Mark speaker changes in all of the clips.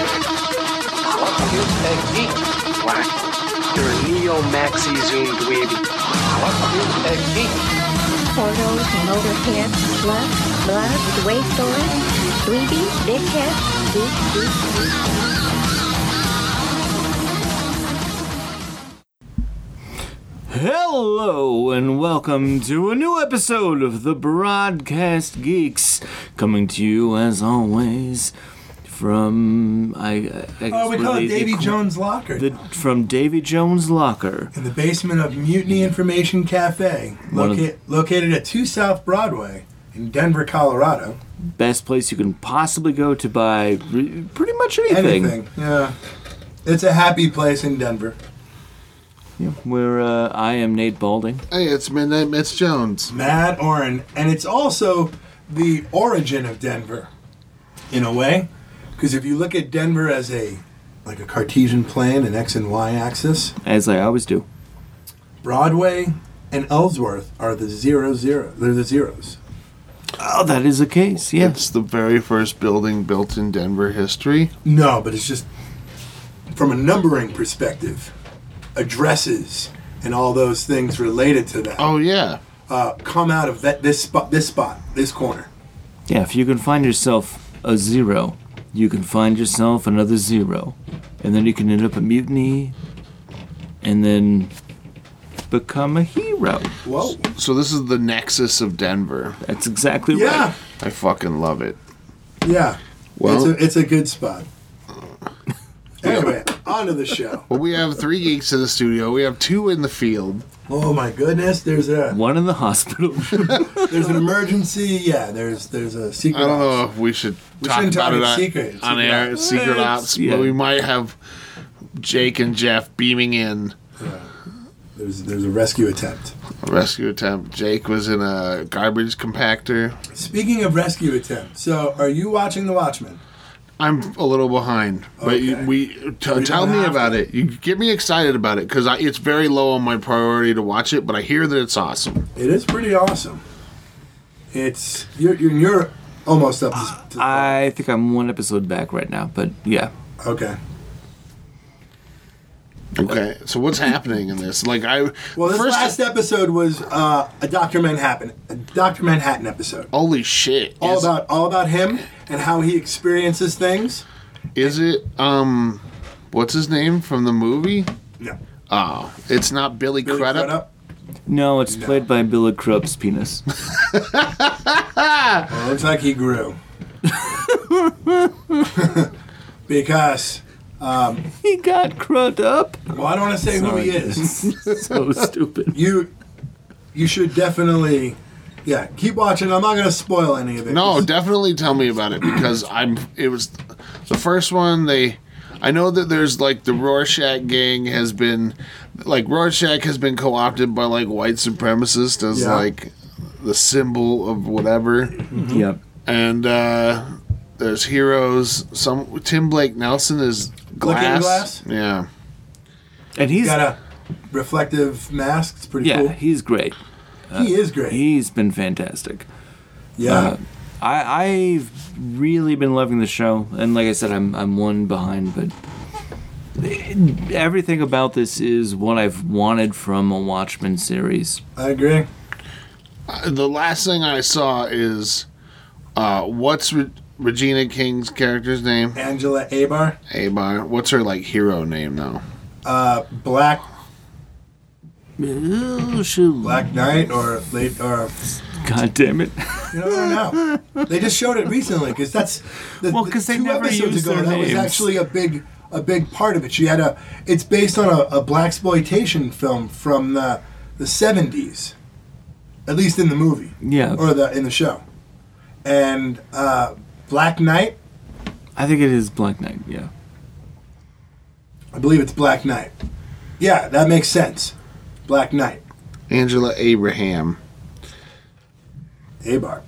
Speaker 1: What is a geek?
Speaker 2: You're a neo maxi zoom dweeb.
Speaker 1: What is a geek?
Speaker 3: Portals, motorheads, sluts, bloods, wastelands, dweebies, dickheads, geek, geek, geek.
Speaker 4: Hello and welcome to a new episode of the Broadcast Geeks, coming to you as always from I. I I
Speaker 5: Oh, we
Speaker 4: guess
Speaker 5: call
Speaker 4: the-
Speaker 5: it Davy
Speaker 4: the-
Speaker 5: Jones Locker
Speaker 4: The, from Davy Jones Locker.
Speaker 5: in the basement of Mutiny Information Cafe,
Speaker 4: Mm-hmm. One of-
Speaker 5: loca- located at 2 South Broadway in Denver, Colorado.
Speaker 4: Best place you can possibly go to buy re- pretty much anything.
Speaker 5: Anything. Yeah. It's a happy place in Denver.
Speaker 4: Yeah, where uh, I am Nate Balding.
Speaker 6: Hey, it's Midnight Mitch Jones.
Speaker 5: Mad Orin. And it's also the origin of Denver, in a way. Because if you look at Denver as a like a Cartesian plane, an X and Y axis,
Speaker 4: As I always do.
Speaker 5: Broadway and Ellsworth are the zero zero. They're the zeros.
Speaker 4: Oh, that is the case. Yes.
Speaker 6: It's the very first building built in Denver history.
Speaker 5: No, but it's just from a numbering perspective, addresses and all those things related to that
Speaker 6: Oh yeah,
Speaker 5: uh, come out of that this spot, this spot, this corner.
Speaker 4: Yeah, if you can find yourself a zero, you can find yourself another zero. And then you can end up a mutiny and then become a hero.
Speaker 5: Whoa!
Speaker 6: so this is the nexus of Denver.
Speaker 4: That's exactly
Speaker 5: Yeah,
Speaker 4: right.
Speaker 6: I fucking love it.
Speaker 5: yeah.
Speaker 6: Well-
Speaker 5: it's a, it's a good spot. Anyway, onto the show.
Speaker 6: Well, we have three geeks in the studio. We have two in the field.
Speaker 5: Oh my goodness, there's a
Speaker 4: One in the hospital.
Speaker 5: there's an emergency. Yeah, there's there's a secret.
Speaker 6: I don't know
Speaker 5: ops.
Speaker 6: if we should
Speaker 5: We
Speaker 6: talk
Speaker 5: shouldn't
Speaker 6: about
Speaker 5: talk
Speaker 6: it
Speaker 5: about
Speaker 6: on,
Speaker 5: secret.
Speaker 6: on
Speaker 5: Secret
Speaker 6: air.
Speaker 5: ops.
Speaker 6: Secret
Speaker 4: Yeah,
Speaker 6: ops,
Speaker 4: yeah.
Speaker 6: but we might have Jake and Jeff beaming in
Speaker 5: There's there's a rescue attempt.
Speaker 6: a rescue attempt. Jake was in a garbage compactor.
Speaker 5: Speaking of rescue attempt, so are you watching The Watchmen?
Speaker 6: I'm a little behind, but you,
Speaker 5: Okay.
Speaker 6: we t-
Speaker 5: We
Speaker 6: tell
Speaker 5: don't
Speaker 6: me
Speaker 5: have
Speaker 6: about it. You get me excited about it because it's very low on my priority to watch it, but I hear that it's awesome.
Speaker 5: It is pretty awesome. It's you're you're, you're almost up. To, to
Speaker 4: I think I'm one episode back right now, but yeah.
Speaker 5: okay.
Speaker 6: Okay, so what's happening in this? Like I
Speaker 5: Well, this
Speaker 6: first,
Speaker 5: last episode was uh, a Doctor Manhattan, a Doctor Manhattan episode,
Speaker 6: holy shit!
Speaker 5: all
Speaker 6: is,
Speaker 5: about all about him and how he experiences things.
Speaker 6: is it um, what's his name from the movie?
Speaker 5: No,
Speaker 6: Oh, it's not Billy,
Speaker 5: Really
Speaker 6: Crudup.
Speaker 5: cut up.
Speaker 4: No, it's played by Billy Crup's penis.
Speaker 5: Well, it looks like he grew because
Speaker 4: he got crud up.
Speaker 5: well, I don't want to say who he is.
Speaker 4: so stupid.
Speaker 5: You you should definitely yeah keep watching. I'm not gonna spoil any of it.
Speaker 6: No, definitely tell me about it because I'm. It was the first one they. I know that there's like the Rorschach gang has been, like Rorschach has been co-opted by like white supremacists as
Speaker 5: Yeah.
Speaker 6: like the symbol of whatever,
Speaker 4: Yep.
Speaker 6: and uh, there's heroes. Some Tim Blake Nelson is glass.
Speaker 5: Glass?
Speaker 6: Yeah,
Speaker 4: And he's
Speaker 5: got a reflective mask. It's pretty
Speaker 4: yeah,
Speaker 5: cool.
Speaker 4: he's great.
Speaker 5: he is great.
Speaker 4: He's been fantastic.
Speaker 5: yeah.
Speaker 4: Uh, I, I've really been loving the show, and like I said, I'm I'm one behind, but everything about this is what I've wanted from a Watchmen series.
Speaker 5: I agree.
Speaker 6: Uh, the last thing I saw is, uh, what's Re- Regina King's character's name?
Speaker 5: Angela Abar,
Speaker 6: Abar. What's her like hero name though?
Speaker 5: uh, Black
Speaker 4: Oh, shoot.
Speaker 5: Black Knight, or late, or
Speaker 4: God damn it!
Speaker 5: you know, I don't know. they just showed it recently because that's the,
Speaker 4: Well,
Speaker 5: the
Speaker 4: 'cause they
Speaker 5: two
Speaker 4: never
Speaker 5: episodes
Speaker 4: use
Speaker 5: ago.
Speaker 4: their
Speaker 5: that was
Speaker 4: names.
Speaker 5: actually a big a big part of it. She had a. It's based on a, a black exploitation film from the the seventies, at least in the movie
Speaker 4: Yeah,
Speaker 5: or the in the show, and uh, Black Knight.
Speaker 4: I think it is Black Knight. Yeah.
Speaker 5: I believe it's Black Knight. Yeah, that makes sense. Black Knight.
Speaker 6: Angela Abraham.
Speaker 5: Abar.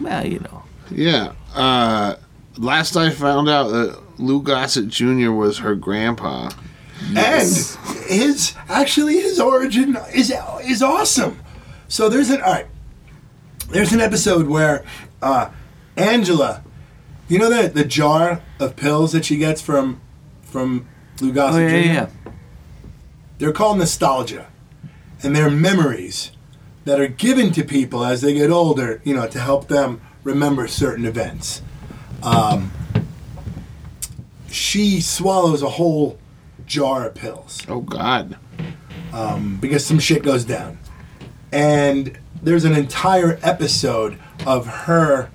Speaker 4: Well, you know.
Speaker 6: Yeah. Uh, last I found out that Lou Gossett Jr. was her grandpa.
Speaker 4: Yes.
Speaker 5: And his actually his origin is is awesome. So there's an all right. There's an episode where uh, Angela, you know the the jar of pills that she gets from from Lou
Speaker 4: Oh
Speaker 5: Gossett
Speaker 4: yeah,
Speaker 5: Jr.
Speaker 4: yeah. yeah.
Speaker 5: They're called nostalgia, and they're memories that are given to people as they get older, you know, to help them remember certain events. Um, she swallows a whole jar of pills
Speaker 6: Oh God.
Speaker 5: because some shit goes down. And there's an entire episode of her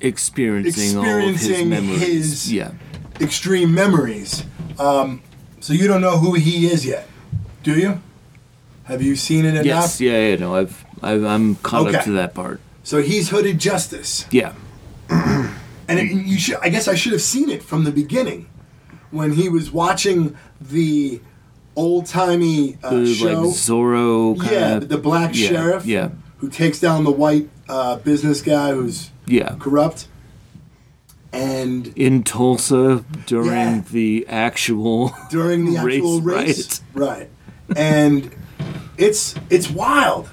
Speaker 4: Experiencing, all
Speaker 5: Experiencing
Speaker 4: of his memories.
Speaker 5: his-
Speaker 4: yeah.
Speaker 5: extreme memories. Um, so you don't know who he is yet, do you? Have you seen it enough?
Speaker 4: Yes. Yeah. Yeah. No, I've, I've I'm caught
Speaker 5: Okay.
Speaker 4: up to that part.
Speaker 5: So he's Hooded Justice,
Speaker 4: Yeah.
Speaker 5: and it, you should, I guess I should have seen it from the beginning when he was watching the old timey uh,
Speaker 4: The,
Speaker 5: show.
Speaker 4: like Zorro. Kinda,
Speaker 5: yeah, the black
Speaker 4: yeah,
Speaker 5: sheriff.
Speaker 4: Yeah.
Speaker 5: who takes down the white uh, business guy who's
Speaker 4: Yeah.
Speaker 5: corrupt. And
Speaker 4: In Tulsa during
Speaker 5: Yeah.
Speaker 4: the actual.
Speaker 5: during the
Speaker 4: Race
Speaker 5: actual race. Right. And it's it's wild.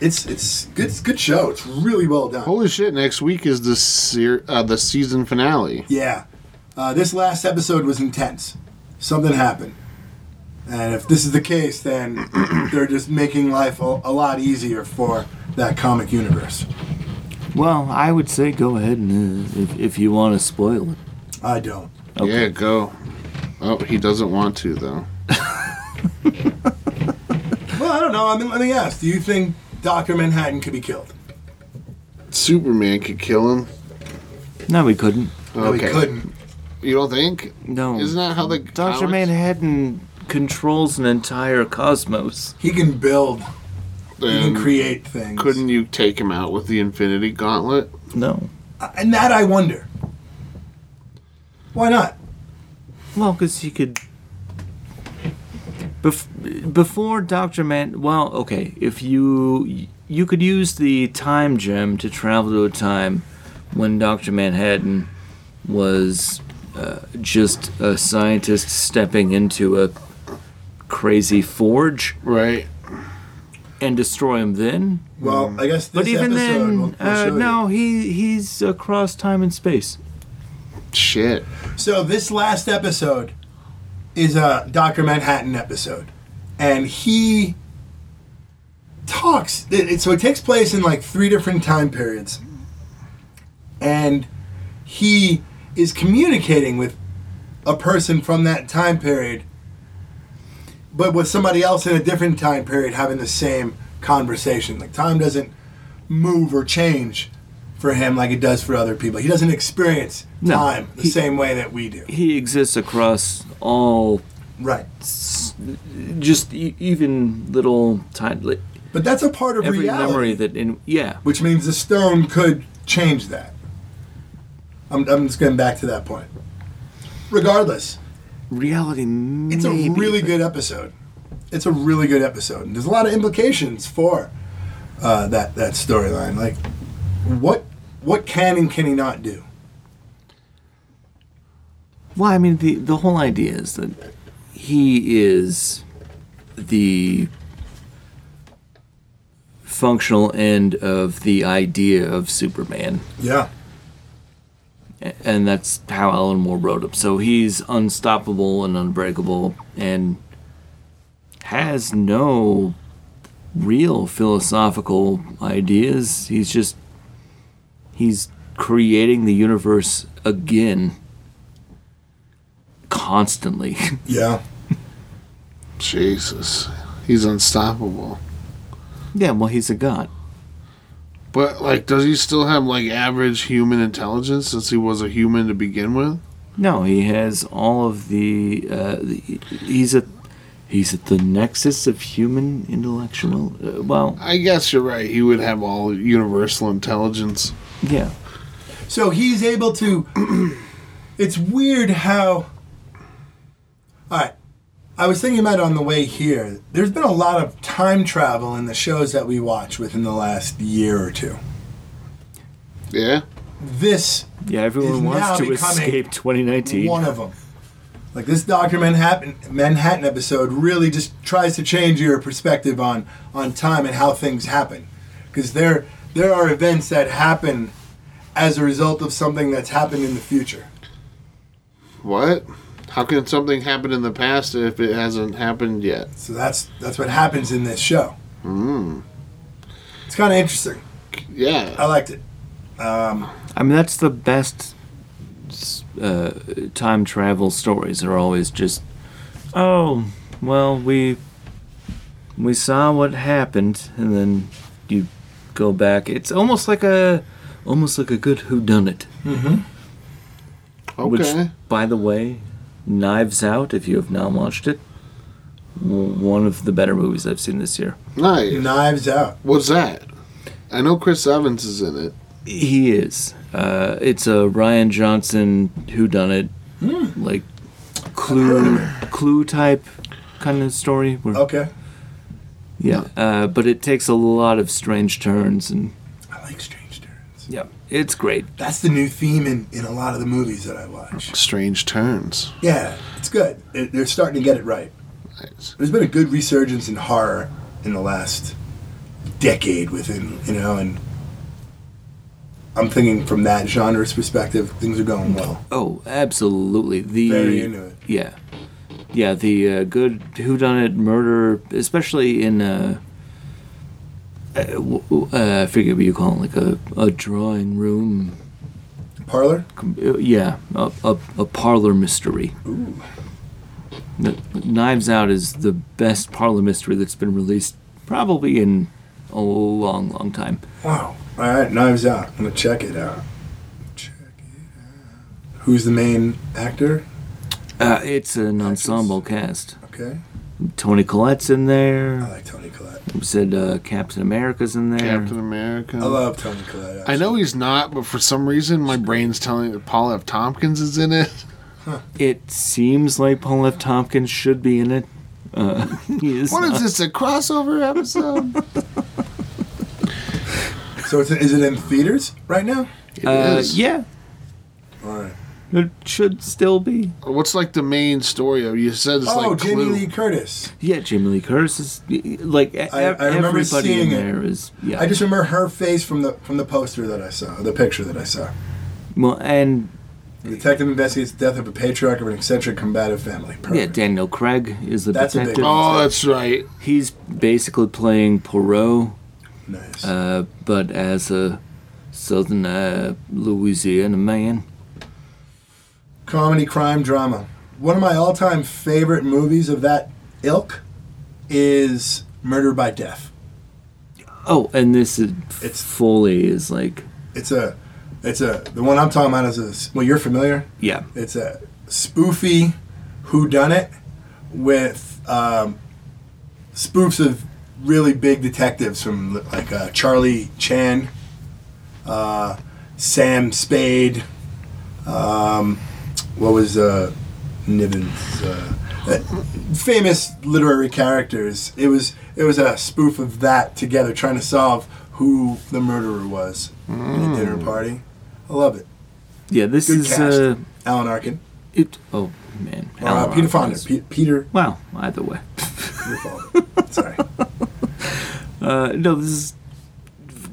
Speaker 5: It's it's good it's a good show. It's really well done.
Speaker 6: Holy shit! Next week is the ser- uh, the season finale.
Speaker 5: Yeah. Uh, this last episode was intense. Something happened. And if this is the case, then they're just making life a, a lot easier for that comic universe.
Speaker 4: Well, I would say go ahead and uh, if, if you want to spoil it.
Speaker 5: I don't.
Speaker 6: Yeah, go. Oh, he doesn't want to though.
Speaker 5: Well, I don't know. I mean, let me ask. Do you think Doctor Manhattan could be killed?
Speaker 6: Superman could kill him.
Speaker 4: No, we couldn't.
Speaker 5: No, he couldn't.
Speaker 6: You don't think?
Speaker 4: No.
Speaker 6: Isn't that how the
Speaker 4: Doctor
Speaker 6: powers-
Speaker 4: Manhattan controls an entire cosmos.
Speaker 5: He can build. He
Speaker 6: Um,
Speaker 5: can create things.
Speaker 6: Couldn't you take him out with the Infinity Gauntlet?
Speaker 4: No.
Speaker 5: Uh, And that I wonder. Why not?
Speaker 4: Well, because he could. Bef- before Doctor Man, well, okay, if you you could use the time gem to travel to a time when Doctor Manhattan was uh, just a scientist stepping into a crazy forge
Speaker 6: Right.
Speaker 4: and destroy him then.
Speaker 5: Well,
Speaker 6: Mm.
Speaker 5: I guess this
Speaker 4: But even
Speaker 5: episode
Speaker 4: then,
Speaker 5: will, will
Speaker 4: uh,
Speaker 5: show you.
Speaker 4: no, he he's across time and space.
Speaker 6: Shit.
Speaker 5: So this last episode is a Doctor Manhattan episode, and he talks. It, it- so it takes place in like three different time periods, and he is communicating with a person from that time period, but with somebody else in a different time period having the same conversation. Like time doesn't move or change for him like it does for other people. He doesn't experience
Speaker 4: No,
Speaker 5: time the
Speaker 4: he-
Speaker 5: same way that we do.
Speaker 4: He exists across all
Speaker 5: Right.
Speaker 4: just e- even little time li-
Speaker 5: But that's a part of
Speaker 4: every
Speaker 5: reality,
Speaker 4: memory that in yeah
Speaker 5: which means the stone could change that. I'm, I'm just getting back to that point. Regardless,
Speaker 4: reality
Speaker 5: it's a really good episode. It's a really good episode. And there's a lot of implications for uh, that that storyline. Like, what what can and can he not do?
Speaker 4: well i mean the the whole idea is that he is the functional end of the idea of superman
Speaker 5: Yeah.
Speaker 4: A- and that's how alan moore wrote him so he's unstoppable and unbreakable and has no real philosophical ideas he's just he's creating the universe again constantly
Speaker 5: Yeah.
Speaker 6: Jesus. He's unstoppable.
Speaker 4: yeah well he's a god
Speaker 6: But like, does he still have like average human intelligence since he was a human to begin with?
Speaker 4: no he has all of the, uh, the he's at he's at the nexus of human intellectual uh, well
Speaker 6: I guess you're right. He would have all universal intelligence.
Speaker 4: yeah
Speaker 5: So he's able to. it's weird how. All right. I was thinking about it on the way here. There's been a lot of time travel in the shows that we watch within the last year or two.
Speaker 6: Yeah.
Speaker 5: This
Speaker 4: Yeah, everyone
Speaker 5: Is
Speaker 4: wants
Speaker 5: now
Speaker 4: to
Speaker 5: becoming
Speaker 4: escape 2019.
Speaker 5: one of them. Like this Doctor Manhattan Manhattan episode really just tries to change your perspective on on time and how things happen, because there there are events that happen as a result of something that's happened in the future.
Speaker 6: What? How can something happen in the past if it hasn't happened yet?
Speaker 5: So that's that's what happens in this show. It's kind of interesting.
Speaker 6: Yeah.
Speaker 5: I liked it.
Speaker 4: I mean, that's the best uh, time travel stories. Are always just, oh, well, we we saw what happened, and then you go back. It's almost like a almost like a good whodunit.
Speaker 6: Okay.
Speaker 4: Which, by the way, Knives Out. If you have not watched it, w- one of the better movies I've seen this year.
Speaker 6: nice.
Speaker 5: Knives Out.
Speaker 6: What's that? I know Chris Evans is in it.
Speaker 4: He is. Uh, it's a Ryan Johnson who done it,
Speaker 5: Hmm.
Speaker 4: like clue, clue type kind of story. Where,
Speaker 5: Okay.
Speaker 4: Yeah, uh, but it takes a lot of strange turns, and
Speaker 5: I like strange turns.
Speaker 4: yeah, it's great.
Speaker 5: That's the new theme in, in a lot of the movies that I watch.
Speaker 6: Strange turns.
Speaker 5: Yeah, it's good. It, they're starting to get it right.
Speaker 6: Nice.
Speaker 5: There's been a good resurgence in horror in the last decade within, you know, and I'm thinking from that genre's perspective, things are going well.
Speaker 4: Oh, absolutely. The
Speaker 5: Very into it.
Speaker 4: Yeah, yeah. The uh, good whodunit murder, especially in uh, uh, w- w- uh, I forget what you call it, like a, a drawing room
Speaker 5: Parlor?
Speaker 4: Uh, yeah, a, a, a parlor mystery. N- Knives Out is the best parlor mystery that's been released probably in a long, long time.
Speaker 5: Wow. All right, Knives Out. I'm gonna check it out. Check it out. Who's the main actor?
Speaker 4: Uh, it's an ensemble cast.
Speaker 5: Okay.
Speaker 4: Tony Collette's in
Speaker 5: I
Speaker 4: there.
Speaker 5: like Tony Collette.
Speaker 4: Said uh, Captain America's in there.
Speaker 6: Captain America.
Speaker 5: I love Tony Collette.
Speaker 6: I know he's not, but for some reason my brain's telling me that Paul F. Tompkins is in it.
Speaker 4: It seems like Paul F. Tompkins should be in it. Uh, he is.
Speaker 6: What
Speaker 4: not.
Speaker 6: is this? A crossover
Speaker 4: Uh,
Speaker 6: episode?
Speaker 5: actually. So it's, is it in theaters right now?
Speaker 6: It
Speaker 4: Uh,
Speaker 6: is.
Speaker 4: yeah,
Speaker 5: All right.
Speaker 4: it should still be.
Speaker 6: What's like the main story of? You said it's
Speaker 5: oh,
Speaker 6: like
Speaker 5: Jamie
Speaker 6: Clue.
Speaker 5: Lee Curtis.
Speaker 4: Yeah, Jamie Lee Curtis is like e-
Speaker 5: I remember
Speaker 4: everybody in
Speaker 5: seeing it.
Speaker 4: there is. Yeah,
Speaker 5: I just remember her face from the from the poster that I saw, the picture that I saw.
Speaker 4: Well, and
Speaker 5: The detective investigates the death of a patriarch of an eccentric combative family. Perfect.
Speaker 4: yeah, Daniel Craig is the
Speaker 5: That's a big
Speaker 4: detective.
Speaker 5: one.
Speaker 6: Oh, that's right.
Speaker 4: He's basically playing Poirot,
Speaker 5: Nice.
Speaker 4: uh, but as a Southern uh, Louisiana man.
Speaker 5: Comedy, crime, drama. One of my all-time favorite movies of that ilk is Murder by Death.
Speaker 4: Oh, and this is
Speaker 5: It's-
Speaker 4: fully is like
Speaker 5: It's a, it's a. The one I'm talking about is a. Well, you're familiar.
Speaker 4: yeah,
Speaker 5: It's a spoofy, who done it, with um, spoofs of really big detectives from like uh, Charlie Chan, uh, Sam Spade. Um, what was uh, Niven's uh, uh, famous literary characters? It was it was a spoof of that together, trying to solve who the murderer was at a dinner party. I love it.
Speaker 4: yeah. This
Speaker 5: Good
Speaker 4: is
Speaker 5: cast.
Speaker 4: uh,
Speaker 5: Alan Arkin.
Speaker 4: it. Oh man,
Speaker 5: Or,
Speaker 4: Alan
Speaker 5: uh, Peter
Speaker 4: Arkin
Speaker 5: Fonda.
Speaker 4: is-
Speaker 5: Pe- Peter,
Speaker 4: Well, either way.
Speaker 5: Peter Fonda. Sorry.
Speaker 4: Uh, no, this is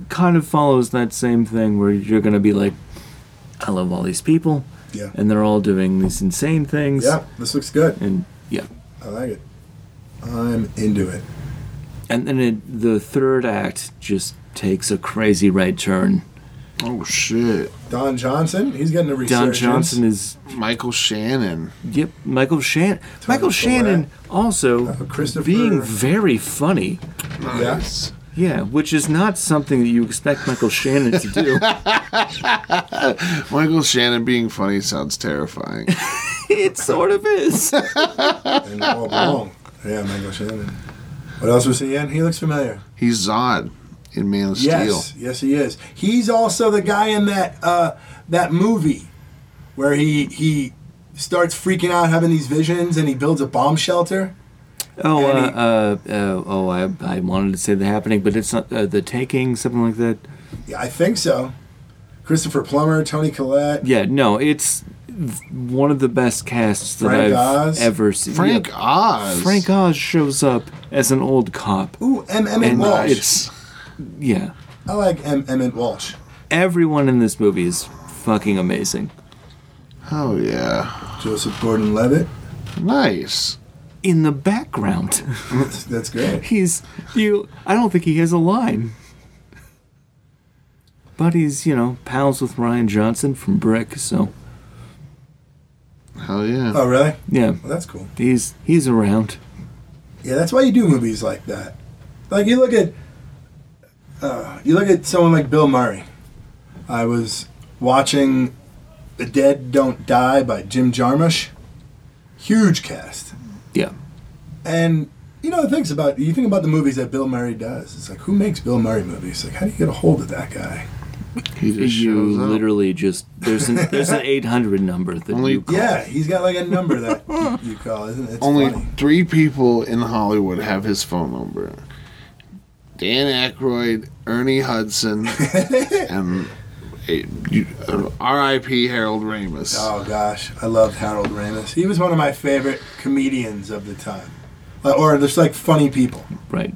Speaker 4: kind of follows that same thing where you're gonna be like, I love all these people,
Speaker 5: Yeah.
Speaker 4: and they're all doing these insane things,
Speaker 5: Yeah, this looks good.
Speaker 4: and yeah.
Speaker 5: I like it. I'm into it.
Speaker 4: And then it, the third act just takes a crazy right turn.
Speaker 6: Oh shit.
Speaker 5: Don Johnson, he's getting a
Speaker 4: Don
Speaker 5: resurgence.
Speaker 4: Johnson is
Speaker 6: Michael Shannon.
Speaker 4: yep. Michael Shannon. Michael
Speaker 5: Collette.
Speaker 4: Shannon also
Speaker 5: Uh, Christopher-
Speaker 4: being very funny.
Speaker 5: Yes.
Speaker 4: Yeah, which is not something that you expect Michael Shannon to do.
Speaker 6: Michael Shannon being funny sounds terrifying.
Speaker 4: it sort of is.
Speaker 5: And all belong. Yeah, Michael Shannon. What else was he in? He looks familiar.
Speaker 6: He's Zod in Man of
Speaker 5: Yes,
Speaker 6: Steel.
Speaker 5: yes, he is. He's also the guy in that uh, that movie where he he starts freaking out, having these visions, and he builds a bomb shelter.
Speaker 4: Oh,
Speaker 5: Any-
Speaker 4: uh, uh, uh, oh, I, I wanted to say the happening, but it's not uh, the taking, something like that.
Speaker 5: Yeah, I think so. Christopher Plummer, Tony Collette.
Speaker 4: Yeah, no, it's one of the best casts that
Speaker 5: Frank
Speaker 4: I've
Speaker 5: Oz?
Speaker 4: ever seen.
Speaker 6: Frank
Speaker 4: Yeah.
Speaker 6: Oz.
Speaker 4: Frank Oz shows up as an old cop.
Speaker 5: Ooh, M. Emmett
Speaker 4: And
Speaker 5: Walsh.
Speaker 4: it's yeah,
Speaker 5: I like M. Emmett Walsh.
Speaker 4: everyone in this movie is fucking amazing.
Speaker 6: Oh yeah.
Speaker 5: Joseph Gordon-Levitt.
Speaker 6: Nice.
Speaker 4: In the background,
Speaker 5: That's, that's great.
Speaker 4: he's you. I don't think he has a line, but he's you know pals with Ryan Johnson from Brick, so
Speaker 6: Hell yeah.
Speaker 5: Oh, really?
Speaker 4: yeah,
Speaker 5: Well, that's cool.
Speaker 4: he's he's around.
Speaker 5: Yeah, that's why you do movies like that. Like you look at, uh, you look at someone like Bill Murray. I was watching "The Dead Don't Die" by Jim Jarmusch. Huge cast,
Speaker 4: Yeah,
Speaker 5: and you know the things about you think about the movies that Bill Murray does. It's like who makes Bill Murray movies? Like how do you get a hold of that guy?
Speaker 6: He just
Speaker 4: you
Speaker 6: shows up.
Speaker 4: literally just there's an there's an 800 number that
Speaker 6: Only-
Speaker 4: you call.
Speaker 5: Yeah, he's got like a number that you- you call, isn't it? It's
Speaker 6: Only
Speaker 5: funny.
Speaker 6: three people in Hollywood have his phone number. Dan Aykroyd, Ernie Hudson, and eh, you- uh, R.I.P. Harold Ramis.
Speaker 5: Oh gosh, I loved Harold Ramis. He was one of my favorite comedians of the time, Uh, or just like funny people.
Speaker 4: right.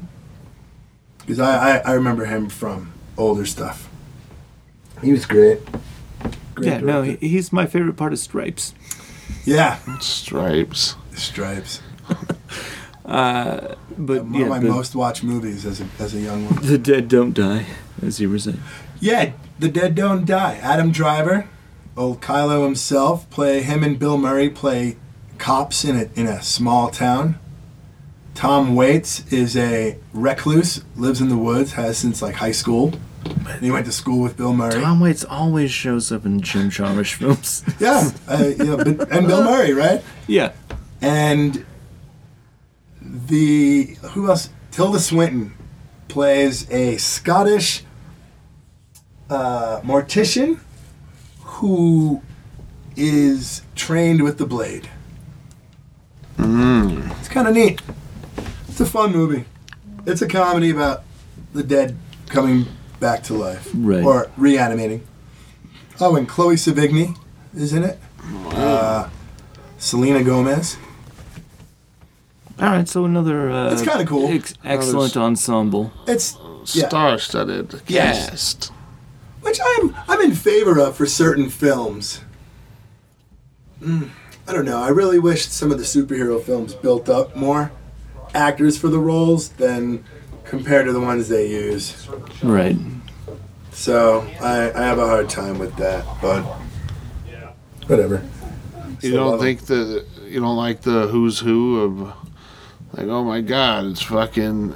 Speaker 5: Because I, I, I remember him from older stuff. He was great. Great
Speaker 4: yeah, no,
Speaker 5: director.
Speaker 4: he, he's my favorite part of Stripes.
Speaker 5: yeah.
Speaker 6: Stripes.
Speaker 5: Stripes.
Speaker 4: But
Speaker 5: One
Speaker 4: yeah,
Speaker 5: of my
Speaker 4: the,
Speaker 5: most watched movies as a, as a young one.
Speaker 4: the dead don't die, as you were saying.
Speaker 5: Yeah, The Dead Don't Die. Adam Driver, old Kylo himself, play him and Bill Murray play cops in a, in a small town. Tom Waits is a recluse, lives in the woods, has since like high school. And he went to school with Bill Murray.
Speaker 4: Tom Waits always shows up in Jim Jarmusch films.
Speaker 5: Yeah, uh, yeah, but, and Bill Murray, right?
Speaker 4: yeah,
Speaker 5: and the who else? Tilda Swinton plays a Scottish uh, mortician who is trained with the blade. It's kind of neat. It's a fun movie. It's a comedy about the dead coming back to life
Speaker 4: Right.
Speaker 5: or reanimating. Oh, and Chloe Savigny is in it. Uh, Selena Gomez.
Speaker 4: all right. So another. Uh,
Speaker 5: It's kinda cool.
Speaker 4: Ex- excellent ensemble.
Speaker 5: It's yeah,
Speaker 6: Star-studded
Speaker 5: Yes.
Speaker 6: cast.
Speaker 5: which I'm I'm in favor of for certain films. Mm, I don't know. I really wish some of the superhero films built up more actors for the roles than compared to the ones they use.
Speaker 4: Right.
Speaker 5: So I, I have a hard time with that, but whatever.
Speaker 6: You
Speaker 5: Still
Speaker 6: don't
Speaker 5: love
Speaker 6: think the you don't like the who's who of like oh my god it's fucking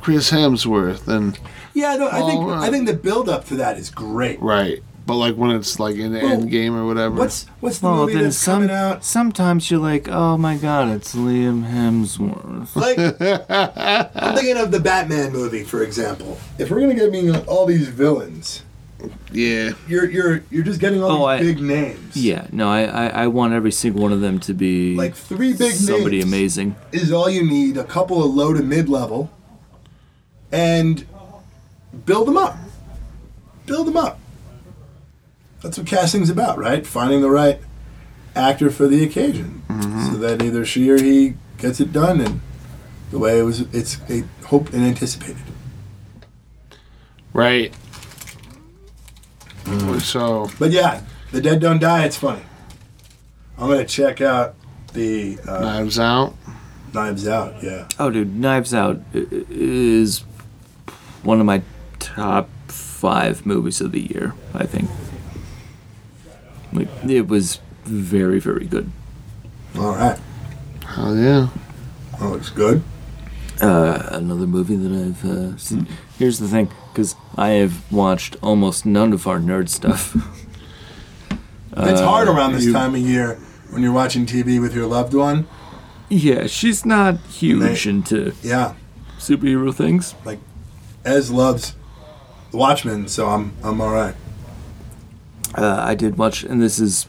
Speaker 6: Chris Hemsworth and
Speaker 5: Yeah, no, I think
Speaker 6: All right.
Speaker 5: I think the build up to that is great.
Speaker 6: right, but like when it's like in the
Speaker 5: Well,
Speaker 6: end game or whatever.
Speaker 5: What's what's the
Speaker 4: Well,
Speaker 5: movie
Speaker 4: then
Speaker 5: that's
Speaker 4: some.
Speaker 5: coming out?
Speaker 4: Sometimes you're like, oh my god, it's Liam Hemsworth.
Speaker 5: Like, I'm thinking of the Batman movie, for example. If we're gonna get me all these villains,
Speaker 6: yeah,
Speaker 5: you're you're you're just getting all
Speaker 4: Oh,
Speaker 5: these
Speaker 4: I-
Speaker 5: big names.
Speaker 4: Yeah, no, I, I, I want every single one of them to be
Speaker 5: Like three big
Speaker 4: somebody
Speaker 5: names
Speaker 4: amazing.
Speaker 5: is all you need. A couple of low to mid level, and build them up. Build them up. That's what casting's about, right? Finding the right actor for the occasion,
Speaker 4: Mm-hmm.
Speaker 5: so that either she or he gets it done, and the way it was, it's a hoped and anticipated.
Speaker 6: right. So
Speaker 5: But yeah, the dead don't die. It's funny. I'm gonna check out the uh,
Speaker 6: Knives Out.
Speaker 5: Knives Out. Yeah,
Speaker 4: Oh, dude, Knives Out i- i- is one of my top five movies of the year. I think. Like it was very, very good. Oh.
Speaker 5: all right.
Speaker 6: Hell yeah.
Speaker 5: That looks Oh, good.
Speaker 4: Uh, another movie that I've uh, seen. Here's the thing, because I have watched almost none of our nerd stuff.
Speaker 5: it's hard around this
Speaker 6: you-
Speaker 5: time of year when you're watching TV with your loved one.
Speaker 4: yeah, she's not huge
Speaker 5: They-
Speaker 4: into
Speaker 5: Yeah,
Speaker 4: superhero things.
Speaker 5: like Ez loves The Watchmen, so I'm I'm all right.
Speaker 4: Uh, I did watch, and this is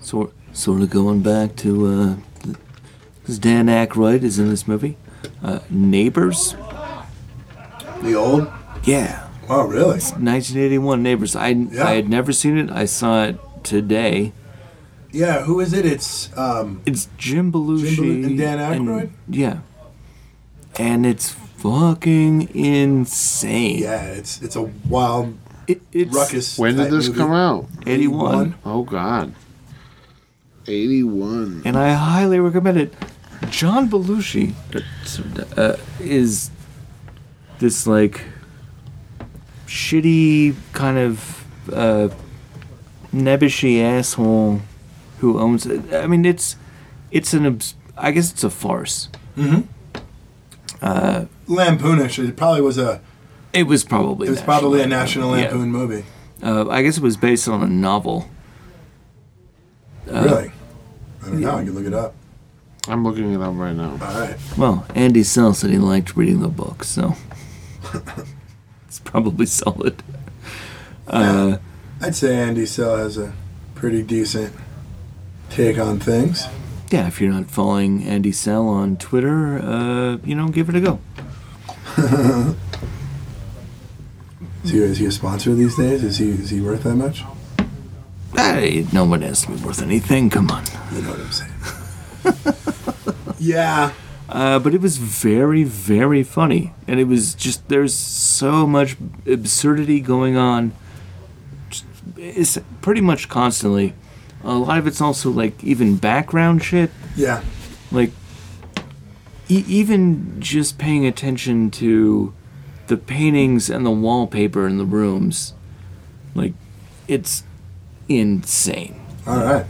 Speaker 4: sort sort of going back to uh, because Dan Aykroyd is in this movie. Uh, Neighbors,
Speaker 5: The old?
Speaker 4: yeah,
Speaker 5: Oh, really?
Speaker 4: 1981 Neighbors. I I had never seen it. I saw it today.
Speaker 5: Yeah. Who is it? It's um,
Speaker 4: It's Jim Belushi,
Speaker 5: Belushi and Dan Aykroyd?
Speaker 4: yeah, and it's fucking insane.
Speaker 5: yeah. It's it's a wild
Speaker 4: it, it's
Speaker 5: ruckus.
Speaker 6: When did
Speaker 5: type
Speaker 6: this
Speaker 5: movie.
Speaker 6: come out?
Speaker 4: 81,
Speaker 6: Oh God, eighty-one.
Speaker 4: and I highly recommend it. John Belushi uh, is this like shitty kind of uh, nebbishy asshole who owns it. I mean, it's it's an obs- I guess it's a farce.
Speaker 5: Lampoonish. It probably was a.
Speaker 4: It was probably
Speaker 5: It was
Speaker 4: National
Speaker 5: probably a
Speaker 4: Lampoon,
Speaker 5: National
Speaker 4: yeah.
Speaker 5: Lampoon movie.
Speaker 4: Uh, I guess it was based on a novel.
Speaker 6: Uh,
Speaker 5: really? I don't know. I can look it up.
Speaker 6: I'm looking it up right now.
Speaker 5: All right.
Speaker 4: Well, Andy Sells said he liked reading the book, so it's probably solid.
Speaker 5: I'd say Andy Sell has a pretty decent take on things.
Speaker 4: Yeah, if you're not following Andy Sell on Twitter, uh, you know, give it a go.
Speaker 5: Is he, is he a sponsor these days? Is he is he worth that much?
Speaker 4: Hey, no one has to be worth anything. Come on.
Speaker 5: You know what I'm saying? yeah.
Speaker 4: Uh, but it was very, very funny, and it was just there's so much absurdity going on. Just- It's pretty much constantly. A lot of it's also like even background shit.
Speaker 5: Yeah.
Speaker 4: like e- even just paying attention to the paintings and the wallpaper in the rooms like it's insane
Speaker 5: All right.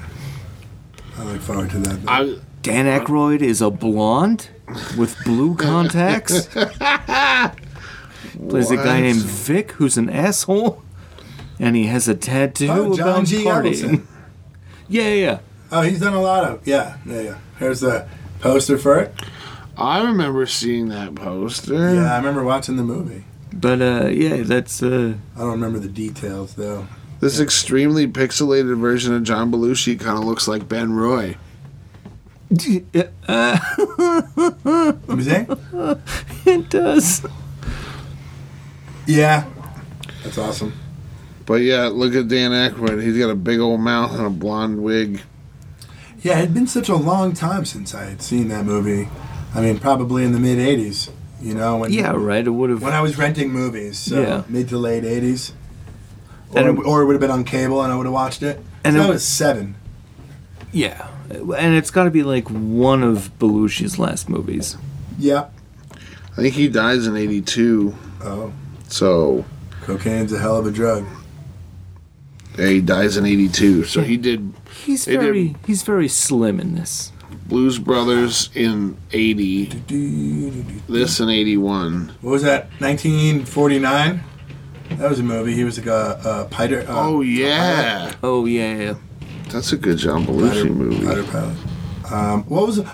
Speaker 5: I look forward to that.
Speaker 6: I
Speaker 4: Dan Aykroyd is a blonde with blue contacts. Plays a guy
Speaker 6: What?
Speaker 4: named Vic who's an asshole, and he has a tattoo
Speaker 5: oh, John
Speaker 4: about
Speaker 5: G.
Speaker 4: partying.
Speaker 5: Avildsen.
Speaker 4: Yeah, yeah, yeah.
Speaker 5: Oh, he's done a lot of. Yeah. Yeah. Yeah. Here's the poster for it.
Speaker 6: I remember seeing that poster.
Speaker 5: Yeah, I remember watching the movie.
Speaker 4: But uh, yeah, that's uh,
Speaker 5: I don't remember the details though.
Speaker 6: This extremely pixelated version of John Belushi kind of looks like Ben Roy.
Speaker 5: What was that?
Speaker 4: it does.
Speaker 5: Yeah. That's awesome.
Speaker 6: But yeah, look at Dan Aykroyd. He's got a big old mouth and a blonde wig.
Speaker 5: Yeah, it had been such a long time since I had seen that movie. I mean, probably in the mid '80s. You know, when
Speaker 4: Yeah, right. It would have.
Speaker 5: when I was renting movies, so
Speaker 4: Yeah.
Speaker 5: mid to late '80s, or,
Speaker 4: And
Speaker 5: it,
Speaker 4: it-
Speaker 5: or it would have been on cable, and I would have watched it.
Speaker 4: And
Speaker 5: And
Speaker 4: it-
Speaker 5: I was seven.
Speaker 4: Yeah, and it's got to be like one of Belushi's last movies.
Speaker 5: Yeah.
Speaker 6: I think he dies in 82.
Speaker 5: Oh,
Speaker 6: So,
Speaker 5: cocaine's a hell of a drug.
Speaker 6: yeah, he dies in 82. So he did
Speaker 4: He's
Speaker 6: They did-
Speaker 4: very he's very slim in this.
Speaker 6: Blues Brothers in 80,
Speaker 5: What
Speaker 6: this in 81.
Speaker 5: was that? 1949. That was a movie. He was like a, a piter. Uh,
Speaker 6: Oh, yeah.
Speaker 4: Oh yeah, yeah.
Speaker 6: That's a good John Belushi movie.
Speaker 5: Fighter pilot. Um, what was? Uh,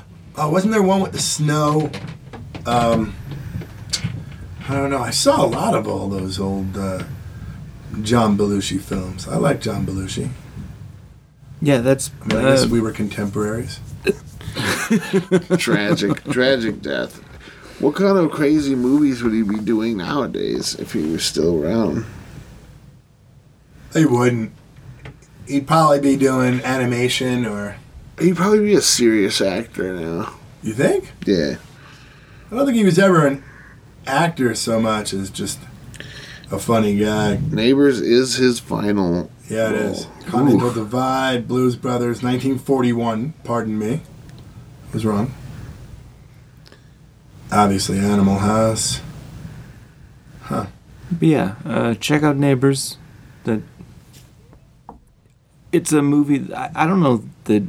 Speaker 5: wasn't there one with the snow? Um, I don't know. I saw a lot of all those old uh, John Belushi films. I like John Belushi.
Speaker 4: Yeah, that's
Speaker 5: I, mean, I guess
Speaker 4: uh,
Speaker 5: we were contemporaries.
Speaker 6: tragic, tragic death. What kind of crazy movies would he be doing nowadays if he was still around?
Speaker 5: He wouldn't. He'd probably be doing animation or.
Speaker 6: He'd probably be a serious actor now.
Speaker 5: You think?
Speaker 6: Yeah.
Speaker 5: I don't think he was ever an actor so much as just a funny guy.
Speaker 6: Neighbors is his final.
Speaker 5: Yeah, it
Speaker 6: role.
Speaker 5: is. Continental
Speaker 6: Oof.
Speaker 5: Divide, Blues Brothers, 1941. Pardon me. I was wrong. Obviously, Animal House.
Speaker 4: yeah. Uh, check out Neighbors. That it's a movie. that- I, I don't know that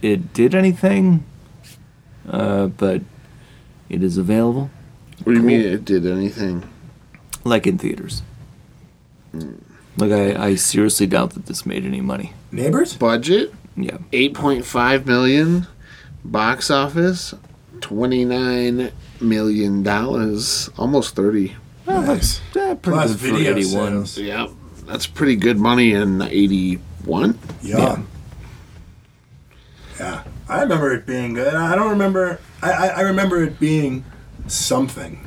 Speaker 4: it did anything, uh, but it is available,
Speaker 6: What do you mean it did anything?
Speaker 4: like in theaters. Hmm. Like I, I seriously doubt that this made any money.
Speaker 5: Neighbors?
Speaker 6: Budget
Speaker 4: Yeah.
Speaker 6: 8.5 million. Box office 29 million dollars, almost thirty.
Speaker 7: Nice.
Speaker 4: Yeah, pretty
Speaker 5: Plus
Speaker 4: good for
Speaker 5: video
Speaker 4: 81.
Speaker 5: sales.
Speaker 6: Yeah, that's pretty good money in '81.
Speaker 5: Yeah. yeah. I remember it being good. I don't remember. I, I, I remember it being something.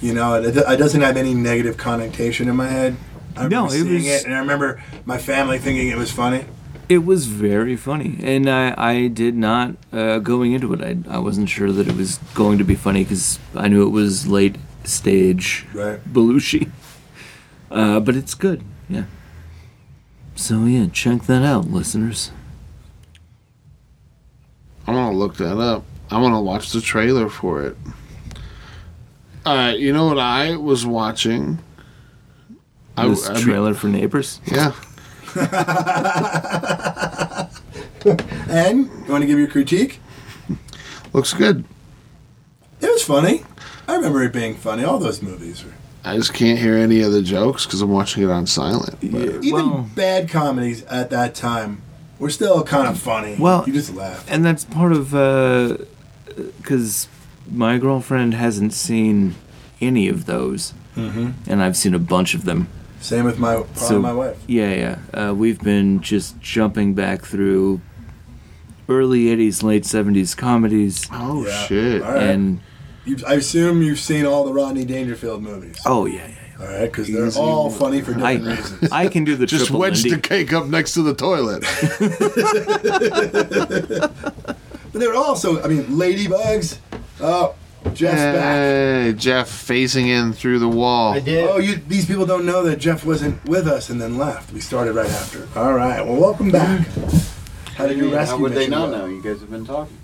Speaker 5: You know, it, it doesn't have any negative connotation in my head. I
Speaker 4: No,
Speaker 5: remember
Speaker 4: it
Speaker 5: seeing
Speaker 4: was-
Speaker 5: it, and I remember my family thinking it was funny.
Speaker 4: It was very funny, and I, I did not uh, going into it. I, I wasn't sure that it was going to be funny because I knew it was late stage
Speaker 5: Right.
Speaker 4: Belushi, uh, but it's good. Yeah. So yeah, check that out, listeners.
Speaker 6: I want to look that up. I want to watch the trailer for it. Uh, you know what I was watching? I,
Speaker 4: this
Speaker 6: I mean-
Speaker 4: trailer for Neighbors.
Speaker 6: yeah.
Speaker 5: And you want to give your critique?
Speaker 6: Looks good.
Speaker 5: It was funny. I remember it being funny. All those movies were.
Speaker 6: I just can't hear any of the jokes because I'm watching it on silent. but-
Speaker 5: Even
Speaker 4: Well-
Speaker 5: bad comedies at that time were still kind of funny.
Speaker 4: Well-
Speaker 5: you just laugh.
Speaker 4: and that's part of because my girlfriend hasn't seen any of those,
Speaker 6: Mm-hmm.
Speaker 4: and I've seen a bunch of them.
Speaker 5: Same with my probably my wife.
Speaker 4: Yeah, yeah. Uh, we've been just jumping back through early '80s, late '70s comedies,
Speaker 6: Oh
Speaker 5: Yeah.
Speaker 6: shit!
Speaker 5: All right.
Speaker 4: and
Speaker 5: You, I assume you've seen all the Rodney Dangerfield movies.
Speaker 4: oh yeah, yeah.
Speaker 5: All right, because they're all funny for different
Speaker 4: I
Speaker 5: reasons.
Speaker 4: I can do the
Speaker 6: Just
Speaker 4: triple
Speaker 6: wedged
Speaker 4: Lindy.
Speaker 6: the cake up next to the toilet.
Speaker 5: But they're also, I mean, ladybugs. Oh, Jeff's back.
Speaker 6: Hey, Jeff phasing in through the wall.
Speaker 5: Oh, you, these people don't know that Jeff wasn't with us and then left. We started right after. All right, well, welcome back. How did your rescue
Speaker 8: How would they
Speaker 5: mission
Speaker 8: not
Speaker 5: go?
Speaker 8: know? You guys have been talking.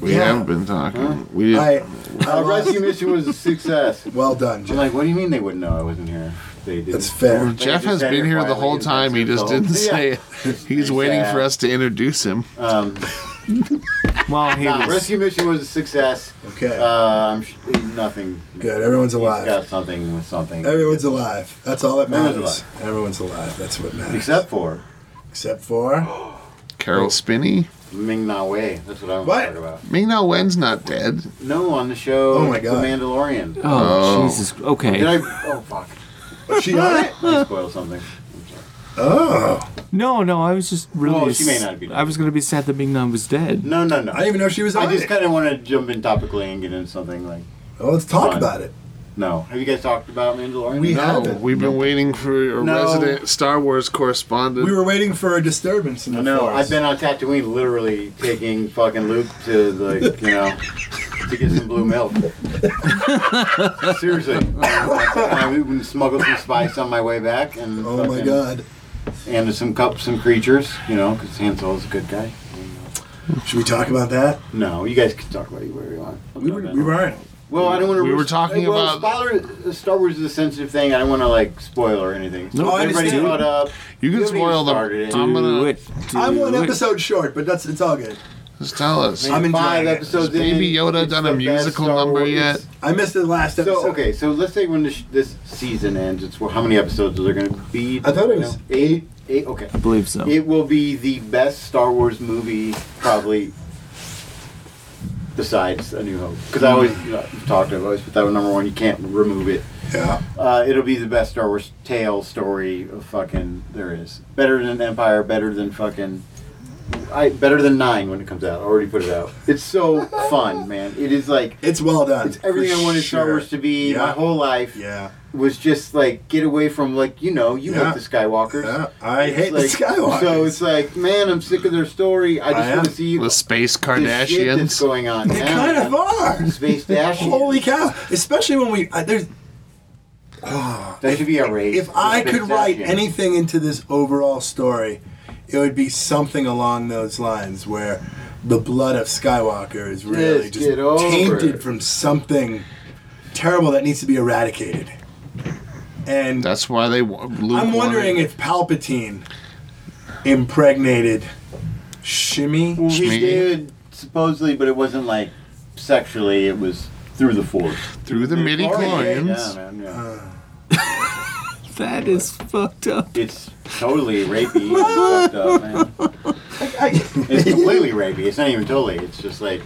Speaker 6: We
Speaker 5: Yeah.
Speaker 6: have been talking. We did.
Speaker 5: I, I
Speaker 8: Our rescue
Speaker 5: rescued.
Speaker 8: mission was a success.
Speaker 5: Well done,
Speaker 8: I'm
Speaker 5: Jeff.
Speaker 8: like, what do you mean they wouldn't know I wasn't here? They didn't.
Speaker 5: That's fair.
Speaker 8: They just
Speaker 6: Jeff has
Speaker 8: sat
Speaker 6: been here the
Speaker 8: quietly
Speaker 6: whole
Speaker 8: and
Speaker 6: time. He just
Speaker 8: insulted.
Speaker 6: didn't say it. He's waiting
Speaker 8: Yeah.
Speaker 6: for us to introduce him.
Speaker 8: Um,
Speaker 4: Well, he
Speaker 8: nah,
Speaker 4: was-
Speaker 8: rescue mission was a success.
Speaker 5: Okay.
Speaker 8: Uh, I'm sh- nothing.
Speaker 5: Good. Everyone's
Speaker 8: He's got
Speaker 5: alive.
Speaker 8: something with something.
Speaker 5: Everyone's alive. That's all that
Speaker 8: Everyone's
Speaker 5: matters. Everyone's alive. That's what matters.
Speaker 8: Except for
Speaker 5: Except for
Speaker 6: Carol Spinney.
Speaker 8: Ming Na Wei. That's what I want
Speaker 5: What?
Speaker 8: to talk about.
Speaker 6: Ming Na Wen's not dead.
Speaker 8: No, on the show
Speaker 5: Oh my God.
Speaker 8: The Mandalorian.
Speaker 4: oh,
Speaker 6: Oh.
Speaker 4: Jesus. Okay.
Speaker 8: Did I? Oh, fuck.
Speaker 5: was she on it?
Speaker 8: I spoiled something.
Speaker 5: Oh,
Speaker 4: no, no. I was just really.
Speaker 8: Well, she may
Speaker 4: s-
Speaker 8: not be dead.
Speaker 4: I was gonna be sad that Ming Nam was dead.
Speaker 8: No, no, no.
Speaker 5: I didn't even know she was on
Speaker 8: I just
Speaker 5: it.
Speaker 8: kind of want to jump in topically and get into something like.
Speaker 5: Well, let's talk
Speaker 8: Fine.
Speaker 5: about it.
Speaker 8: No. Have you guys talked about Mandalorian?
Speaker 5: We
Speaker 8: no.
Speaker 6: No,
Speaker 5: haven't.
Speaker 6: we've been waiting for a
Speaker 8: No.
Speaker 6: resident Star Wars correspondent.
Speaker 5: We were waiting for a disturbance in the
Speaker 8: No,
Speaker 5: forest.
Speaker 8: I've been on Tatooine literally taking fucking Luke to the, you know, to get some blue milk. Seriously. I've even smuggled some spice on my way back. and
Speaker 5: Oh my
Speaker 8: fucking-
Speaker 5: god.
Speaker 8: And some cups, some creatures, you know, because Han Solo's a good guy.
Speaker 5: Should we talk about that?
Speaker 8: No, you guys can talk about it where you want.
Speaker 5: We were, we weren't.
Speaker 8: well, I don't want to.
Speaker 6: we were talking
Speaker 8: well,
Speaker 6: about-
Speaker 8: spoiler, Star Wars is a sensitive thing. I don't want to like spoil or anything.
Speaker 4: No, I
Speaker 8: everybody
Speaker 5: understand.
Speaker 8: caught up.
Speaker 6: you can
Speaker 8: Nobody
Speaker 6: spoil them.
Speaker 8: started it.
Speaker 6: I'm
Speaker 4: Do
Speaker 6: gonna
Speaker 4: it. Do
Speaker 5: I'm one
Speaker 4: it.
Speaker 5: episode short, but that's it's all good.
Speaker 6: just tell us.
Speaker 5: I'm enjoying
Speaker 8: five
Speaker 5: it.
Speaker 8: episodes in.
Speaker 6: Baby Yoda
Speaker 8: It's
Speaker 6: done
Speaker 8: the
Speaker 6: a
Speaker 8: best
Speaker 6: musical
Speaker 8: Star
Speaker 6: number
Speaker 8: Wars.
Speaker 6: yet?
Speaker 5: I missed the last episode.
Speaker 8: So okay, so let's say when this, this season ends, it's well, how many episodes are there going to be?
Speaker 5: I thought it was-
Speaker 8: No, eight. Eight. Okay.
Speaker 4: I believe so.
Speaker 8: It will be the best Star Wars movie probably besides A New Hope because I always you know, I've talked about always put that one number one. You can't remove it.
Speaker 5: Yeah.
Speaker 8: Uh, it'll be the best Star Wars tale story of fucking there is. Better than Empire. Better than fucking. I better than nine when it comes out. I already put it out. It's so fun, man. It is like
Speaker 5: It's well done.
Speaker 8: it's everything
Speaker 5: for
Speaker 8: I wanted Star
Speaker 5: sure.
Speaker 8: Wars to be
Speaker 5: Yeah.
Speaker 8: my whole life.
Speaker 5: Yeah.
Speaker 8: Was just like get away from like you know you
Speaker 5: Yeah.
Speaker 8: hate the Skywalkers.
Speaker 5: yeah. I
Speaker 8: It's
Speaker 5: hate
Speaker 8: like-
Speaker 5: the Skywalker.
Speaker 8: So it's like man, I'm sick of their story. I
Speaker 5: I
Speaker 8: just want
Speaker 5: am.
Speaker 8: to see
Speaker 6: The
Speaker 8: this
Speaker 6: space
Speaker 8: shit that's
Speaker 6: Kardashians.
Speaker 8: going on.
Speaker 5: they kind of are.
Speaker 8: Space Dashians.
Speaker 5: Holy cow! Especially when we I, there's
Speaker 8: That should be a race.
Speaker 5: if I
Speaker 8: Space
Speaker 5: could write
Speaker 8: Dashians.
Speaker 5: anything into this overall story, it would be something along those lines where the blood of Skywalker is really
Speaker 8: Just get over
Speaker 5: just tainted
Speaker 8: it.
Speaker 5: from something terrible that needs to be eradicated. And
Speaker 6: That's why they. wa- Luke
Speaker 5: I'm wondering
Speaker 6: wanted-
Speaker 5: if Palpatine impregnated Shimmy.
Speaker 8: Well, he
Speaker 6: Shmi.
Speaker 8: did supposedly, but it wasn't like sexually. It was through the force.
Speaker 6: through the midi
Speaker 8: Yeah,
Speaker 6: chlorians.
Speaker 8: man. Yeah.
Speaker 4: that is fucked up.
Speaker 8: It's totally rapey. and fucked up, man. It's completely rapey. It's not even totally. It's just like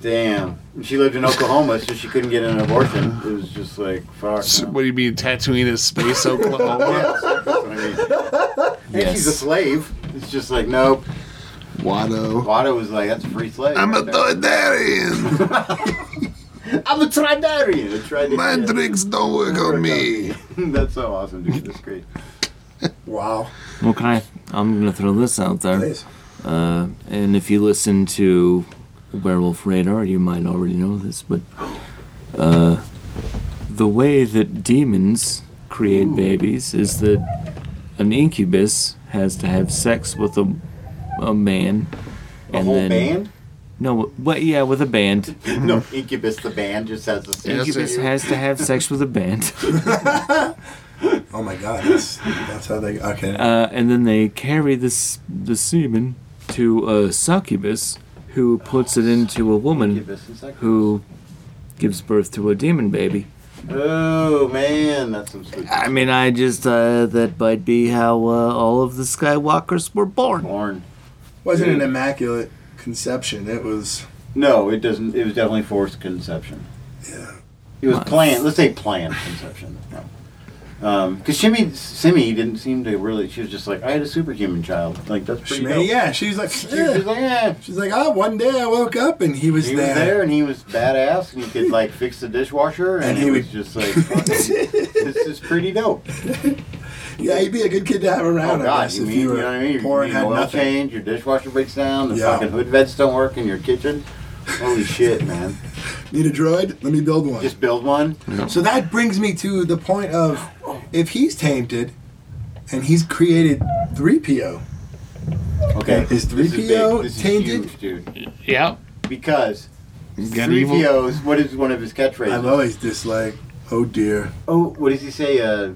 Speaker 8: Damn. She lived in Oklahoma, so she couldn't get an abortion. It was just like, fuck.
Speaker 6: S-
Speaker 8: no.
Speaker 6: What do you mean, Tatooine is space, Oklahoma?
Speaker 8: Yes, that's what I mean. And she's a
Speaker 4: Yes.
Speaker 8: slave. It's just like, nope.
Speaker 6: Watto.
Speaker 8: Wada was like, that's a free slave.
Speaker 6: I'm a
Speaker 8: right there.
Speaker 6: Trinidadian.
Speaker 8: I'm a Trinidadian. A Trinidadian.
Speaker 6: My drinks don't work on me.
Speaker 8: that's so awesome, dude. That's great.
Speaker 5: Wow.
Speaker 4: Well, can I? I'm gonna throw this out there.
Speaker 5: Please.
Speaker 4: Uh, and if you listen to Werewolf Radar, you might already know this, but uh, the way that demons create babies is that an incubus has to have sex with a, a man.
Speaker 8: A whole band?
Speaker 4: No, but yeah, with a band.
Speaker 8: No, Incubus the band just has the same.
Speaker 6: Yes,
Speaker 4: Incubus
Speaker 6: sir.
Speaker 4: has to have sex with a band,
Speaker 5: Oh my God. That's, that's how they. Okay.
Speaker 4: uh, and then they carry this the semen to a succubus, who puts it into a woman.
Speaker 8: Incubus and succubus.
Speaker 4: who gives birth to a demon baby.
Speaker 8: Oh man, that's some sweet
Speaker 4: I mean, I just, uh, that might be how uh, all of the Skywalkers were born.
Speaker 8: porn.
Speaker 5: wasn't an immaculate conception. It was.
Speaker 8: No, it doesn't. It was definitely forced conception.
Speaker 5: Yeah.
Speaker 8: It was
Speaker 4: Wow.
Speaker 8: planned. Let's say planned conception. Because um, 'cause Shimmy, Simmy didn't seem to really. She was just like, I had a superhuman child. Like that's pretty.
Speaker 5: She
Speaker 8: dope.
Speaker 5: made, yeah. She's like.
Speaker 8: She was just
Speaker 5: "Yeah."
Speaker 8: like, eh.
Speaker 5: She's like, ah, one day I woke up and he was
Speaker 8: He was
Speaker 5: there.
Speaker 8: there and he was badass and he could like fix the dishwasher and,
Speaker 5: And
Speaker 8: he
Speaker 5: he
Speaker 8: was
Speaker 5: would-
Speaker 8: just like, fucking, this is pretty dope.
Speaker 5: Yeah, he'd be a good kid to have
Speaker 8: Oh
Speaker 5: around. I
Speaker 8: god,
Speaker 5: guess,
Speaker 8: you
Speaker 5: if
Speaker 8: mean you
Speaker 5: you were
Speaker 8: know what I mean?
Speaker 5: poor
Speaker 8: Your,
Speaker 5: and
Speaker 8: your
Speaker 5: had
Speaker 8: oil
Speaker 5: nothing.
Speaker 8: change, your dishwasher breaks down, the
Speaker 5: Yeah.
Speaker 8: fucking hood vents don't work in your kitchen. Holy shit, man!
Speaker 5: Need a droid? Let me build one.
Speaker 8: Just build one.
Speaker 5: So that brings me to the point of
Speaker 8: Oh.
Speaker 5: if he's tainted and he's created 3PO,
Speaker 8: Okay,
Speaker 5: Is
Speaker 8: this big.
Speaker 5: 3PO
Speaker 8: This is
Speaker 5: tainted?
Speaker 8: huge, dude?
Speaker 6: Yep.
Speaker 8: Because
Speaker 6: Got
Speaker 8: three
Speaker 6: evil.
Speaker 8: POs. What is one of his catchphrases?
Speaker 5: I've always disliked, oh dear,
Speaker 8: oh, what does he say? Uh,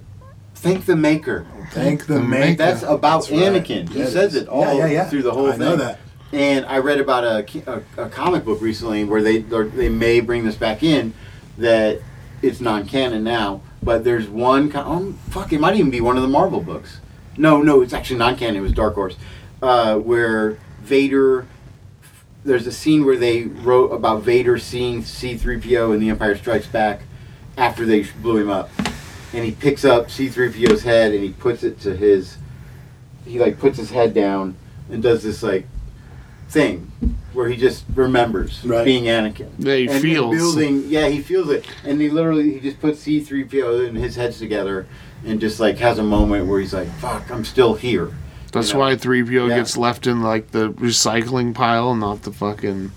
Speaker 8: thank the maker.
Speaker 5: thank the maker.
Speaker 8: That's about
Speaker 5: That's right.
Speaker 8: Anakin. He
Speaker 5: Yeah, it
Speaker 8: says
Speaker 5: is.
Speaker 8: it all
Speaker 5: Yeah, yeah, yeah.
Speaker 8: through the whole
Speaker 5: I
Speaker 8: thing.
Speaker 5: know that.
Speaker 8: And I read about a, ki- a, a comic book recently where they or they may bring this back in that it's non-canon now, but there's one. co- Oh, fuck! It might even be one of the Marvel books. No, no, it's actually non-canon. It was Dark Horse, uh, where Vader. There's a scene where they wrote about Vader seeing C-3PO in The Empire Strikes Back after they blew him up, and he picks up C-3PO's head and he puts it to his. He like puts his head down and does this like thing where he just remembers
Speaker 5: Right.
Speaker 8: being Anakin.
Speaker 6: Yeah, he
Speaker 8: and and
Speaker 6: feels.
Speaker 8: building. Yeah, he feels it, and he literally he just puts C three PO and his heads together, and just like has a moment where he's like, "Fuck, I'm still here."
Speaker 6: That's
Speaker 8: You know?
Speaker 6: why 3PO
Speaker 8: Yeah.
Speaker 6: gets left in like the recycling pile, not the fucking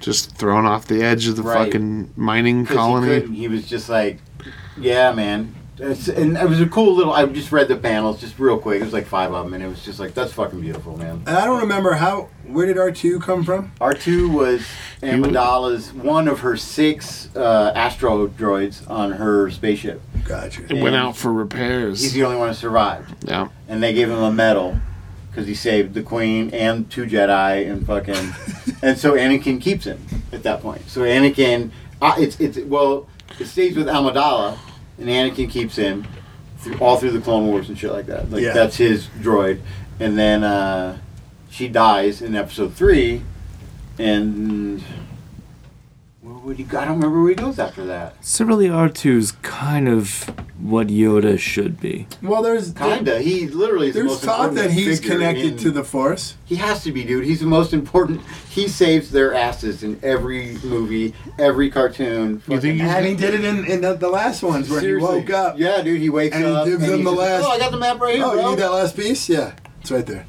Speaker 6: just thrown off the edge of the
Speaker 8: Right.
Speaker 6: fucking mining
Speaker 8: 'Cause he couldn't.
Speaker 6: colony.
Speaker 8: He, was just like, "Yeah, man." It's, and it was a cool little. I just read the panels just real quick. It was like five of them, and it was just like that's fucking beautiful, man.
Speaker 5: And I don't remember how, where did R2 come from?
Speaker 8: R two was Amidala's one of her six uh, astro droids on her spaceship.
Speaker 5: Gotcha.
Speaker 6: It
Speaker 8: And
Speaker 6: went out for
Speaker 8: He's
Speaker 6: repairs.
Speaker 8: the only one who survived.
Speaker 6: Yeah.
Speaker 8: and they gave him a medal because he saved the queen and two Jedi and fucking, and so Anakin keeps him at that point. So Anakin, uh, it's it's well, it stays with Amidala, and Anakin keeps him through, all through the Clone Wars and shit like that. Like
Speaker 5: Yeah.
Speaker 8: that's his droid, and then uh, she dies in Episode three, and. Where would he go? I don't remember where he goes after that.
Speaker 4: So really, R2 is kind of what Yoda should be.
Speaker 5: Well, there's
Speaker 8: Kinda. He literally is the
Speaker 5: there's
Speaker 8: most
Speaker 5: thought that
Speaker 8: important
Speaker 5: he's
Speaker 8: figure in-
Speaker 5: connected to the Force.
Speaker 8: He has to be, dude. He's the most important. He saves their asses in every movie, every cartoon.
Speaker 6: You think he's-
Speaker 5: And he did it in, in the, the last ones where
Speaker 8: Seriously.
Speaker 5: he woke up.
Speaker 8: Yeah, dude. He wakes
Speaker 5: and he
Speaker 8: up
Speaker 5: gives
Speaker 8: and
Speaker 5: them the
Speaker 8: just,
Speaker 5: last-
Speaker 8: Oh, I got the map right here,
Speaker 5: Oh, you
Speaker 8: bro.
Speaker 5: need that last piece? Yeah. It's right there.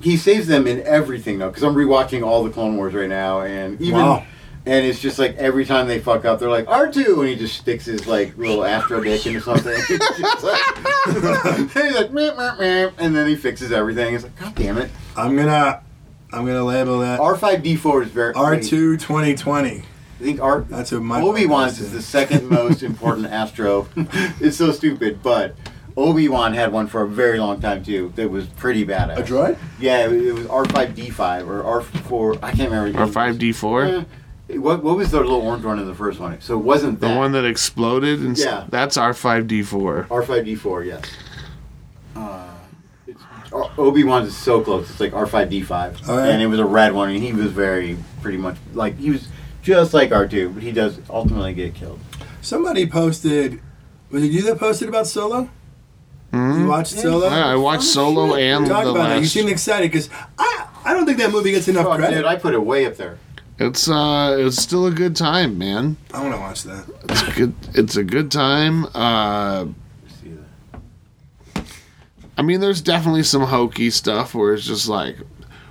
Speaker 8: He saves them in everything though, because I'm rewatching all the Clone Wars right now, and even.
Speaker 5: Wow.
Speaker 8: And it's just like every time they fuck up, they're like R2, and he just sticks his like little Astro dick into something. It's just like- and he's like, meh, meh, meh, and then he fixes everything. It's like, God damn it!
Speaker 5: I'm gonna, I'm gonna label that
Speaker 8: R5D4 is very
Speaker 5: R2 2020.
Speaker 8: I think R
Speaker 5: That's what my
Speaker 8: Obi Wan's
Speaker 5: podcast
Speaker 8: is the
Speaker 5: is.
Speaker 8: second most important Astro. it's so stupid, but Obi Wan had one for a very long time too. That was pretty badass.
Speaker 5: A droid?
Speaker 8: Yeah, it was- it was R five D five or R four. I can't remember.
Speaker 6: R5D4?
Speaker 8: Eh, What what was the little orange one in the first one? So it wasn't
Speaker 6: The
Speaker 8: that.
Speaker 6: one that exploded and
Speaker 8: Yeah.
Speaker 6: yeah. that's R5D4.
Speaker 8: R five D four. Yes. Uh, Obi Wan's is
Speaker 5: Oh,
Speaker 8: so close. It's like R five D five,
Speaker 5: All right.
Speaker 8: and it was a red one, and he was very pretty much like he was just like R2, but he does ultimately get killed.
Speaker 5: Somebody posted. Was it you that posted about Solo? You watched Solo.
Speaker 6: Hmm? I I watched Solo and the
Speaker 5: Talk about it. You
Speaker 6: last.
Speaker 5: seemed excited because I I don't think that movie gets enough
Speaker 8: Oh,
Speaker 5: credit.
Speaker 8: dude, I put it way up there.
Speaker 6: It's uh, it's still a good time, man.
Speaker 5: I want to watch that.
Speaker 6: It's a good. It's a good time. Uh,
Speaker 8: See that?
Speaker 6: I mean, there's definitely some hokey stuff where it's just like,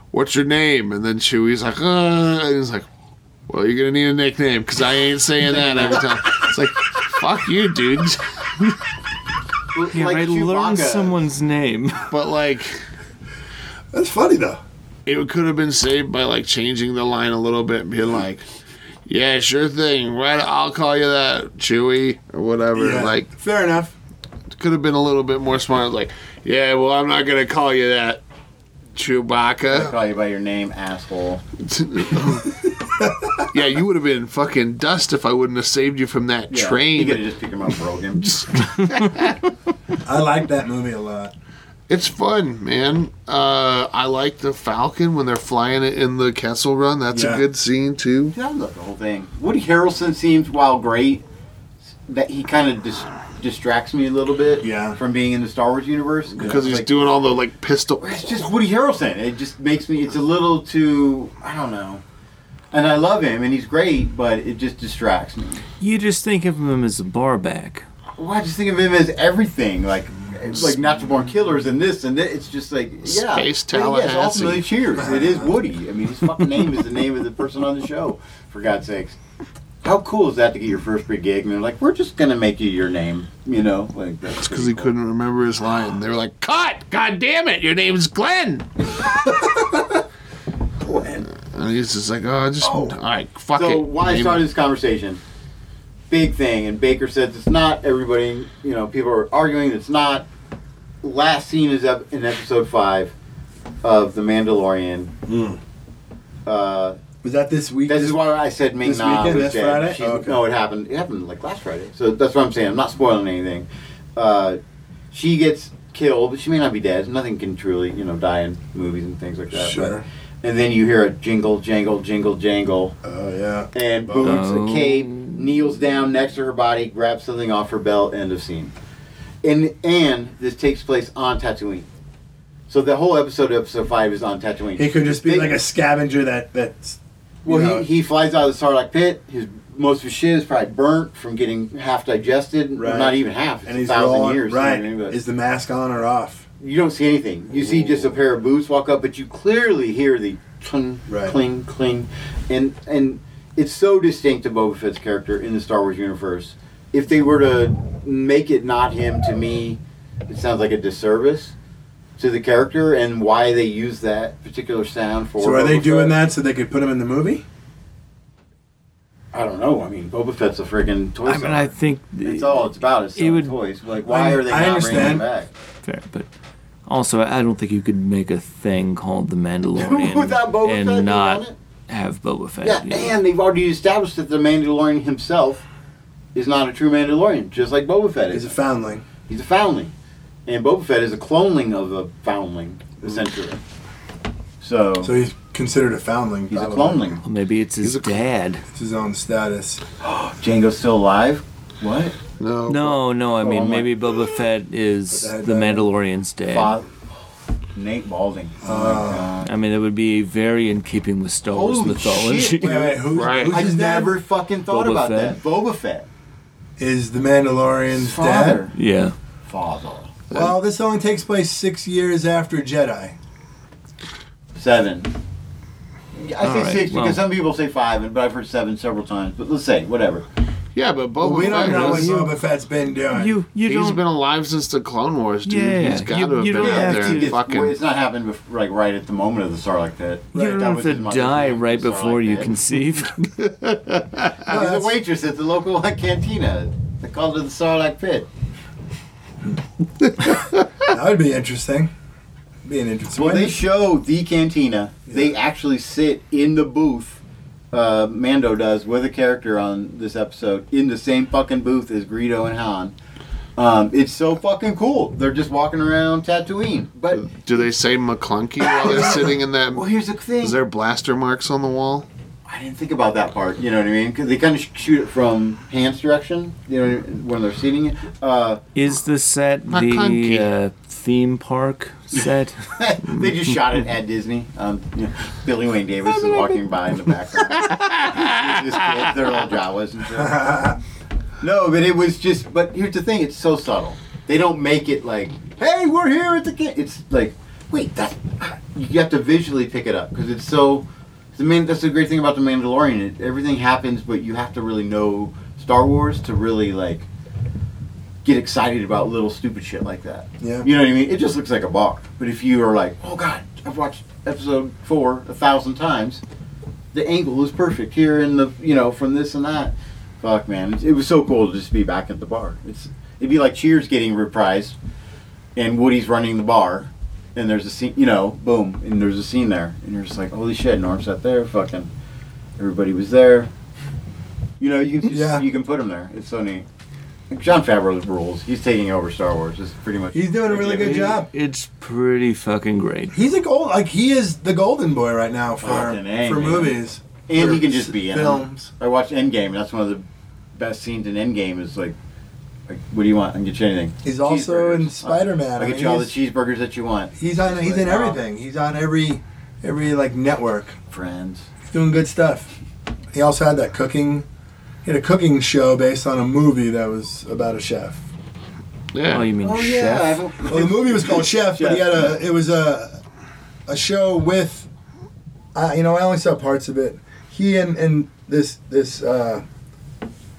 Speaker 6: "What's your name?" And then Chewie's like, "Uh," and he's like, "Well, you're gonna need a nickname because I ain't saying that every time." It's like, "Fuck you, dude."
Speaker 4: Yeah,
Speaker 8: Like
Speaker 4: right. Learn
Speaker 8: Chewbacca.
Speaker 4: someone's name.
Speaker 6: But like,
Speaker 5: That's funny though.
Speaker 6: it could have been saved by like changing the line a little bit and being like, "Yeah, sure thing. Right, I'll call you that, Chewie, or whatever."
Speaker 5: Yeah,
Speaker 6: Like,
Speaker 5: fair enough.
Speaker 6: could have been a little bit more smart. Like, yeah, well, I'm not gonna call you that,
Speaker 8: I
Speaker 6: Chewbacca.
Speaker 8: call you by your name, asshole.
Speaker 6: yeah, you would have been fucking dust if I wouldn't have saved you from
Speaker 8: Yeah,
Speaker 6: that
Speaker 8: You could
Speaker 6: train.
Speaker 8: have just picked him up, broke him.
Speaker 5: I like that movie a lot.
Speaker 6: It's fun, man. Uh, I like the Falcon when they're flying it in the Kessel Run. That's
Speaker 5: Yeah.
Speaker 6: a good scene too.
Speaker 8: Dude, I love the whole thing. Woody Harrelson seems, while great, that he kind of dis- distracts me a little bit
Speaker 5: Yeah.
Speaker 8: from being in the Star Wars universe
Speaker 6: Because
Speaker 8: It's
Speaker 6: he's
Speaker 8: like,
Speaker 6: doing all the like pistol.
Speaker 8: It's just Woody Harrelson. It just makes me. It's a little too. I don't know. And I love him, and he's great, but it just distracts me.
Speaker 4: You just think of him as a barback.
Speaker 8: Well, I just think of him as everything, like like natural born killers and this and that. It's just like yeah,
Speaker 6: Space
Speaker 8: But yes,
Speaker 6: Tallahassee.
Speaker 8: ultimately, cheers. It is Woody. I mean, his fucking name is the name of the person on the show. For God's sakes, how cool is that to get your first big gig and they're like, we're just gonna make you your name, you know? Like that's
Speaker 6: Because he couldn't remember his line. They were like, "Cut! God damn it! Your name's Glenn."
Speaker 8: couldn't.
Speaker 6: And he's just like, "Oh, just all right, fuck it."
Speaker 8: So why I
Speaker 6: Name
Speaker 8: started
Speaker 6: it."
Speaker 8: this conversation? Big thing, and Baker says it's not. Everybody, you know, people are arguing it's not. Last scene is up in episode five of The Mandalorian.
Speaker 5: Hmm.
Speaker 8: Uh,
Speaker 5: Was that this week?
Speaker 8: This is why I said Ming
Speaker 5: This
Speaker 8: Na
Speaker 5: weekend,
Speaker 8: was
Speaker 5: this
Speaker 8: dead.
Speaker 5: Friday?
Speaker 8: She's-
Speaker 5: Oh, okay.
Speaker 8: No, it happened. It happened like last Friday. So that's what I'm saying. I'm not spoiling anything. Uh, she gets killed. but She may not be dead. Nothing can truly, you know, die in movies and things like that.
Speaker 5: Sure.
Speaker 8: But- and then you hear a jingle, jangle, jingle, jangle,
Speaker 5: Oh yeah.
Speaker 8: and boots
Speaker 4: Oh.
Speaker 8: a cape, kneels down next to her body, grabs something off her belt. End of scene. And and this takes place on Tatooine. So the whole episode, of episode five, is on Tatooine.
Speaker 5: He could just be
Speaker 8: They-
Speaker 5: like a scavenger that that's. you
Speaker 8: well,
Speaker 5: know,
Speaker 8: he, he flies out of the Sarlacc pit. His most of his shit is probably burnt from getting half digested, or
Speaker 5: Right.
Speaker 8: not even half. It's
Speaker 5: and
Speaker 8: a
Speaker 5: he's
Speaker 8: thousand
Speaker 5: rolling,
Speaker 8: years. you know what I
Speaker 5: Right.
Speaker 8: mean? But
Speaker 5: Is the mask on or off?
Speaker 8: you don't see anything. You see just a pair of boots walk up, but you clearly hear the cling,
Speaker 5: Right.
Speaker 8: cling, cling, and and it's so distinct to Boba Fett's character in the Star Wars universe. If they were to make it not him, to me, it sounds like a disservice to the character and why they use that particular sound for.
Speaker 5: So are they
Speaker 8: Boba
Speaker 5: doing
Speaker 8: Fett.
Speaker 5: that so they could put him in the movie?
Speaker 8: I don't know. I mean, Boba Fett's a freaking toy.
Speaker 4: I mean, I think
Speaker 8: It's all it's about is
Speaker 4: It would-
Speaker 8: selling toys. Like, why are they
Speaker 5: I
Speaker 8: not
Speaker 5: understand.
Speaker 8: bringing them
Speaker 4: fair, but also I don't think you could make a thing called the Mandalorian
Speaker 8: back? Without Boba
Speaker 4: and
Speaker 8: Fett
Speaker 4: not
Speaker 8: on it?
Speaker 4: have Boba Fett.
Speaker 8: Yeah,
Speaker 4: you know.
Speaker 8: and they've already established that the Mandalorian himself is not a true Mandalorian, just like Boba Fett
Speaker 5: He's
Speaker 8: is.
Speaker 5: a foundling.
Speaker 8: He's a foundling, and Boba Fett is a cloning of a foundling, essentially. So,
Speaker 5: So he's considered a foundling.
Speaker 8: he's a
Speaker 5: probably.
Speaker 8: cloneling.
Speaker 4: Well, maybe it's his
Speaker 6: a-
Speaker 4: dad.
Speaker 5: It's his own status.
Speaker 8: Django's still alive. What?
Speaker 6: No,
Speaker 4: No, no. I mean,
Speaker 8: Oh, I'm like-
Speaker 4: maybe Boba Fett is
Speaker 5: But that-
Speaker 4: the
Speaker 5: that-
Speaker 4: Mandalorian's dad.
Speaker 8: Fa- Nate Balding. Oh my God.
Speaker 4: I mean, it would be very in keeping with Star Wars
Speaker 8: Holy
Speaker 4: mythology.
Speaker 8: shit,
Speaker 5: Oh, Wait, wait, who,
Speaker 6: Right.
Speaker 5: who's
Speaker 8: I
Speaker 5: his dad?
Speaker 8: never fucking thought
Speaker 4: Boba
Speaker 8: about
Speaker 4: Fett.
Speaker 8: that. Boba Fett.
Speaker 5: is the Mandalorian's
Speaker 8: Father.
Speaker 4: yeah.
Speaker 8: Father.
Speaker 5: dad? Well, this only takes place six years after Jedi.
Speaker 8: Seven. Yeah, I
Speaker 4: All
Speaker 8: say
Speaker 4: right,
Speaker 8: six
Speaker 4: well.
Speaker 8: because some people say five, and but I've heard seven several times. But let's say whatever.
Speaker 6: Yeah, but
Speaker 8: Oh,
Speaker 6: Boba
Speaker 5: we don't
Speaker 6: Fett
Speaker 5: know what
Speaker 6: was-
Speaker 5: Boba Fett's been doing.
Speaker 4: You you
Speaker 6: He's
Speaker 4: don't.
Speaker 6: been alive since the Clone Wars, dude.
Speaker 4: Yeah,
Speaker 6: he's got
Speaker 4: you-
Speaker 6: to have
Speaker 4: you
Speaker 6: been
Speaker 4: don't
Speaker 6: out
Speaker 4: have
Speaker 6: there
Speaker 4: to.
Speaker 6: and
Speaker 8: it's,
Speaker 6: fucking.
Speaker 8: well, it's not happened bef- like right at the moment of the Sarlacc pit.
Speaker 4: you
Speaker 8: That
Speaker 4: don't have
Speaker 8: was his
Speaker 4: to
Speaker 8: mother's
Speaker 4: die
Speaker 8: name,
Speaker 4: right
Speaker 8: Sarlacc
Speaker 4: before you
Speaker 8: pit.
Speaker 4: conceive.
Speaker 8: She was a waitress at the local cantina. They called it the Sarlacc pit.
Speaker 5: that would be interesting. Be an interesting.
Speaker 8: Well,
Speaker 5: one.
Speaker 8: they show the cantina. They actually sit in the booth. Uh, Mando does with a character on this episode in the same fucking booth as Greedo and Han. Um, it's so fucking cool. They're just walking around Tatooine. But
Speaker 6: Do they say McClunky while they're sitting in that?
Speaker 8: well, here's the thing.
Speaker 6: Is there blaster marks on the wall?
Speaker 8: I didn't think about that part. You know what I mean? Because they kind of shoot it from Hans' direction. You know when they're seating it. Uh,
Speaker 4: Is the set
Speaker 6: Macanki.
Speaker 4: the uh, theme park set?
Speaker 8: they just shot it at Disney. Um, you know, Billy Wayne Davis is walking by in the background. He's just kids, they're all Jawas and stuff. No, but it was just. But here's the thing: it's so subtle. They don't make it like, "Hey, we're here at the game." It's like, wait, that you have to visually pick it up because it's so. The man, that's the great thing about the Mandalorian. It, everything happens, but you have to really know Star Wars to really like get excited about little stupid shit like that.
Speaker 5: Yeah.
Speaker 8: You know what I mean? It just looks like a bar. But if you are like, oh god, I've watched episode four a thousand times, the angle is perfect here and the you know from this and that. Fuck man, it, it was so cool to just be back at the bar. It's it'd be like Cheers getting reprised, and Woody's running the bar, and there's a scene, you know, boom, and there's a scene there, and you're just like, holy shit, Norm's out there, fucking, everybody was there. You know, you can just,
Speaker 5: Yeah.
Speaker 8: you can put him there. It's so neat. John Favreau rules. He's taking over Star Wars. It's pretty much.
Speaker 5: He's doing a really good job.
Speaker 4: It's pretty fucking great.
Speaker 5: He's a gold, like he is the golden boy right now for
Speaker 8: Fucking A,
Speaker 5: for
Speaker 8: man.
Speaker 5: movies.
Speaker 8: And
Speaker 5: for
Speaker 8: he can just be in 'em.
Speaker 5: films.
Speaker 8: I watched Endgame. That's one of the best scenes in Endgame. Is like, like, what do you want? I can get you anything.
Speaker 5: He's also in
Speaker 8: Cheeseburgers.
Speaker 5: Spider-Man.
Speaker 8: I'll,
Speaker 5: I
Speaker 8: I'll get
Speaker 5: mean,
Speaker 8: you all the
Speaker 5: he's-
Speaker 8: cheeseburgers that you want.
Speaker 5: He's on. He's in
Speaker 8: Wow.
Speaker 5: everything. He's on every every like network.
Speaker 8: Friends.
Speaker 5: He's doing good stuff. He also had that cooking. He had a cooking show based on a movie that was about a chef.
Speaker 6: Yeah.
Speaker 4: Oh, you mean chef?
Speaker 8: Oh,
Speaker 5: Well, the movie was called Chef, but he had a. It was a a show with. Uh, you know, I only saw parts of it. He and and this this. uh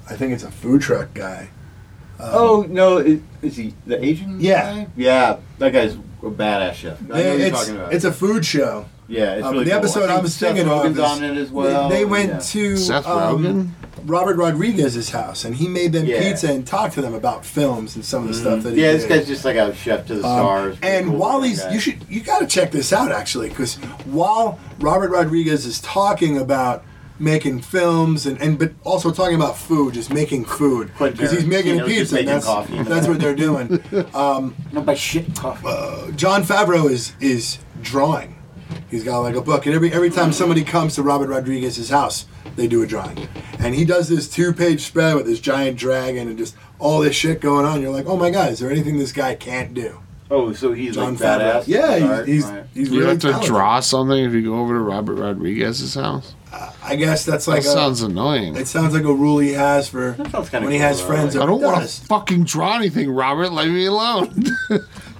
Speaker 5: I think it's a food truck guy.
Speaker 8: oh no, is, is he the Asian?
Speaker 5: Yeah.
Speaker 8: guy? Yeah, that guy's a badass chef. I know
Speaker 5: Yeah,
Speaker 8: who you're
Speaker 5: it's
Speaker 8: talking about.
Speaker 5: it's a food show.
Speaker 8: yeah, it's
Speaker 5: um,
Speaker 8: really
Speaker 5: the
Speaker 8: cool.
Speaker 5: episode
Speaker 8: I
Speaker 5: I
Speaker 8: think
Speaker 5: was
Speaker 8: Seth
Speaker 5: thinking of
Speaker 8: Rogen's
Speaker 5: is-
Speaker 8: on it as well.
Speaker 5: They, they went
Speaker 8: Yeah.
Speaker 5: to
Speaker 6: Seth
Speaker 5: um,
Speaker 6: Rogen?
Speaker 5: Robert Rodriguez's house, and he made them
Speaker 8: Yeah.
Speaker 5: pizza and talked to them about films and some of the stuff that he
Speaker 8: Yeah,
Speaker 5: did.
Speaker 8: this guy's just like a chef to the
Speaker 5: Um,
Speaker 8: stars. Pretty
Speaker 5: and
Speaker 8: cool
Speaker 5: while
Speaker 8: guy.
Speaker 5: he's, you should, you got to check this out actually, because while Robert Rodriguez is talking about making films and, and but also talking about food, just making food,
Speaker 8: Quentin
Speaker 5: because he's making
Speaker 8: Tarantino's just
Speaker 5: pizza.
Speaker 8: making
Speaker 5: and that's
Speaker 8: coffee.
Speaker 5: that's what they're doing.
Speaker 8: no by shit coffee.
Speaker 5: John Favreau is is drawing. He's got like a book, and every every time somebody comes to Robert Rodriguez's house, they do a drawing, and he does this two page spread with this giant dragon and just all this shit going on. You're like, oh my god, is there anything this guy can't do?
Speaker 8: oh, so he's
Speaker 5: John
Speaker 8: like badass.
Speaker 5: Favreau. Yeah,
Speaker 8: Alright,
Speaker 5: he's he's,
Speaker 8: alright.
Speaker 5: he's
Speaker 6: You
Speaker 5: really
Speaker 6: have to
Speaker 5: talented.
Speaker 6: draw something if you go over to Robert Rodriguez's house.
Speaker 5: I guess that's like
Speaker 6: that
Speaker 5: a,
Speaker 6: sounds annoying.
Speaker 5: it sounds like a rule he has for
Speaker 8: That
Speaker 5: when
Speaker 8: sounds kinda
Speaker 5: he
Speaker 8: cool,
Speaker 5: has
Speaker 8: though,
Speaker 5: friends.
Speaker 8: like-
Speaker 6: I don't want
Speaker 5: Does.
Speaker 6: to fucking draw anything, Robert. Let me alone.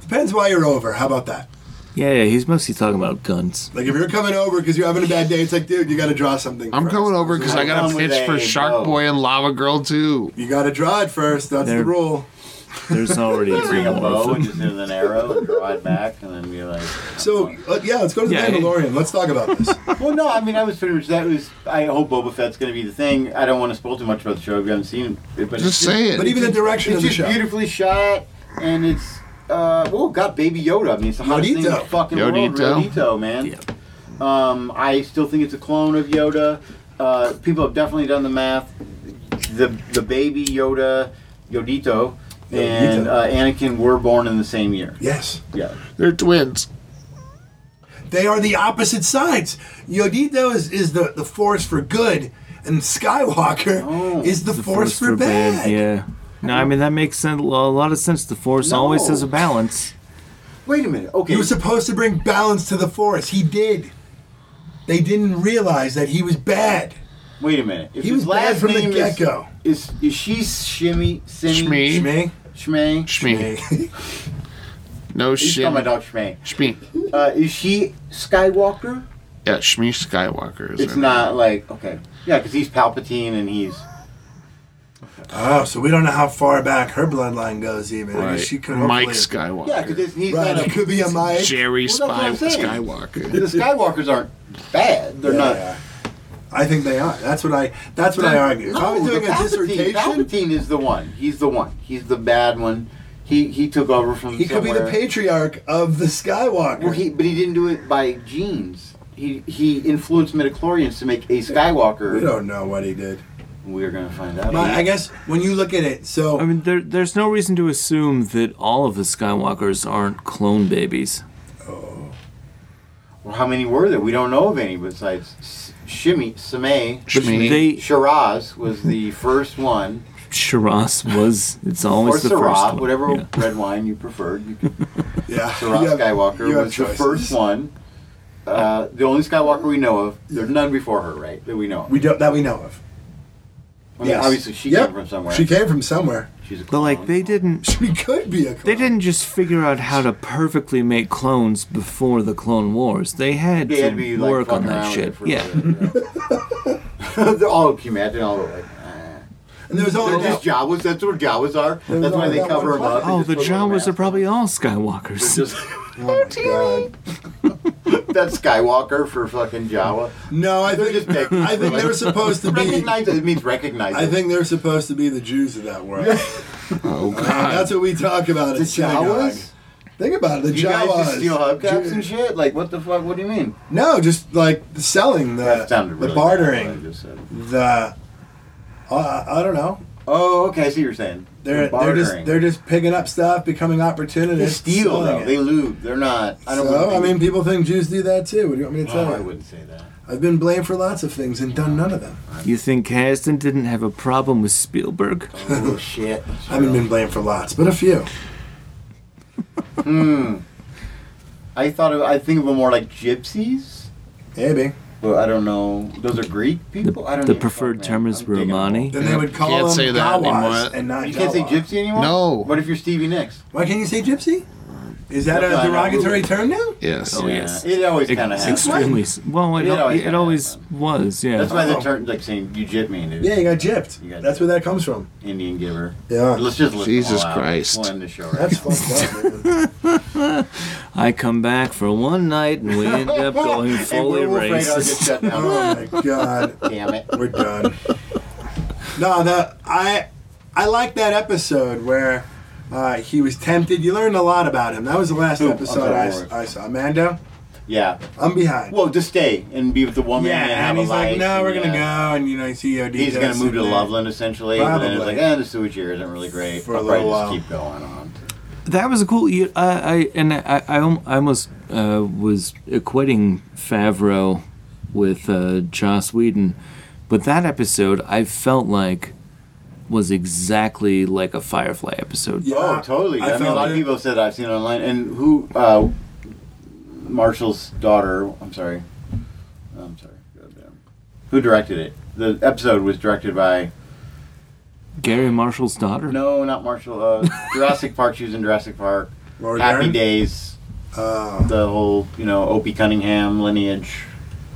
Speaker 5: Depends why you're over. How about that?
Speaker 4: Yeah, yeah, he's mostly talking about guns.
Speaker 5: Like if you're coming over because you're having a bad day, it's like, dude, you got to draw something.
Speaker 6: I'm
Speaker 5: first.
Speaker 6: coming over because I got
Speaker 8: Come
Speaker 6: a
Speaker 8: with
Speaker 6: pitch for
Speaker 8: a
Speaker 6: Shark
Speaker 8: bow.
Speaker 6: Boy and Lava Girl too.
Speaker 5: You got to draw it first. That's the
Speaker 4: There-
Speaker 5: rule.
Speaker 4: There's already three
Speaker 8: bring a
Speaker 4: more of
Speaker 8: bow and
Speaker 4: them.
Speaker 8: just hit an arrow and draw it back and then be like.
Speaker 5: So uh, yeah, let's go to the
Speaker 4: Yeah,
Speaker 5: Mandalorian. Let's talk about this.
Speaker 8: well, no, I mean, I was pretty much that was. I hope Boba Fett's going to be the thing. I don't want to spoil too much about the show if you haven't seen it, but
Speaker 6: Just
Speaker 8: it's
Speaker 6: say it.
Speaker 5: But even the direction
Speaker 8: It's
Speaker 5: of the
Speaker 8: just
Speaker 5: show.
Speaker 8: beautifully shot, and it's uh, oh, got Baby Yoda. I mean, it's the hottest thing in the
Speaker 5: Yodito.
Speaker 8: fucking world.
Speaker 6: Yodito.
Speaker 8: Yodito, man. Um, I still think it's a clone of Yoda. Uh, people have definitely done the math. The the baby Yoda, Yodito, and
Speaker 5: Yodito.
Speaker 8: uh, Anakin were born in the same year.
Speaker 5: Yes,
Speaker 8: Yeah,
Speaker 6: They're twins.
Speaker 5: they are the opposite sides. Yodito is, is the, the force for good, and Skywalker is the, force, for, bad.
Speaker 4: Yeah. No, I mean that makes sense. A lot of sense. The force always
Speaker 8: No.
Speaker 4: has a balance.
Speaker 8: Wait a minute. Okay.
Speaker 5: He was supposed to bring balance to the force. He did. They didn't realize that he was bad.
Speaker 8: wait a minute. If
Speaker 5: He
Speaker 8: his
Speaker 5: was
Speaker 8: last
Speaker 5: bad from the
Speaker 8: name is-
Speaker 5: get-go.
Speaker 8: Is, is she Shimmy? Simmy?
Speaker 6: Shmi.
Speaker 5: Shmee?
Speaker 8: Shmay?
Speaker 6: Shmi. No
Speaker 8: He's called my
Speaker 6: shit.
Speaker 8: dog Shmay.
Speaker 6: Shmi.
Speaker 8: Uh, is she Skywalker?
Speaker 6: Yeah, Shmi Skywalker is
Speaker 8: It's
Speaker 6: in it.
Speaker 8: not like okay, yeah, because he's Palpatine and he's
Speaker 5: Oh, so we don't know how far back her bloodline goes, even. I
Speaker 6: Right.
Speaker 5: guess she could
Speaker 6: Mike
Speaker 5: hopefully-
Speaker 6: Skywalker.
Speaker 8: yeah, because he's
Speaker 5: Right,
Speaker 8: not
Speaker 5: it
Speaker 8: a,
Speaker 5: could be a Mike.
Speaker 6: Jerry
Speaker 8: Well, that's what I'm
Speaker 6: Spy
Speaker 8: saying. the
Speaker 6: Skywalker.
Speaker 8: Skywalkers aren't bad. They're
Speaker 5: Yeah,
Speaker 8: not.
Speaker 5: yeah. I think they are. That's what I. That's what I argue. if I was
Speaker 8: No,
Speaker 5: doing
Speaker 8: Oh, the
Speaker 5: a
Speaker 8: Palpatine-
Speaker 5: dissertation,
Speaker 8: Palpatine is the one. He's the one. He's the bad one. He he took over from.
Speaker 5: he could be the
Speaker 8: somewhere.
Speaker 5: patriarch of the Skywalker.
Speaker 8: Well, he but he didn't do it by genes. He he influenced midichlorians to make a
Speaker 5: we
Speaker 8: Skywalker.
Speaker 5: don't know what he did.
Speaker 8: We're gonna find out.
Speaker 5: My, I guess when you look at it, so
Speaker 4: I mean, there, there's no reason to assume that all of the Skywalkers aren't clone babies.
Speaker 8: Well, how many were there? We don't know of any besides S- Shimmy, Samay.
Speaker 6: Shmi.
Speaker 4: They
Speaker 8: Shiraz was the first one,
Speaker 4: Shiraz was it's
Speaker 8: or
Speaker 4: always the first
Speaker 8: Syrah,
Speaker 4: one.
Speaker 8: whatever
Speaker 4: Yeah.
Speaker 8: red wine you preferred. You could,
Speaker 5: Yeah.
Speaker 8: Syrah
Speaker 5: You have-
Speaker 8: Skywalker
Speaker 5: you have
Speaker 8: was the
Speaker 5: choices.
Speaker 8: first one. Uh, the only Skywalker we know of. There's none before her, right? That we know. Of.
Speaker 5: We don't that we know of.
Speaker 8: I mean,
Speaker 5: Yes.
Speaker 8: obviously she
Speaker 5: Yep.
Speaker 8: came from somewhere.
Speaker 5: She came from somewhere.
Speaker 8: She's a
Speaker 4: But
Speaker 8: clone.
Speaker 4: like they didn't
Speaker 5: She could be a. Clone.
Speaker 4: they didn't just figure out how to perfectly make clones before the Clone Wars. They had
Speaker 8: They
Speaker 4: to
Speaker 8: had to be like
Speaker 4: work on
Speaker 8: fucking
Speaker 4: that
Speaker 8: around
Speaker 4: shit.
Speaker 8: with
Speaker 4: Yeah.
Speaker 8: it for- They're all humanity, all the way.
Speaker 5: And there was
Speaker 8: They're
Speaker 5: only
Speaker 8: just Jawas. That's what Jawas are. That's why they
Speaker 5: that
Speaker 8: cover
Speaker 5: one
Speaker 8: them up. They
Speaker 4: Oh,
Speaker 8: just
Speaker 4: the
Speaker 8: put little
Speaker 4: Jawas are
Speaker 8: masks
Speaker 4: probably
Speaker 8: on.
Speaker 4: all
Speaker 8: They're
Speaker 4: Skywalkers.
Speaker 8: just-
Speaker 5: God.
Speaker 8: That's Skywalker for fucking Jawa.
Speaker 5: No, I
Speaker 8: They're
Speaker 5: think
Speaker 8: just big.
Speaker 5: I think they were supposed to be.
Speaker 8: Recognize it. It means recognize
Speaker 5: I
Speaker 8: it.
Speaker 5: think they're supposed to be the Jews of that world. oh God, that's what we talk about
Speaker 8: the
Speaker 5: at synagogue.
Speaker 8: Jawas.
Speaker 5: Think about it, the
Speaker 8: You
Speaker 5: Jawas.
Speaker 8: guys just steal hubcaps
Speaker 5: Jew-
Speaker 8: and shit? Like, what the fuck? What do you mean?
Speaker 5: No, just like selling the
Speaker 8: That sounded really
Speaker 5: the
Speaker 8: bad, what I
Speaker 5: bartering,
Speaker 8: just said.
Speaker 5: the uh, I don't know.
Speaker 8: Oh, okay. I see what you're saying.
Speaker 5: They're
Speaker 8: The
Speaker 5: they're just
Speaker 8: bartering.
Speaker 5: they're just picking up stuff, becoming opportunists.
Speaker 8: They steal
Speaker 5: selling
Speaker 8: though.
Speaker 5: it.
Speaker 8: They loot. They're not. I don't.
Speaker 5: so,
Speaker 8: know.
Speaker 5: I mean, people think Jews do that too. What do you want me to tell
Speaker 8: oh, I
Speaker 5: you?
Speaker 8: wouldn't say that.
Speaker 5: I've been blamed for lots of things and done none of them.
Speaker 4: you think Kasdan didn't have a problem with Spielberg?
Speaker 8: Oh shit.
Speaker 5: I haven't been blamed for lots, but a few.
Speaker 8: I thought of, I think of them more like gypsies,
Speaker 5: Maybe.
Speaker 8: but I don't know. Those are Greek people. I don't.
Speaker 4: The
Speaker 8: even
Speaker 4: preferred
Speaker 8: fuck, man.
Speaker 4: term is
Speaker 8: I'm digging them all.
Speaker 4: Romani.
Speaker 5: Then they would call
Speaker 6: Can't
Speaker 5: them
Speaker 6: say that
Speaker 5: Jawas
Speaker 6: anymore.
Speaker 5: and not
Speaker 8: You can't say
Speaker 5: Jawas.
Speaker 8: gypsy anymore.
Speaker 6: No.
Speaker 8: What if you're Stevie Nicks?
Speaker 5: Why can't you say gypsy? Is that
Speaker 8: No,
Speaker 5: a
Speaker 8: no, no,
Speaker 5: derogatory
Speaker 8: we-
Speaker 5: term now?
Speaker 6: Yes.
Speaker 4: Oh, yes.
Speaker 8: It always kind of
Speaker 4: Ex-
Speaker 8: happens.
Speaker 4: extremely. s- Well, it,
Speaker 8: It
Speaker 4: al-
Speaker 8: always
Speaker 4: it
Speaker 8: kinda
Speaker 4: always was, yeah.
Speaker 8: That's why the term like saying you jip me, dude.
Speaker 5: Yeah, you got gypped.
Speaker 8: You got
Speaker 5: That's
Speaker 8: gypped.
Speaker 5: where that comes from.
Speaker 8: Indian giver.
Speaker 5: Yeah.
Speaker 8: Let's just listen
Speaker 6: Jesus
Speaker 8: all out.
Speaker 6: Christ.
Speaker 8: We'll end the show right
Speaker 5: That's
Speaker 8: now.
Speaker 5: fucked up. man.
Speaker 4: I come back for one night and we end up going
Speaker 8: and
Speaker 4: fully
Speaker 8: we're afraid I'll get
Speaker 4: racist.
Speaker 8: shut down.
Speaker 5: Oh my god.
Speaker 8: Damn it.
Speaker 5: We're done. No, that I I like that episode where uh, he was tempted. You learned a lot about him. That was the last
Speaker 8: Who? I'm
Speaker 5: episode
Speaker 8: sorry,
Speaker 5: I,
Speaker 8: Warren.
Speaker 5: I saw. Mando,
Speaker 8: Yeah.
Speaker 5: I'm behind.
Speaker 8: Well, just stay and be with the woman.
Speaker 5: yeah,
Speaker 8: and, have
Speaker 5: and
Speaker 8: a
Speaker 5: he's like,
Speaker 8: life
Speaker 5: no,
Speaker 8: and,
Speaker 5: we're gonna
Speaker 8: yeah.
Speaker 5: go, and you know, see OD.
Speaker 8: He's gonna move to Loveland essentially, and then it's
Speaker 5: Probably.
Speaker 8: like, eh, the sewage here isn't really great.
Speaker 5: For a
Speaker 8: I'll probably
Speaker 5: little
Speaker 8: just
Speaker 5: while.
Speaker 8: keep going on.
Speaker 4: That was a cool. you- I, I and I, I, al- I almost uh, was equating Favreau with uh, Joss Whedon, but that episode I felt like was exactly like a Firefly episode.
Speaker 5: Yeah.
Speaker 8: Oh, totally. I,
Speaker 5: I
Speaker 8: mean, a
Speaker 5: felt
Speaker 8: lot
Speaker 5: it.
Speaker 8: of people said I've seen online, and who? Uh, Marshall's daughter. I'm sorry. I'm sorry. Goddamn. Who directed it? The episode was directed by
Speaker 4: Gary Marshall's daughter.
Speaker 8: no, not Marshall. Uh, Jurassic Park. She was in Jurassic Park. Happy Days.
Speaker 5: Uh,
Speaker 8: The whole you know Opie Cunningham lineage.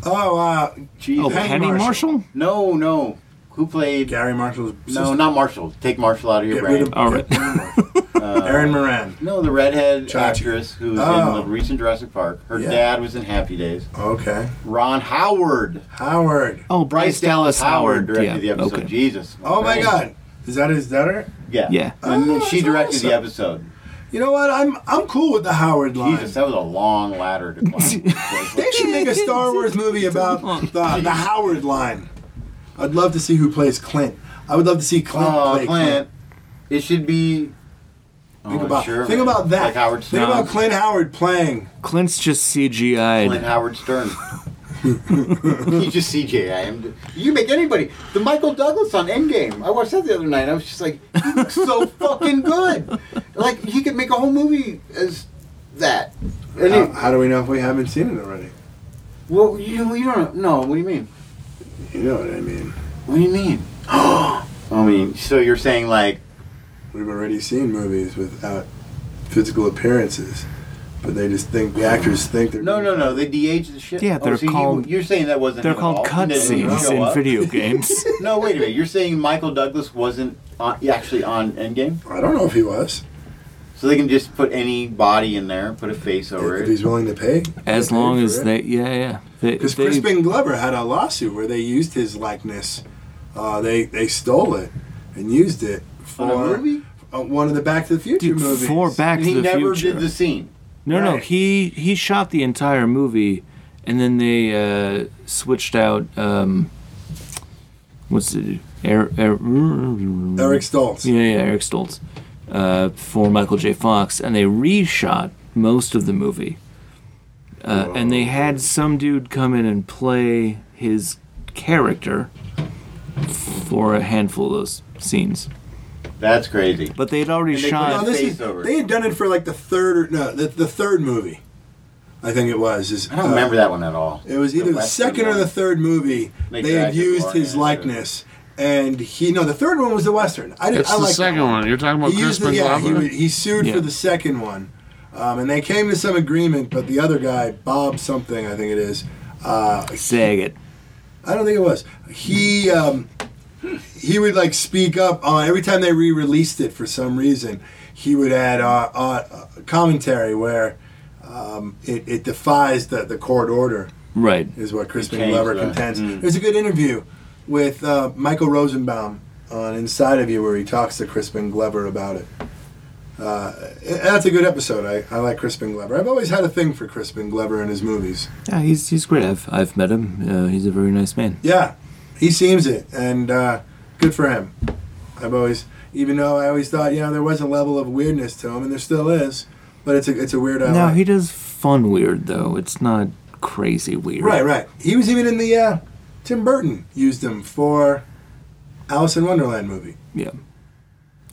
Speaker 5: oh, uh,
Speaker 8: Jeez.
Speaker 4: Oh,
Speaker 5: Penny
Speaker 4: Penny
Speaker 5: Marshall.
Speaker 4: Marshall.
Speaker 8: No, no. Who played?
Speaker 5: Gary Marshall's
Speaker 8: No, not Marshall. Take Marshall out of your
Speaker 5: Get rid
Speaker 8: brain. Uh,
Speaker 5: of
Speaker 4: All right.
Speaker 5: Aaron Moran.
Speaker 8: no, the redhead
Speaker 5: Chachi.
Speaker 8: actress who's
Speaker 5: Oh.
Speaker 8: in the recent Jurassic Park. Her
Speaker 5: Yeah.
Speaker 8: dad was in Happy Days.
Speaker 5: Okay.
Speaker 8: Ron Howard.
Speaker 5: Howard.
Speaker 4: Oh,
Speaker 8: Bryce Dallas Howard directed the episode.
Speaker 4: okay.
Speaker 8: Jesus.
Speaker 5: Oh my
Speaker 8: friend.
Speaker 5: God. Is that his daughter?
Speaker 8: Yeah.
Speaker 4: Yeah.
Speaker 8: And
Speaker 5: Oh,
Speaker 8: she
Speaker 5: that's
Speaker 8: directed
Speaker 5: awesome.
Speaker 8: the episode.
Speaker 5: You know what? I'm I'm cool with the Howard line.
Speaker 8: Jesus, that was a long ladder to climb.
Speaker 5: They should make a Star Wars movie about the, the Howard line. I'd love to see who plays Clint. I would love to see Clint
Speaker 8: oh,
Speaker 5: play
Speaker 8: Clint. It should be.
Speaker 5: Think
Speaker 8: Oh,
Speaker 5: about
Speaker 8: sure,
Speaker 5: think
Speaker 8: man.
Speaker 5: about that.
Speaker 8: Like Howard Stern.
Speaker 5: think about Clint Howard playing.
Speaker 4: Clint's just CGI'd.
Speaker 8: Clint Howard Stern. He's just CJ. I am. You make anybody. The Michael Douglas on Endgame. I watched that the other night. I was just like, he looks so fucking good. Like he could make a whole movie as that. And
Speaker 5: How,
Speaker 8: it-
Speaker 5: how do we know if we haven't seen it already?
Speaker 8: well, you, you don't know. What do you mean?
Speaker 5: You know what I mean.
Speaker 8: What do you mean? I mean, so you're saying like
Speaker 5: We've already seen movies without physical appearances, but they just think the actors think they're
Speaker 8: no, no, no? They de-age the shit.
Speaker 4: Yeah, they're
Speaker 8: so you-
Speaker 4: called-
Speaker 8: You're saying that wasn't.
Speaker 4: They're
Speaker 8: him at
Speaker 4: called
Speaker 8: all? And it didn't
Speaker 4: cutscenes
Speaker 8: show
Speaker 4: in
Speaker 8: up?
Speaker 4: video games.
Speaker 8: No, wait a minute. You're saying Michael Douglas wasn't on, actually on Endgame,
Speaker 5: I don't know if he was.
Speaker 8: so they can just put any body in there, put a face over
Speaker 5: If
Speaker 8: it.
Speaker 5: he's willing to pay.
Speaker 4: As long as they, yeah, yeah. They,
Speaker 5: Because
Speaker 4: they-
Speaker 5: Crispin Glover had a lawsuit where they used his likeness. Uh, they they stole it and used it for
Speaker 8: On a movie?
Speaker 5: uh, one of the Back to the Future
Speaker 4: dude,
Speaker 5: movies.
Speaker 4: for Back
Speaker 8: And
Speaker 4: to
Speaker 8: he
Speaker 4: the
Speaker 8: never
Speaker 4: Future.
Speaker 8: did the scene.
Speaker 4: no, no,
Speaker 5: Right.
Speaker 4: he he shot the entire movie, and then they uh, switched out. Um, what's it? Eric, Eric,
Speaker 5: Eric Stoltz.
Speaker 4: Yeah, yeah, Eric Stoltz uh, for Michael J. Fox, and they reshot most of the movie. Uh, and they had some dude come in and play his character for a handful of those scenes.
Speaker 8: That's crazy.
Speaker 4: But they had already
Speaker 8: And they put
Speaker 5: No,
Speaker 4: shot.
Speaker 8: on
Speaker 5: this
Speaker 8: face
Speaker 5: is,
Speaker 8: over.
Speaker 5: they had done it for like the third or no, the, the third movie. I think it was. Is,
Speaker 8: I don't remember that one at all.
Speaker 5: Uh, It was either the,
Speaker 8: Western
Speaker 5: second or
Speaker 8: one.
Speaker 5: the third movie.
Speaker 8: They
Speaker 5: They, had
Speaker 8: dragged it
Speaker 5: used
Speaker 8: along,
Speaker 5: his
Speaker 8: yeah.
Speaker 5: likeness, and he no, the third one was the western. I did,
Speaker 6: It's
Speaker 5: I
Speaker 6: the
Speaker 5: like
Speaker 6: second one. You're talking about
Speaker 5: He
Speaker 6: Chris
Speaker 5: used the, yeah, he,
Speaker 6: McLaughlin.
Speaker 5: was- he sued
Speaker 4: Yeah.
Speaker 5: for the second one, um, and they came to some agreement. But the other guy, Bob something, I think it is. Uh,
Speaker 4: Sag it.
Speaker 5: I don't think it was. He um, he would like speak up on every time they re-released it for some reason. He would add uh, uh, commentary where um, it, it defies the, the court order
Speaker 4: Right.
Speaker 5: is what Crispin
Speaker 8: changed
Speaker 5: Glover
Speaker 8: that. Mm.
Speaker 5: contends. There's a good interview with uh, Michael Rosenbaum on Inside of You where he talks to Crispin Glover about it. Uh, and that's a good episode. I, I like Crispin Glover. I've always had a thing for Crispin Glover and his movies.
Speaker 4: Yeah, he's he's great. I've I've met him. Uh, he's a very nice man.
Speaker 5: Yeah, he seems it, and uh, good for him. I've always, even though I always thought, you know, there was a level of weirdness to him, and there still is, but it's a it's a weird. uh, I
Speaker 4: No,
Speaker 5: like.
Speaker 4: he does fun weird though. It's not crazy weird.
Speaker 5: Right, right. He was even in the uh, Tim Burton used him for Alice in Wonderland movie.
Speaker 4: Yeah.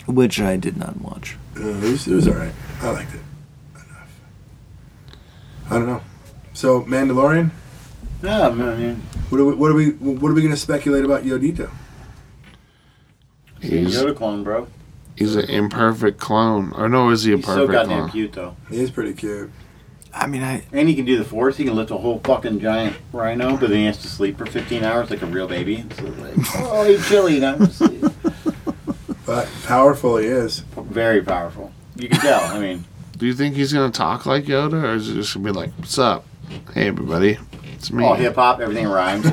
Speaker 4: Which I did not watch.
Speaker 5: Uh, it, was, it was all right. I liked it. Enough. I don't know. So Mandalorian.
Speaker 8: Yeah, man.
Speaker 5: What are we? What are we? What are we going to speculate about Yodito?
Speaker 8: He's
Speaker 6: He's,
Speaker 8: a clone, bro.
Speaker 6: he's an imperfect clone. Or no, is he a
Speaker 8: He's so
Speaker 6: perfect
Speaker 8: goddamn
Speaker 6: clone?
Speaker 8: cute though,
Speaker 5: He is pretty cute.
Speaker 4: I mean, I
Speaker 8: and he can do the force. He can lift a whole fucking giant rhino, but then he has to sleep for 15 hours like a real baby. So like, oh, he's chilly. Now.
Speaker 5: But powerful he is.
Speaker 8: Very powerful. You can tell. I mean,
Speaker 6: Do you think he's gonna talk like Yoda, or is it just gonna be like, "What's up? Hey, everybody, it's me."
Speaker 8: all hip hop, everything rhymes.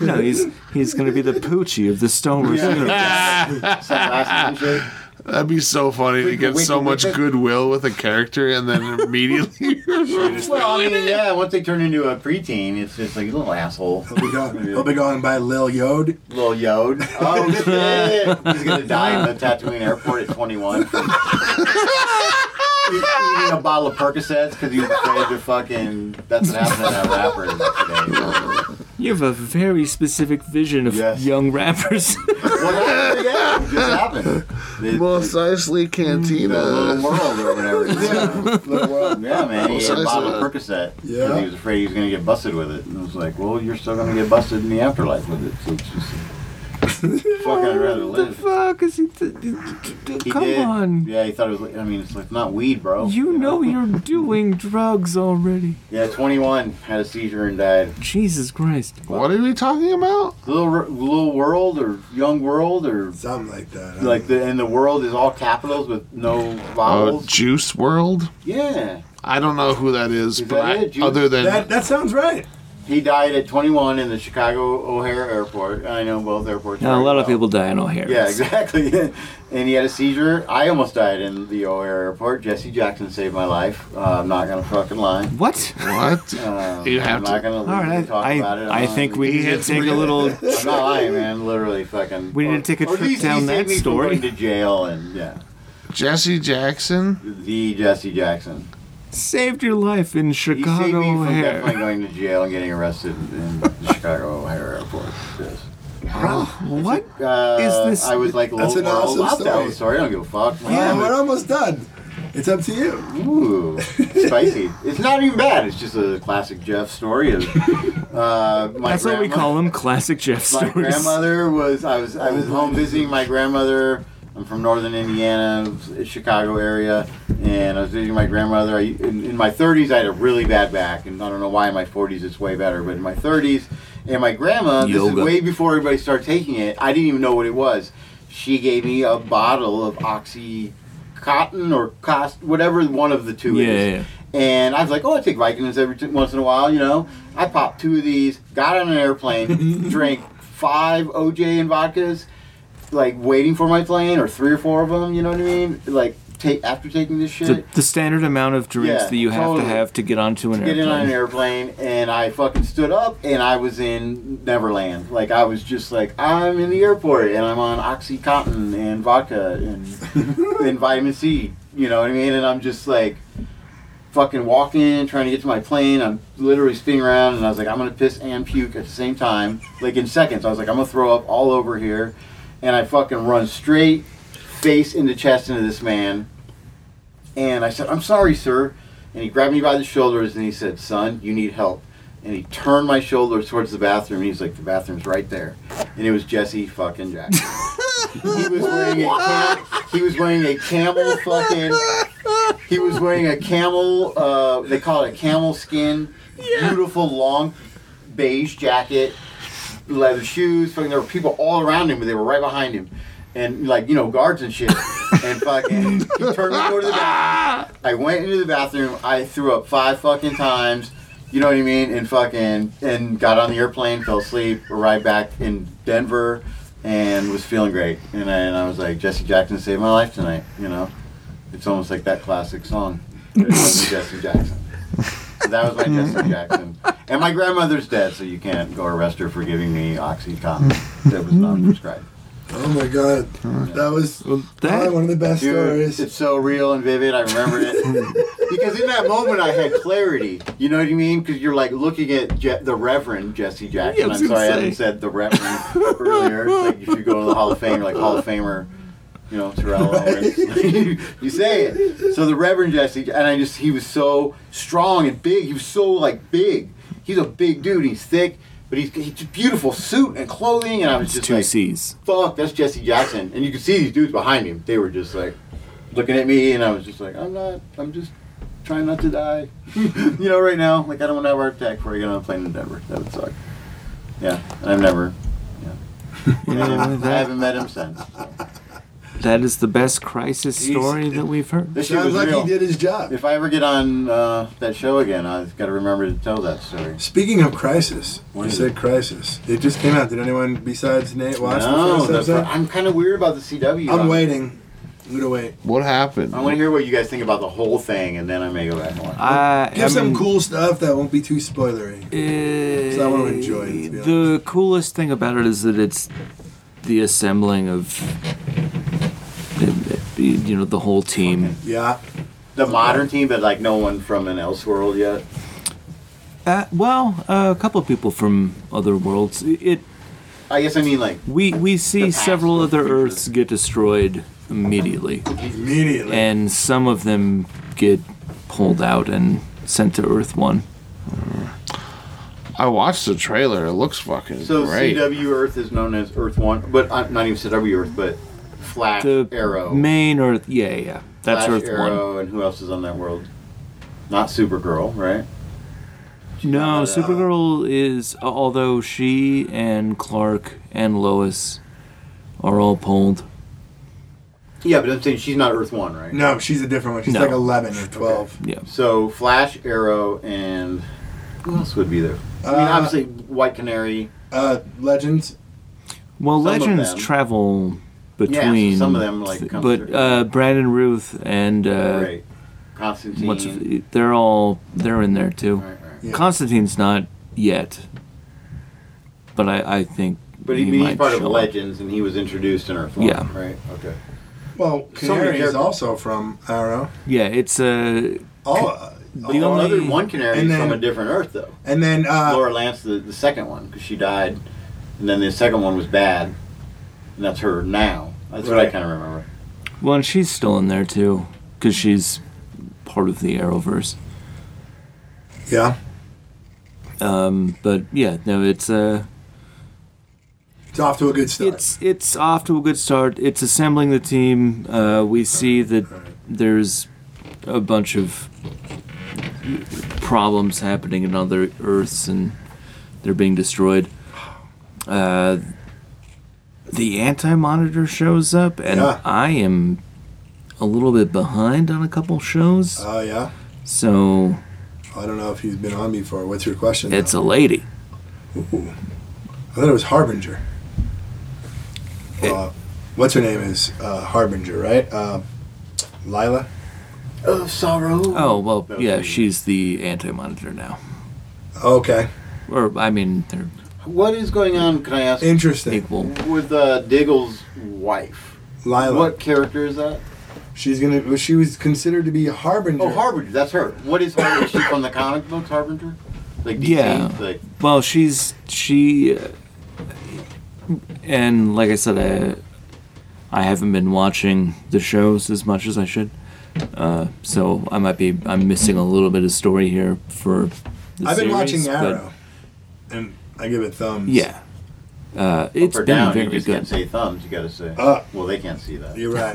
Speaker 4: no, he's he's gonna be the poochie of the Stone Reserve.
Speaker 8: Sunglasses and shit.
Speaker 6: That'd be so funny to get so much goodwill with a character, and then immediately
Speaker 8: Well, I mean, yeah. Once they turn into a preteen, it's just like a little asshole.
Speaker 5: He'll be gone. He'll be gone by Lil Yod.
Speaker 8: Little yod. Oh shit! He's gonna die in the Tatooine airport at 21. from- He's eating a bottle of Percocets because he was afraid to fucking. That's what happened to that rapper today.
Speaker 4: You have a very specific vision of
Speaker 8: Yes.
Speaker 4: young rappers.
Speaker 8: Well, yeah, it just happened. The-
Speaker 6: Mos Eisley
Speaker 8: the little
Speaker 6: Cantina.
Speaker 8: world or whatever. it is.
Speaker 5: Lil Yod.
Speaker 8: Yeah, man. He
Speaker 6: Well,
Speaker 8: had
Speaker 6: so
Speaker 8: a bottle
Speaker 6: is
Speaker 8: of Percocet.
Speaker 5: Yeah.
Speaker 8: Yeah. He was afraid he was gonna get busted with it, and it was like, "Well, you're still gonna get busted in the afterlife with it." So it's just. Fuck, I'd rather
Speaker 4: the
Speaker 8: live.
Speaker 4: fuck is he? Th-
Speaker 8: He
Speaker 4: come
Speaker 8: did.
Speaker 4: on.
Speaker 8: Yeah, he thought it was. like- I mean, it's like not weed, bro.
Speaker 4: You know you're doing drugs already.
Speaker 8: Yeah, 21 had a seizure and died.
Speaker 4: Jesus Christ.
Speaker 6: What are we talking about?
Speaker 8: Little little world or young world or
Speaker 5: Something like that.
Speaker 8: like the and the world is all capitals with no
Speaker 4: Oh,
Speaker 6: Uh,
Speaker 8: vowels.
Speaker 6: Juice World.
Speaker 8: yeah,
Speaker 6: I don't know who that is,
Speaker 8: Is
Speaker 6: but
Speaker 8: that
Speaker 6: I,
Speaker 8: it, Juice?
Speaker 6: other than
Speaker 5: that. That sounds right.
Speaker 8: he died at 21 in the Chicago O'Hare Airport. I know both airports.
Speaker 4: Now, a
Speaker 8: very
Speaker 4: lot of
Speaker 8: well.
Speaker 4: people die in O'Hare.
Speaker 8: Yeah, exactly. and he had a seizure. I almost died in the O'Hare Airport. Jesse Jackson saved my life. Uh, I'm not gonna fucking lie.
Speaker 4: What?
Speaker 6: what?
Speaker 8: Uh,
Speaker 6: You
Speaker 8: I'm
Speaker 6: have to-
Speaker 8: not gonna
Speaker 4: All right,
Speaker 8: talk
Speaker 4: I,
Speaker 8: about it. I'm
Speaker 4: I, I
Speaker 8: not
Speaker 4: think
Speaker 8: gonna-
Speaker 4: we need to
Speaker 6: Idiots.
Speaker 4: take a little.
Speaker 8: I'm not lying, man. Literally, fucking.
Speaker 4: We need to take a
Speaker 8: Or at
Speaker 4: trip
Speaker 8: least he
Speaker 4: down
Speaker 8: saved
Speaker 4: that
Speaker 8: me from
Speaker 4: story.
Speaker 8: Going to jail and yeah,
Speaker 6: Jesse Jackson.
Speaker 8: the Jesse Jackson.
Speaker 4: Saved your life in
Speaker 8: He saved me
Speaker 4: Chicago
Speaker 8: from definitely
Speaker 4: O'Hare.
Speaker 8: going to jail and getting arrested in the Chicago O'Hare Airport. Yes.
Speaker 4: What?
Speaker 8: Uh,
Speaker 4: Is this-
Speaker 8: I was like,
Speaker 5: That's
Speaker 8: "Well,
Speaker 5: an awesome
Speaker 8: I'll tell
Speaker 5: story.
Speaker 8: the story. I don't give a fuck.
Speaker 5: Yeah,
Speaker 8: man.
Speaker 5: we're almost done. It's up to you.
Speaker 8: Ooh, spicy. It's not even bad. It's just a classic Jeff story. Of, uh, my
Speaker 4: That's what we
Speaker 8: grandma-
Speaker 4: call them classic Jeff
Speaker 8: My
Speaker 4: stories.
Speaker 8: grandmother was. I was. I was home visiting my grandmother. I'm from northern Indiana, Chicago area, and I was visiting my grandmother. I, in, in my 30s, I had a really bad back, and I don't know why. In my 40s, it's way better, but in my 30s, and my grandma. This
Speaker 4: Yoga.
Speaker 8: is way before everybody started taking it. I didn't even know what it was. She gave me a bottle of oxy. Cotton or cost, whatever one of the two
Speaker 4: Yeah,
Speaker 8: is.
Speaker 4: yeah, yeah.
Speaker 8: And I was like, oh, I take Vicodins every t- once in a while, you know. I popped two of these, got on an airplane, drank five OJ and vodkas, like waiting for my plane, or three or four of them, you know what I mean? Like, take after taking this shit.
Speaker 4: The, the standard amount of drinks
Speaker 8: Yeah,
Speaker 4: that you have
Speaker 8: totally.
Speaker 4: to have to get onto an
Speaker 8: Get in
Speaker 4: airplane.
Speaker 8: on an airplane, and I fucking stood up, and I was in Neverland. Like I was just like, I'm in the airport, and I'm on OxyContin and vodka and and vitamin C. You know what I mean? And I'm just like, fucking walking, trying to get to my plane. I'm literally spinning around, and I was like, I'm gonna piss and puke at the same time, like in seconds. I was like, I'm gonna throw up all over here, and I fucking run straight face into chest into this man, and I said, I'm sorry, sir, and he grabbed me by the shoulders and he said, son, you need help. And he turned my shoulders towards the bathroom, and he's like, the bathroom's right there. And it was Jesse fucking Jackson. he was wearing a cam- he was wearing a camel fucking he was wearing a camel uh, they call it a camel skin beautiful long beige jacket leather shoes fucking there were people all around him but they were right behind him and like you know guards and shit and fucking he turned me over to the bathroom I went into the bathroom I threw up five fucking times you know what I mean and fucking and got on the airplane fell asleep arrived back in Denver and was feeling great. And I, and I was like, Jesse Jackson saved my life tonight. You know, it's almost like that classic song, "There Comes Jesse Jackson. So that was my Jesse Jackson. And my grandmother's dead, so you can't go arrest her for giving me OxyContin that was not prescribed.
Speaker 5: Oh my god, that was probably one
Speaker 4: That
Speaker 5: of the best
Speaker 8: Dude, it's
Speaker 5: stories.
Speaker 8: so real and vivid. I remembered it because in that moment I had clarity. You know what I mean? Because you're like looking at Je- the Reverend Jesse Jackson.
Speaker 4: Yeah, I was
Speaker 8: I'm
Speaker 4: gonna
Speaker 8: sorry I
Speaker 4: say.
Speaker 8: haven't said the Reverend earlier. It's like you should go to the Hall of Fame. You're like Hall of Famer. You know Terrell. Owens. you say it. So the Reverend Jesse, and I just he was so strong and big. He was so like big. He's a big dude. He's thick. But he's, he's beautiful suit and clothing, and I was
Speaker 4: it's
Speaker 8: just
Speaker 4: two
Speaker 8: like,
Speaker 4: C's.
Speaker 8: fuck, that's Jesse Jackson. And you could see these dudes behind him. They were just like looking at me, and I was just like, I'm not, I'm just trying not to die. you know, right now, like I don't want to have a heart attack before I get on a plane to Denver. That would suck. Yeah, and I've never, yeah. And I haven't- I haven't met him since.
Speaker 4: That is the best crisis
Speaker 8: He's-
Speaker 4: story that we've heard.
Speaker 8: This shit
Speaker 5: Sounds
Speaker 8: was
Speaker 5: like
Speaker 8: real.
Speaker 5: he did his job.
Speaker 8: If I ever get on uh, that show again, I've got to remember to tell that story.
Speaker 5: Speaking of Crisis,
Speaker 8: What
Speaker 5: you
Speaker 8: is
Speaker 5: said
Speaker 8: it?
Speaker 5: Crisis. It just came out. Did anyone besides Nate watch
Speaker 8: no,
Speaker 5: the
Speaker 8: that's
Speaker 5: first
Speaker 8: right.
Speaker 5: episode?
Speaker 8: I'm kind of weird about the CW.
Speaker 5: I'm waiting. I'm gonna wait.
Speaker 6: What happened?
Speaker 8: I want to hear what you guys think about the whole thing, and then I may go back and watch.
Speaker 4: I,
Speaker 5: Give
Speaker 4: I
Speaker 5: some
Speaker 4: mean,
Speaker 5: cool stuff that won't be too spoilery.
Speaker 4: eh,
Speaker 5: I wanna enjoy it, to be
Speaker 4: the coolest thing about it is that it's the assembling of, you know, the whole team.
Speaker 5: Yeah.
Speaker 8: The modern team, but like no one from an Elseworld yet.
Speaker 4: Uh, well, uh, a couple of people from other worlds. It
Speaker 8: I guess I mean like
Speaker 4: we we see
Speaker 8: past
Speaker 4: several
Speaker 8: or
Speaker 4: other
Speaker 8: future.
Speaker 4: Earths get destroyed immediately,
Speaker 5: Immediately.
Speaker 4: and some of them get pulled out and sent to Earth One.
Speaker 6: I watched the trailer. It looks fucking
Speaker 8: so
Speaker 6: great.
Speaker 8: CW Earth is known as Earth One, but uh, not even CW Earth, but Flash
Speaker 4: The
Speaker 8: Arrow.
Speaker 4: main Earth, yeah, yeah, that's
Speaker 8: Flash
Speaker 4: Earth One.
Speaker 8: Arrow, and who else is on that world? Not Supergirl, right?
Speaker 4: No,
Speaker 8: Uh,
Speaker 4: Supergirl is although she and Clark and Lois are all pulled.
Speaker 8: Yeah, but I'm saying she's not Earth One, right?
Speaker 5: no, she's a different one. She's
Speaker 4: No.
Speaker 5: like 11 or 12.
Speaker 4: Yeah,
Speaker 8: So Flash Arrow and who else would be there? I mean,
Speaker 5: Uh,
Speaker 8: obviously White Canary.
Speaker 5: Uh, Legends.
Speaker 4: well,
Speaker 8: Some of
Speaker 4: legends
Speaker 8: them.
Speaker 4: travel between.
Speaker 8: some of them, like, come
Speaker 4: but
Speaker 8: through.
Speaker 4: uh, Brandon Ruth and uh,
Speaker 8: right. Constantine.
Speaker 4: What's they're all they're in there too.
Speaker 8: Right, right.
Speaker 5: Yeah.
Speaker 4: Constantine's not yet, but I I think
Speaker 8: But he,
Speaker 4: he
Speaker 8: he's
Speaker 4: might
Speaker 8: part of
Speaker 4: show up.
Speaker 8: Legends, and he was introduced in Earth One.
Speaker 4: Yeah.
Speaker 8: Right. Okay.
Speaker 5: Well,
Speaker 8: So many
Speaker 5: Canary is
Speaker 8: characters.
Speaker 5: also from Arrow.
Speaker 4: Yeah, it's uh,
Speaker 5: All, uh,
Speaker 4: The
Speaker 8: Although
Speaker 4: only-
Speaker 8: other one Canary
Speaker 5: and
Speaker 8: is from
Speaker 5: then-
Speaker 8: a different Earth, though.
Speaker 5: and then uh,
Speaker 8: Laura Lance, the, the second one, because she died, and then the second one was bad, and that's her now. That's what I
Speaker 5: Right.
Speaker 8: kind of remember.
Speaker 4: well, and she's still in there too because she's part of the Arrowverse.
Speaker 5: yeah,
Speaker 4: Um, but yeah, no, it's uh,
Speaker 5: it's off to a good start.
Speaker 4: it's it's off to a good start. It's assembling the team. Uh, we see that there's a bunch of problems happening in other Earths, and they're being destroyed. Uh, the Anti Monitor shows up, and
Speaker 5: Yeah.
Speaker 4: I am a little bit behind on a couple shows,
Speaker 5: Oh yeah.
Speaker 4: so
Speaker 5: I don't know if he's been on before. What's your question?
Speaker 4: it's
Speaker 5: though?
Speaker 4: a lady.
Speaker 5: Ooh. I thought it was Harbinger. Uh, what's her name is uh, Harbinger, right? Uh, Lila.
Speaker 8: Oh, sorrow.
Speaker 4: Oh well,
Speaker 8: That was
Speaker 4: yeah,
Speaker 8: me.
Speaker 4: she's the Anti Monitor now,
Speaker 5: Okay,
Speaker 4: or I mean, they're
Speaker 8: What is going on? Can I ask
Speaker 5: interesting.
Speaker 4: equal.
Speaker 8: with uh, Diggle's wife?
Speaker 5: Lila.
Speaker 8: What character is that?
Speaker 5: She's gonna. She was considered to be a harbinger.
Speaker 8: Oh, Harbinger. That's her. What is Harbinger? Is she from the comic books, Harbinger? Like DC?
Speaker 4: Yeah.
Speaker 8: Like,
Speaker 4: Well, she's she, uh, and like I said, I I haven't been watching the shows as much as I should, uh, so I might be I'm missing a little bit of story here for. The
Speaker 5: I've been
Speaker 4: series,
Speaker 5: watching
Speaker 4: but
Speaker 5: Arrow, and I give it thumbs.
Speaker 4: Yeah, uh, it's
Speaker 8: up or
Speaker 4: been
Speaker 8: down, you
Speaker 4: very
Speaker 8: just can't
Speaker 4: good. Uh,
Speaker 8: say thumbs. You got to say.
Speaker 5: Up.
Speaker 8: well, they can't see that.
Speaker 5: You're right.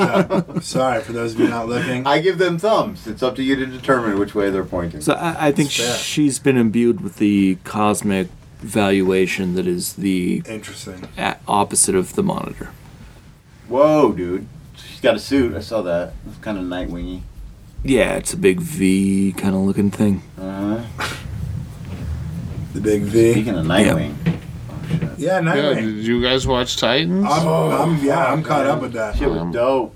Speaker 5: up. Sorry for those of you not looking.
Speaker 8: I give them thumbs. It's up to you to determine which way they're pointing.
Speaker 4: So I, I think
Speaker 5: It's fair.
Speaker 4: she's been imbued with the cosmic valuation that is the
Speaker 5: Interesting.
Speaker 4: a- opposite of the monitor.
Speaker 8: Whoa, dude. She's got a suit. I saw that. It's kind of Nightwingy.
Speaker 4: Yeah, it's a big V kind of looking thing.
Speaker 8: Uh-huh.
Speaker 5: The big V.
Speaker 8: Speaking of Nightwing,
Speaker 5: Yeah,
Speaker 6: Yeah,
Speaker 5: Nightwing.
Speaker 6: did you guys watch Titans?
Speaker 5: I'm, I'm, yeah, I'm caught up with that.
Speaker 8: Oh, shit was dope.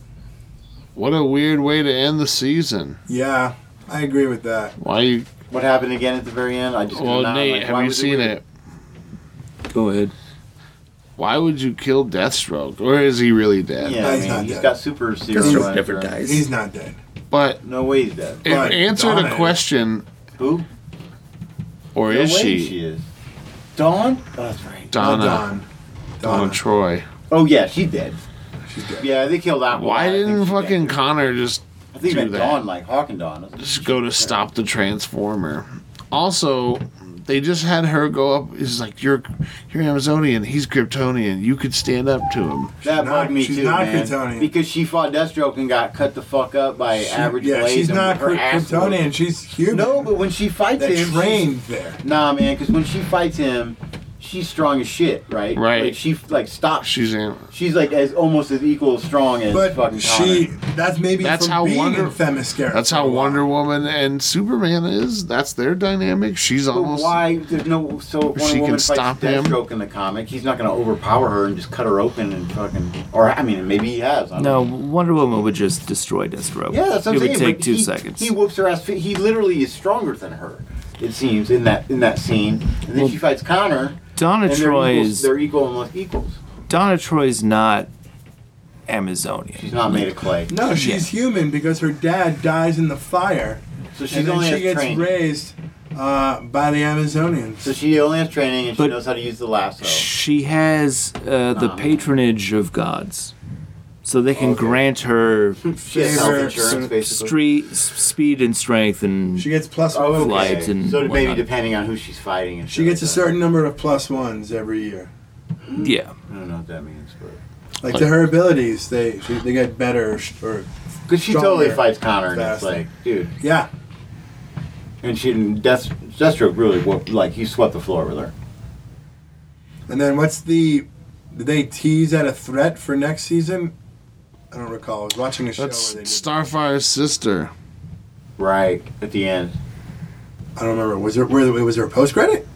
Speaker 6: What a weird way to end the season.
Speaker 5: Yeah, I agree with that.
Speaker 6: Why you?
Speaker 8: What happened again at the very end? I just
Speaker 6: Well,
Speaker 8: could not, like,
Speaker 6: Nate,
Speaker 8: why
Speaker 6: have you
Speaker 8: was
Speaker 6: seen
Speaker 8: weird?
Speaker 6: it?
Speaker 4: Go ahead.
Speaker 6: Why would you kill Deathstroke? Or is he really dead?
Speaker 8: Yeah,
Speaker 5: No,
Speaker 8: I
Speaker 5: he's
Speaker 8: mean,
Speaker 5: not
Speaker 8: he's
Speaker 5: dead.
Speaker 8: got super serious.
Speaker 5: Deathstroke
Speaker 4: never dies.
Speaker 5: He's not dead.
Speaker 6: But
Speaker 8: No way he's dead.
Speaker 6: it
Speaker 5: But
Speaker 6: answered
Speaker 5: Donna
Speaker 6: a
Speaker 5: is-
Speaker 6: question,
Speaker 8: Who?
Speaker 6: or
Speaker 8: no
Speaker 6: is
Speaker 8: way
Speaker 6: she?
Speaker 8: She is. Dawn? Oh, that's right.
Speaker 5: Not
Speaker 6: Donna. Donna.
Speaker 5: Dawn. Donna.
Speaker 6: Troy.
Speaker 8: Oh yeah, she's dead.
Speaker 5: She's dead.
Speaker 8: Yeah, they killed Aquaman.
Speaker 6: Why
Speaker 8: I think
Speaker 6: didn't
Speaker 8: she's
Speaker 6: fucking
Speaker 8: dead.
Speaker 6: Connor just
Speaker 8: I think
Speaker 6: do
Speaker 8: even
Speaker 6: that?
Speaker 8: Dawn, like Hawk and Dawn. that's-
Speaker 6: just go to stop the transformer? Also, they just had her go up. It's like you're you're Amazonian. He's Kryptonian. You could stand up to him.
Speaker 8: That
Speaker 5: not-
Speaker 8: bugged me
Speaker 5: she's
Speaker 8: too,
Speaker 5: not
Speaker 8: man.
Speaker 5: Kryptonian.
Speaker 8: Because she fought Deathstroke and got cut the fuck up by
Speaker 5: She-
Speaker 8: average
Speaker 5: yeah,
Speaker 8: blades.
Speaker 5: she's
Speaker 8: and
Speaker 5: not
Speaker 8: her
Speaker 5: Kry-
Speaker 8: ass was-
Speaker 5: Kryptonian. She's human.
Speaker 8: No, but when she fights
Speaker 5: that
Speaker 8: him,
Speaker 5: trained there.
Speaker 8: she's- nah, man. Because when she fights him, she's strong as shit, right?
Speaker 6: Right.
Speaker 8: Like she like stops.
Speaker 6: She's Am-
Speaker 8: she's like as almost as equal as strong as
Speaker 5: But
Speaker 8: fucking
Speaker 5: she.
Speaker 8: Connor.
Speaker 5: That's maybe
Speaker 6: That's
Speaker 5: from
Speaker 6: how
Speaker 5: being
Speaker 6: Wonder-
Speaker 5: in Themyscira.
Speaker 6: That's how Wonder Woman and Superman is. That's their dynamic. She's
Speaker 8: But
Speaker 6: almost
Speaker 8: why? There's no so if Wonder
Speaker 6: She can
Speaker 8: Woman fights
Speaker 6: stop him.
Speaker 8: Deathstroke in the comic. He's not gonna overpower her and just cut her open and fucking. Or I mean, maybe he has. I don't
Speaker 4: No, Wonder Woman would just destroy Deathstroke.
Speaker 8: Yeah, that's what I'm
Speaker 4: it
Speaker 8: saying.
Speaker 4: would take
Speaker 8: but
Speaker 4: two
Speaker 8: he,
Speaker 4: seconds.
Speaker 8: He whoops her ass. He literally is stronger than her. It seems in that in that scene, and then
Speaker 4: Well,
Speaker 8: she fights Connor.
Speaker 4: Donna
Speaker 8: And they're
Speaker 4: Troy
Speaker 8: equals,
Speaker 4: is
Speaker 8: they're equal unless equals.
Speaker 4: Donna Troy's not Amazonian.
Speaker 8: She's not made of clay,
Speaker 5: No, she's human because her dad dies in the fire,
Speaker 8: so she's
Speaker 5: and then
Speaker 8: only
Speaker 5: she
Speaker 8: has
Speaker 5: gets
Speaker 8: training.
Speaker 5: raised uh, by the Amazonians.
Speaker 8: So she only has training, and she
Speaker 4: But-
Speaker 8: knows how to use the lasso.
Speaker 4: She has uh, the
Speaker 8: Um.
Speaker 4: patronage of gods, so they can grant her
Speaker 8: She has health
Speaker 5: Favor-
Speaker 8: insurance,
Speaker 5: so-
Speaker 8: Oh, basically.
Speaker 4: street, s- speed, and strength, and
Speaker 5: She gets plus
Speaker 8: Oh, okay.
Speaker 5: one.
Speaker 4: flight and
Speaker 8: so maybe
Speaker 4: whatnot.
Speaker 8: depending on who she's fighting, and
Speaker 5: She
Speaker 8: shit
Speaker 5: gets a
Speaker 8: like
Speaker 5: certain number of plus ones every year.
Speaker 4: yeah.
Speaker 8: that. I don't know what that means, but
Speaker 5: Like to her abilities, they she, they get better. Or, sh- or
Speaker 8: because she
Speaker 5: Stronger,
Speaker 8: totally fights Connor, and it's
Speaker 5: faster.
Speaker 8: like, dude,
Speaker 5: yeah,
Speaker 8: and she and Death, Deathstroke really whooped, like he swept the floor with her.
Speaker 5: and then what's the? Did they tease at a threat for next season? I don't recall. I was watching a show
Speaker 6: that's
Speaker 5: where they did.
Speaker 6: Starfire's sister.
Speaker 8: Right at the end,
Speaker 5: I don't remember. Was there where was there a post credit?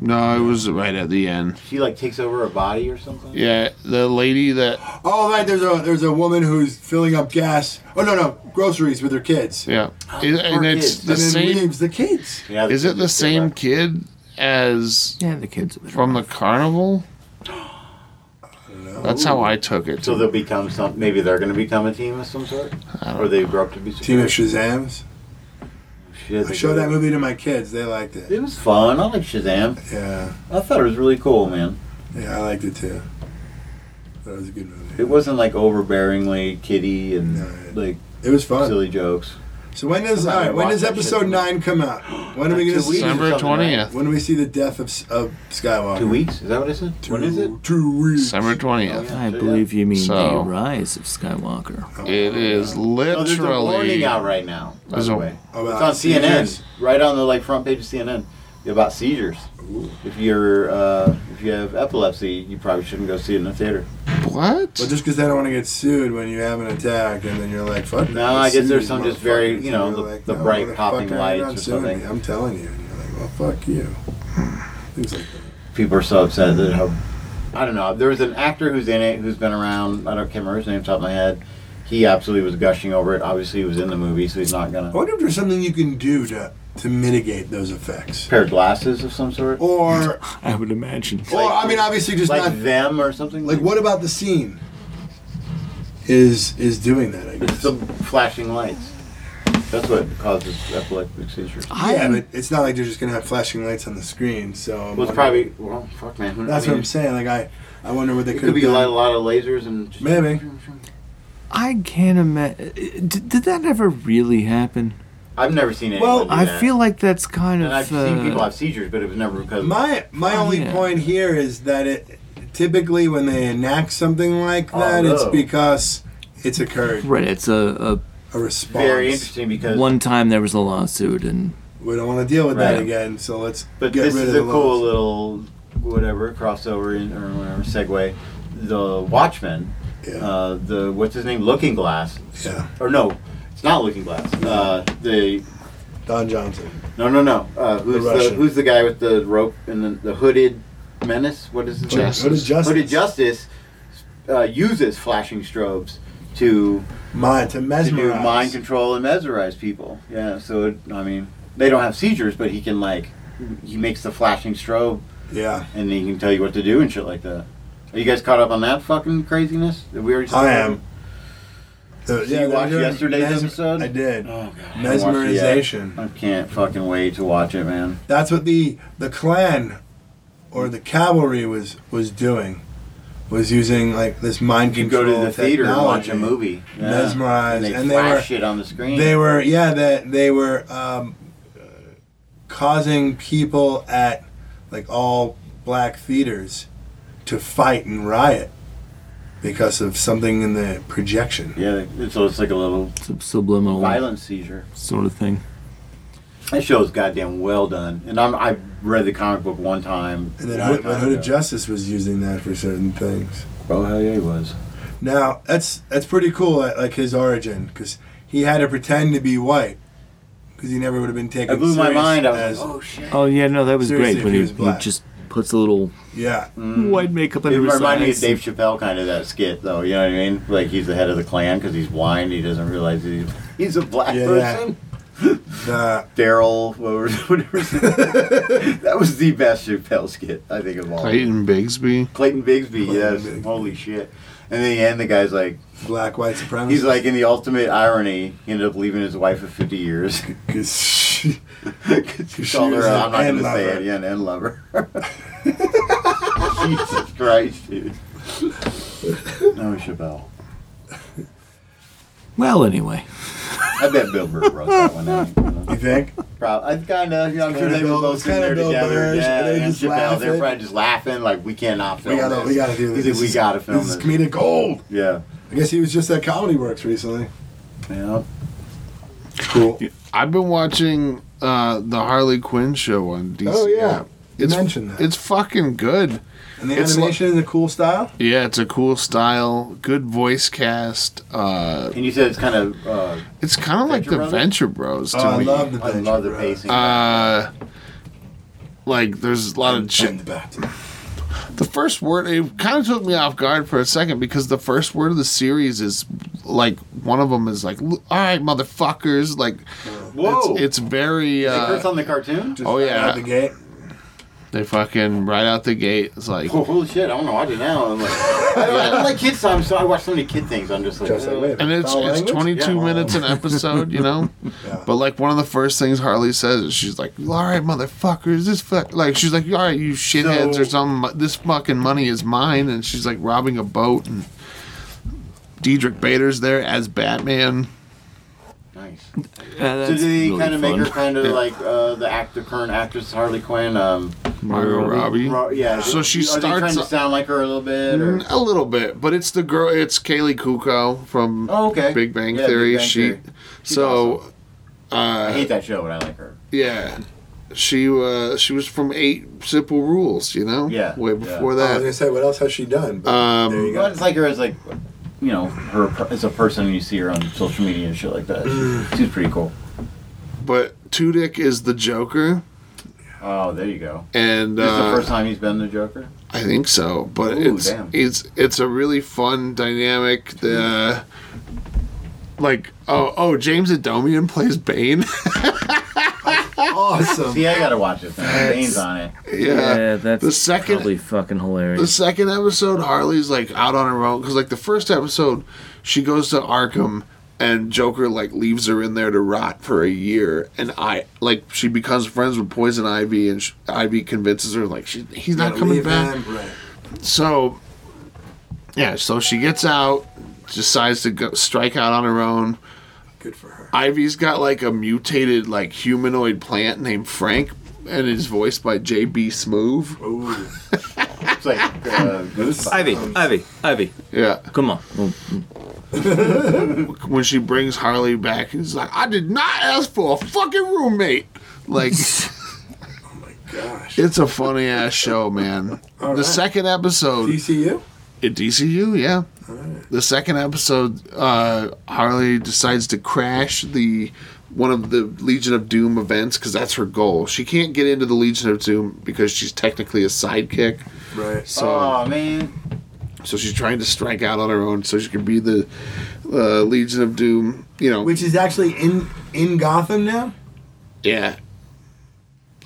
Speaker 6: No, it was right at the end.
Speaker 8: she like takes over her body or something.
Speaker 6: Yeah, the lady that
Speaker 5: Oh right, there's a there's a woman who's filling up gas. Oh no no, groceries with her kids.
Speaker 6: yeah, It- and it's
Speaker 8: kids.
Speaker 6: the
Speaker 5: and then
Speaker 6: same.
Speaker 5: leaves the kids.
Speaker 8: Yeah,
Speaker 6: Is it the
Speaker 8: that's
Speaker 6: same
Speaker 8: right.
Speaker 6: kid as
Speaker 4: Yeah, the kids are
Speaker 6: from the carnival? That's how I took it.
Speaker 8: So they'll become some. Maybe they're going to become a team of some sort, or they grow up to be.
Speaker 5: Team of Shazams.
Speaker 8: Shit,
Speaker 5: I
Speaker 8: they
Speaker 5: showed
Speaker 8: go-
Speaker 5: that movie to my kids. They liked it.
Speaker 8: It was fun. I like Shazam.
Speaker 5: Yeah,
Speaker 8: I thought it was really cool, man.
Speaker 5: yeah, I liked it too. That was a good movie.
Speaker 8: It wasn't like overbearingly kiddie and
Speaker 5: No, it-
Speaker 8: like
Speaker 5: It was fun.
Speaker 8: silly jokes.
Speaker 5: So when
Speaker 8: I'm
Speaker 5: does
Speaker 8: not
Speaker 5: all right,
Speaker 8: gonna
Speaker 5: when
Speaker 8: watch
Speaker 5: does
Speaker 8: that shit
Speaker 5: episode
Speaker 8: tonight.
Speaker 5: nine come out? When are we gonna
Speaker 8: Two weeks
Speaker 5: see?
Speaker 8: or
Speaker 6: December
Speaker 8: something, right?
Speaker 6: 20th.
Speaker 5: When do we see the death of, S- of Skywalker?
Speaker 8: Two weeks? Is that what I said?
Speaker 5: Two,
Speaker 8: when is it?
Speaker 5: Two weeks.
Speaker 6: December twentieth.
Speaker 4: I believe you mean
Speaker 6: So-
Speaker 4: the rise of Skywalker.
Speaker 6: It is
Speaker 8: Oh, there's a warning
Speaker 6: literally.
Speaker 8: out right now. By
Speaker 6: There's
Speaker 8: the
Speaker 6: a-
Speaker 8: way, it's
Speaker 5: About
Speaker 8: on CNN,
Speaker 5: seizures.
Speaker 8: right on the like front page of CNN about seizures. If you're uh, if you have epilepsy, you probably shouldn't go see it in the theater.
Speaker 6: What?
Speaker 5: Well, just because they don't want to get sued when you have an attack, and then you're like, "Fuck."
Speaker 8: No, I guess there's some just very, you know, the- the bright popping lights or something.
Speaker 5: Me. I'm telling you, and you're like, "Well, fuck you." Things like that.
Speaker 8: people are so upset that how I don't know. There was an actor who's in it who's been around. I don't can't remember his name off the top of my head. He absolutely was gushing over it. Obviously, he was in the movie, so he's not
Speaker 5: I
Speaker 8: gonna
Speaker 5: wonder if there's something you can do to to mitigate those effects,
Speaker 8: pair of glasses of some sort.
Speaker 5: or
Speaker 4: I would imagine.
Speaker 5: or I mean, obviously, just
Speaker 8: like
Speaker 5: not
Speaker 8: them or something.
Speaker 5: Like, what about the scene? is is doing that. I
Speaker 8: It's
Speaker 5: guess.
Speaker 8: the flashing lights. That's what causes epileptic seizures.
Speaker 5: yeah, but it's not like they're just gonna have flashing lights on the screen. So I'm
Speaker 8: Well, it's probably
Speaker 5: wondering-
Speaker 8: well, fuck, man. who-
Speaker 5: Oh that's
Speaker 8: I mean,
Speaker 5: what I'm saying. Like I, I wonder what they
Speaker 8: It
Speaker 5: could
Speaker 8: could
Speaker 5: have
Speaker 8: be a lot, a
Speaker 5: done.
Speaker 8: lot of lasers and just-
Speaker 5: Maybe.
Speaker 4: I can't imagine. Did, did that ever really happen?
Speaker 8: I've never seen anyone.
Speaker 5: Well,
Speaker 8: do
Speaker 4: I
Speaker 8: that.
Speaker 4: feel like that's kind
Speaker 8: And
Speaker 4: of.
Speaker 8: I've seen
Speaker 4: uh,
Speaker 8: people have seizures, but it was never because.
Speaker 5: My my
Speaker 4: Oh,
Speaker 5: only
Speaker 4: yeah.
Speaker 5: point here is that it typically when they enact something like
Speaker 8: Oh,
Speaker 5: that, it's
Speaker 8: Although-
Speaker 5: because it's occurred
Speaker 4: Right, it's a,
Speaker 5: a response.
Speaker 8: very interesting
Speaker 4: a
Speaker 8: because
Speaker 4: one time there was a lawsuit and
Speaker 5: We don't want to deal with that
Speaker 4: Right.
Speaker 5: again. So let's
Speaker 8: But
Speaker 5: get
Speaker 8: this
Speaker 5: rid
Speaker 8: is a
Speaker 5: of the
Speaker 8: cool
Speaker 5: laws.
Speaker 8: little whatever crossover in, or whatever segue. The Watchmen,
Speaker 5: Yeah.
Speaker 8: uh, the what's his name, Looking Glass,
Speaker 5: yeah,
Speaker 8: or no, it's not Looking Glass. Uh, the
Speaker 5: Don Johnson.
Speaker 8: no, no, no. Uh, who's
Speaker 5: The
Speaker 8: the,
Speaker 5: Russian.
Speaker 8: who's the guy with the rope and the, the hooded menace? What is his name?
Speaker 6: Justice.
Speaker 5: Hooded Justice.
Speaker 8: Hooded Justice uh, uses flashing strobes to
Speaker 5: Mind to
Speaker 8: to do
Speaker 5: mesmerize.
Speaker 8: mind control and mesmerize people. Yeah, so it, I mean, they don't have seizures, but he can like he makes the flashing strobe
Speaker 5: yeah,
Speaker 8: and he can tell you what to do and shit like that. Are you guys caught up on that fucking craziness? That we already
Speaker 5: I am. So,
Speaker 8: Did you watch
Speaker 5: they're doing
Speaker 8: yesterday's episode?
Speaker 5: I did.
Speaker 8: Oh, God. I haven't watched it yet.
Speaker 5: Mesmerization.
Speaker 8: I can't fucking wait to watch it, man.
Speaker 5: That's what the the clan or the cavalry was was doing, was using like this mind
Speaker 8: You can
Speaker 5: control.
Speaker 8: go to the theater and watch a
Speaker 5: technology.
Speaker 8: movie. Yeah. And
Speaker 5: Mesmerized,
Speaker 8: they
Speaker 5: and they
Speaker 8: flash
Speaker 5: were-
Speaker 8: shit on the screen.
Speaker 5: They were yeah that they were um, uh, causing people at like all black theaters to fight and riot because of something in the projection.
Speaker 8: yeah, it's- so it's like a little
Speaker 4: sub- subliminal
Speaker 8: violent seizure.
Speaker 4: sort of thing.
Speaker 8: That show's goddamn well done. And I'm, I read the comic book one time.
Speaker 5: And then
Speaker 8: a long
Speaker 5: Hood,
Speaker 8: time
Speaker 5: Hood
Speaker 8: ago.
Speaker 5: of Justice was using that for certain things.
Speaker 8: Oh hell yeah, he was.
Speaker 5: Now that's that's pretty cool. uh, Like his origin, because he had to pretend to be white, because he never would have been taken.
Speaker 8: It blew my
Speaker 5: serious
Speaker 8: mind. I
Speaker 5: as-
Speaker 8: was like, oh shit.
Speaker 4: Oh, yeah, no, that was
Speaker 5: Seriously, if
Speaker 4: great when
Speaker 5: he
Speaker 4: he,
Speaker 5: was black.
Speaker 4: he just puts a little
Speaker 8: oh.
Speaker 5: yeah,
Speaker 4: white makeup
Speaker 8: It
Speaker 4: under his
Speaker 8: reminded me of
Speaker 4: eyes.
Speaker 8: Dave Chappelle kind of that skit though. You know what I mean? Like he's the head of the clan because he's blind. He doesn't realize that he's, he's a black
Speaker 5: Yeah, yeah.
Speaker 8: person.
Speaker 5: the
Speaker 8: Daryl, whatever. whatever his name- that was the best Chappelle skit I think of all. Clayton,
Speaker 6: Clayton Bigsby.
Speaker 8: Bigsby.
Speaker 5: Clayton
Speaker 8: yes.
Speaker 5: Bigsby.
Speaker 8: Holy shit. And in the end, the guy's like,
Speaker 5: black white supremacy.
Speaker 8: he's like in the ultimate irony, he ended up leaving his wife of 50 years.
Speaker 5: Cause she,
Speaker 8: she called her,
Speaker 5: was
Speaker 8: I'm
Speaker 5: an
Speaker 8: not going
Speaker 5: end
Speaker 8: to say
Speaker 5: lover.
Speaker 8: it, yeah, an end lover. Jesus Christ, dude. No, Chappelle.
Speaker 4: Well, anyway.
Speaker 8: I bet Bill Burr wrote that one out. You know?
Speaker 5: you think?
Speaker 8: Probably, I kind of, you know, I'm sure
Speaker 5: Kinda
Speaker 8: they were
Speaker 5: Bill-
Speaker 8: both sitting
Speaker 5: kinda
Speaker 8: there
Speaker 5: Bill
Speaker 8: together.
Speaker 5: Burrs,
Speaker 8: Yeah,
Speaker 5: they
Speaker 8: and
Speaker 5: just
Speaker 8: Chappelle, they're
Speaker 5: laughing.
Speaker 8: probably just laughing like we cannot
Speaker 5: We
Speaker 8: film
Speaker 5: gotta,
Speaker 8: this.
Speaker 5: we gotta do
Speaker 8: He's
Speaker 5: this.
Speaker 8: like, we
Speaker 5: is-
Speaker 8: gotta film
Speaker 5: This
Speaker 8: this.
Speaker 5: is comedic gold.
Speaker 8: Yeah,
Speaker 5: I guess he was just at Comedy Works recently.
Speaker 8: yeah.
Speaker 5: Cool.
Speaker 6: I've been watching uh, the Harley Quinn show on DC.
Speaker 5: Oh yeah, you
Speaker 6: It's-
Speaker 5: mentioned that.
Speaker 6: It's fucking good.
Speaker 5: and the
Speaker 6: it's
Speaker 5: animation is a cool style.
Speaker 6: Yeah, it's a cool style, good voice cast. Uh,
Speaker 8: And you said it's kind of, uh,
Speaker 6: it's kind of like
Speaker 8: Venture
Speaker 6: the
Speaker 8: Brothers?
Speaker 6: Venture Bros to
Speaker 5: Oh, I
Speaker 6: me.
Speaker 5: love the
Speaker 8: I
Speaker 5: Venture
Speaker 8: love the
Speaker 5: Bros.
Speaker 8: pacing.
Speaker 6: uh, like there's a lot of
Speaker 5: And
Speaker 6: shit.
Speaker 5: the back.
Speaker 6: The first word it kind of took me off guard for a second because the first word of the series is like one of them is like "All right, motherfuckers." Like
Speaker 8: Whoa!
Speaker 6: it's, it's very.
Speaker 8: They
Speaker 6: Uh,
Speaker 8: curse on the cartoon?
Speaker 5: Just
Speaker 6: Oh,
Speaker 5: right
Speaker 6: yeah.
Speaker 5: out the gate.
Speaker 6: They fucking right out the gate. It's like,
Speaker 8: Oh, holy shit, I don't know why I do now. I'm like, I, don't, I don't like kids, so I'm so I watch so many kid things. I'm just like,
Speaker 5: Just like,
Speaker 8: uh,
Speaker 5: wait a minute.
Speaker 6: and it's
Speaker 5: Foul
Speaker 6: it's
Speaker 5: language?
Speaker 6: 22
Speaker 8: Yeah.
Speaker 6: minutes an episode, you know.
Speaker 5: Yeah.
Speaker 6: But like one of the first things Harley says is she's like, "All right, motherfuckers, this fuck like she's like, all right, you shitheads
Speaker 5: So-
Speaker 6: or something. This fucking money is mine." And she's like robbing a boat, and Diedrich Bader's there as Batman.
Speaker 8: nice.
Speaker 4: Yeah,
Speaker 8: So do
Speaker 4: that's
Speaker 8: they
Speaker 4: really
Speaker 8: kind of make
Speaker 4: fun.
Speaker 8: her kind of like uh, the actor, current actress Harley Quinn? Um,
Speaker 6: Margot Robbie.
Speaker 8: ro- yeah.
Speaker 6: So she
Speaker 8: are they
Speaker 6: starts-
Speaker 8: trying to sound like her a little bit. Or?
Speaker 6: Mm, A little bit, but it's the girl. It's Kaylee Kuko from
Speaker 8: Oh, okay.
Speaker 6: Big Bang
Speaker 8: Yeah, Big
Speaker 6: Theory.
Speaker 8: Bang
Speaker 6: she,
Speaker 8: Theory. She's
Speaker 6: so uh,
Speaker 8: awesome. I hate that show, but I like her.
Speaker 6: yeah, she uh, she was from Eight Simple Rules. You know,
Speaker 8: Yeah,
Speaker 6: way
Speaker 8: yeah.
Speaker 6: before
Speaker 5: I was
Speaker 6: that.
Speaker 5: gonna say, what else has she done? But
Speaker 6: Um,
Speaker 5: Oh, there you
Speaker 8: Well,
Speaker 5: go.
Speaker 8: it's like her as like, you know, her per- as a person you see her on social media and shit like that. She's, she's pretty cool.
Speaker 6: but Tudyk is the Joker,
Speaker 8: Oh, there you go.
Speaker 6: and
Speaker 8: This is the
Speaker 6: uh,
Speaker 8: first time he's been the Joker.
Speaker 6: I think so. But
Speaker 8: Ooh,
Speaker 6: it's
Speaker 8: damn.
Speaker 6: it's it's a really fun dynamic. The like oh oh James Adomian plays Bane.
Speaker 5: awesome.
Speaker 8: See, I gotta watch it. Now. Dane's on it.
Speaker 6: Yeah,
Speaker 4: Yeah, that's
Speaker 6: the second
Speaker 4: probably fucking
Speaker 6: the
Speaker 4: hilarious.
Speaker 6: second episode, Harley's like out on her own because like the first episode, she goes to Arkham and Joker like leaves her in there to rot for a year, and I like she becomes friends with Poison Ivy, and sh Ivy convinces her like she, he's not
Speaker 5: Gotta
Speaker 6: coming
Speaker 5: leave
Speaker 6: back.
Speaker 5: him, right.
Speaker 6: So, yeah, so she gets out, decides to go strike out on her own.
Speaker 5: Good for her.
Speaker 6: Ivy's got like a mutated like humanoid plant named Frank, and is voiced by J.B. Smoove.
Speaker 5: Ooh.
Speaker 8: It's like uh, Goosebumps.
Speaker 4: Ivy, Ivy, Ivy,
Speaker 6: Yeah.
Speaker 4: come on.
Speaker 6: when she brings Harley back, he's like, I did not ask for a fucking roommate. Like,
Speaker 5: Gosh.
Speaker 6: it's a funny ass show, man. the
Speaker 5: right.
Speaker 6: second episode
Speaker 5: DCU?
Speaker 6: at DCU, yeah. The second episode, uh, Harley decides to crash the one of the Legion of Doom events because that's her goal. She can't get into the Legion of Doom because she's technically a sidekick.
Speaker 5: Right. Ah.
Speaker 6: So
Speaker 8: Oh man,
Speaker 6: so she's trying to strike out on her own so she can be the uh, Legion of Doom. You know,
Speaker 5: Which is actually in in Gotham now?
Speaker 6: Yeah.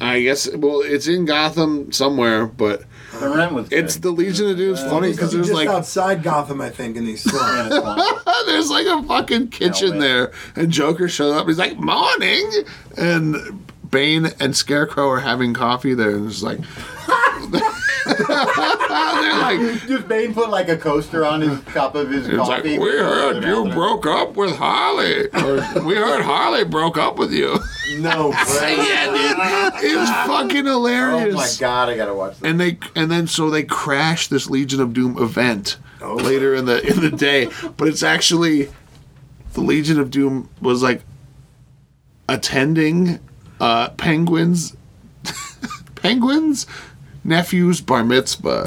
Speaker 6: I guess well, it's in Gotham somewhere, but
Speaker 8: the rent was. Good.
Speaker 6: it's the Legion of Doom's funny because
Speaker 5: Just
Speaker 6: there's like
Speaker 5: outside Gotham, I think, in these slums.
Speaker 6: there's like a fucking kitchen
Speaker 8: man.
Speaker 6: there, and Joker shows up. He's like, "Morning," and Bane and Scarecrow are having coffee there, and it's like, they're like,
Speaker 8: Just Bane put like a coaster on his cup of his
Speaker 6: It's like
Speaker 8: coffee.
Speaker 6: we heard you broke up with Harley, or we heard Harley broke up with you.
Speaker 5: no,
Speaker 6: yeah, dude, it's fucking hilarious.
Speaker 8: Oh my god, I gotta watch that.
Speaker 6: and they and then so they crash this Legion of Doom event later in the in the day, but it's actually the Legion of Doom was like attending uh, Penguins Penguins nephew's bar mitzvah.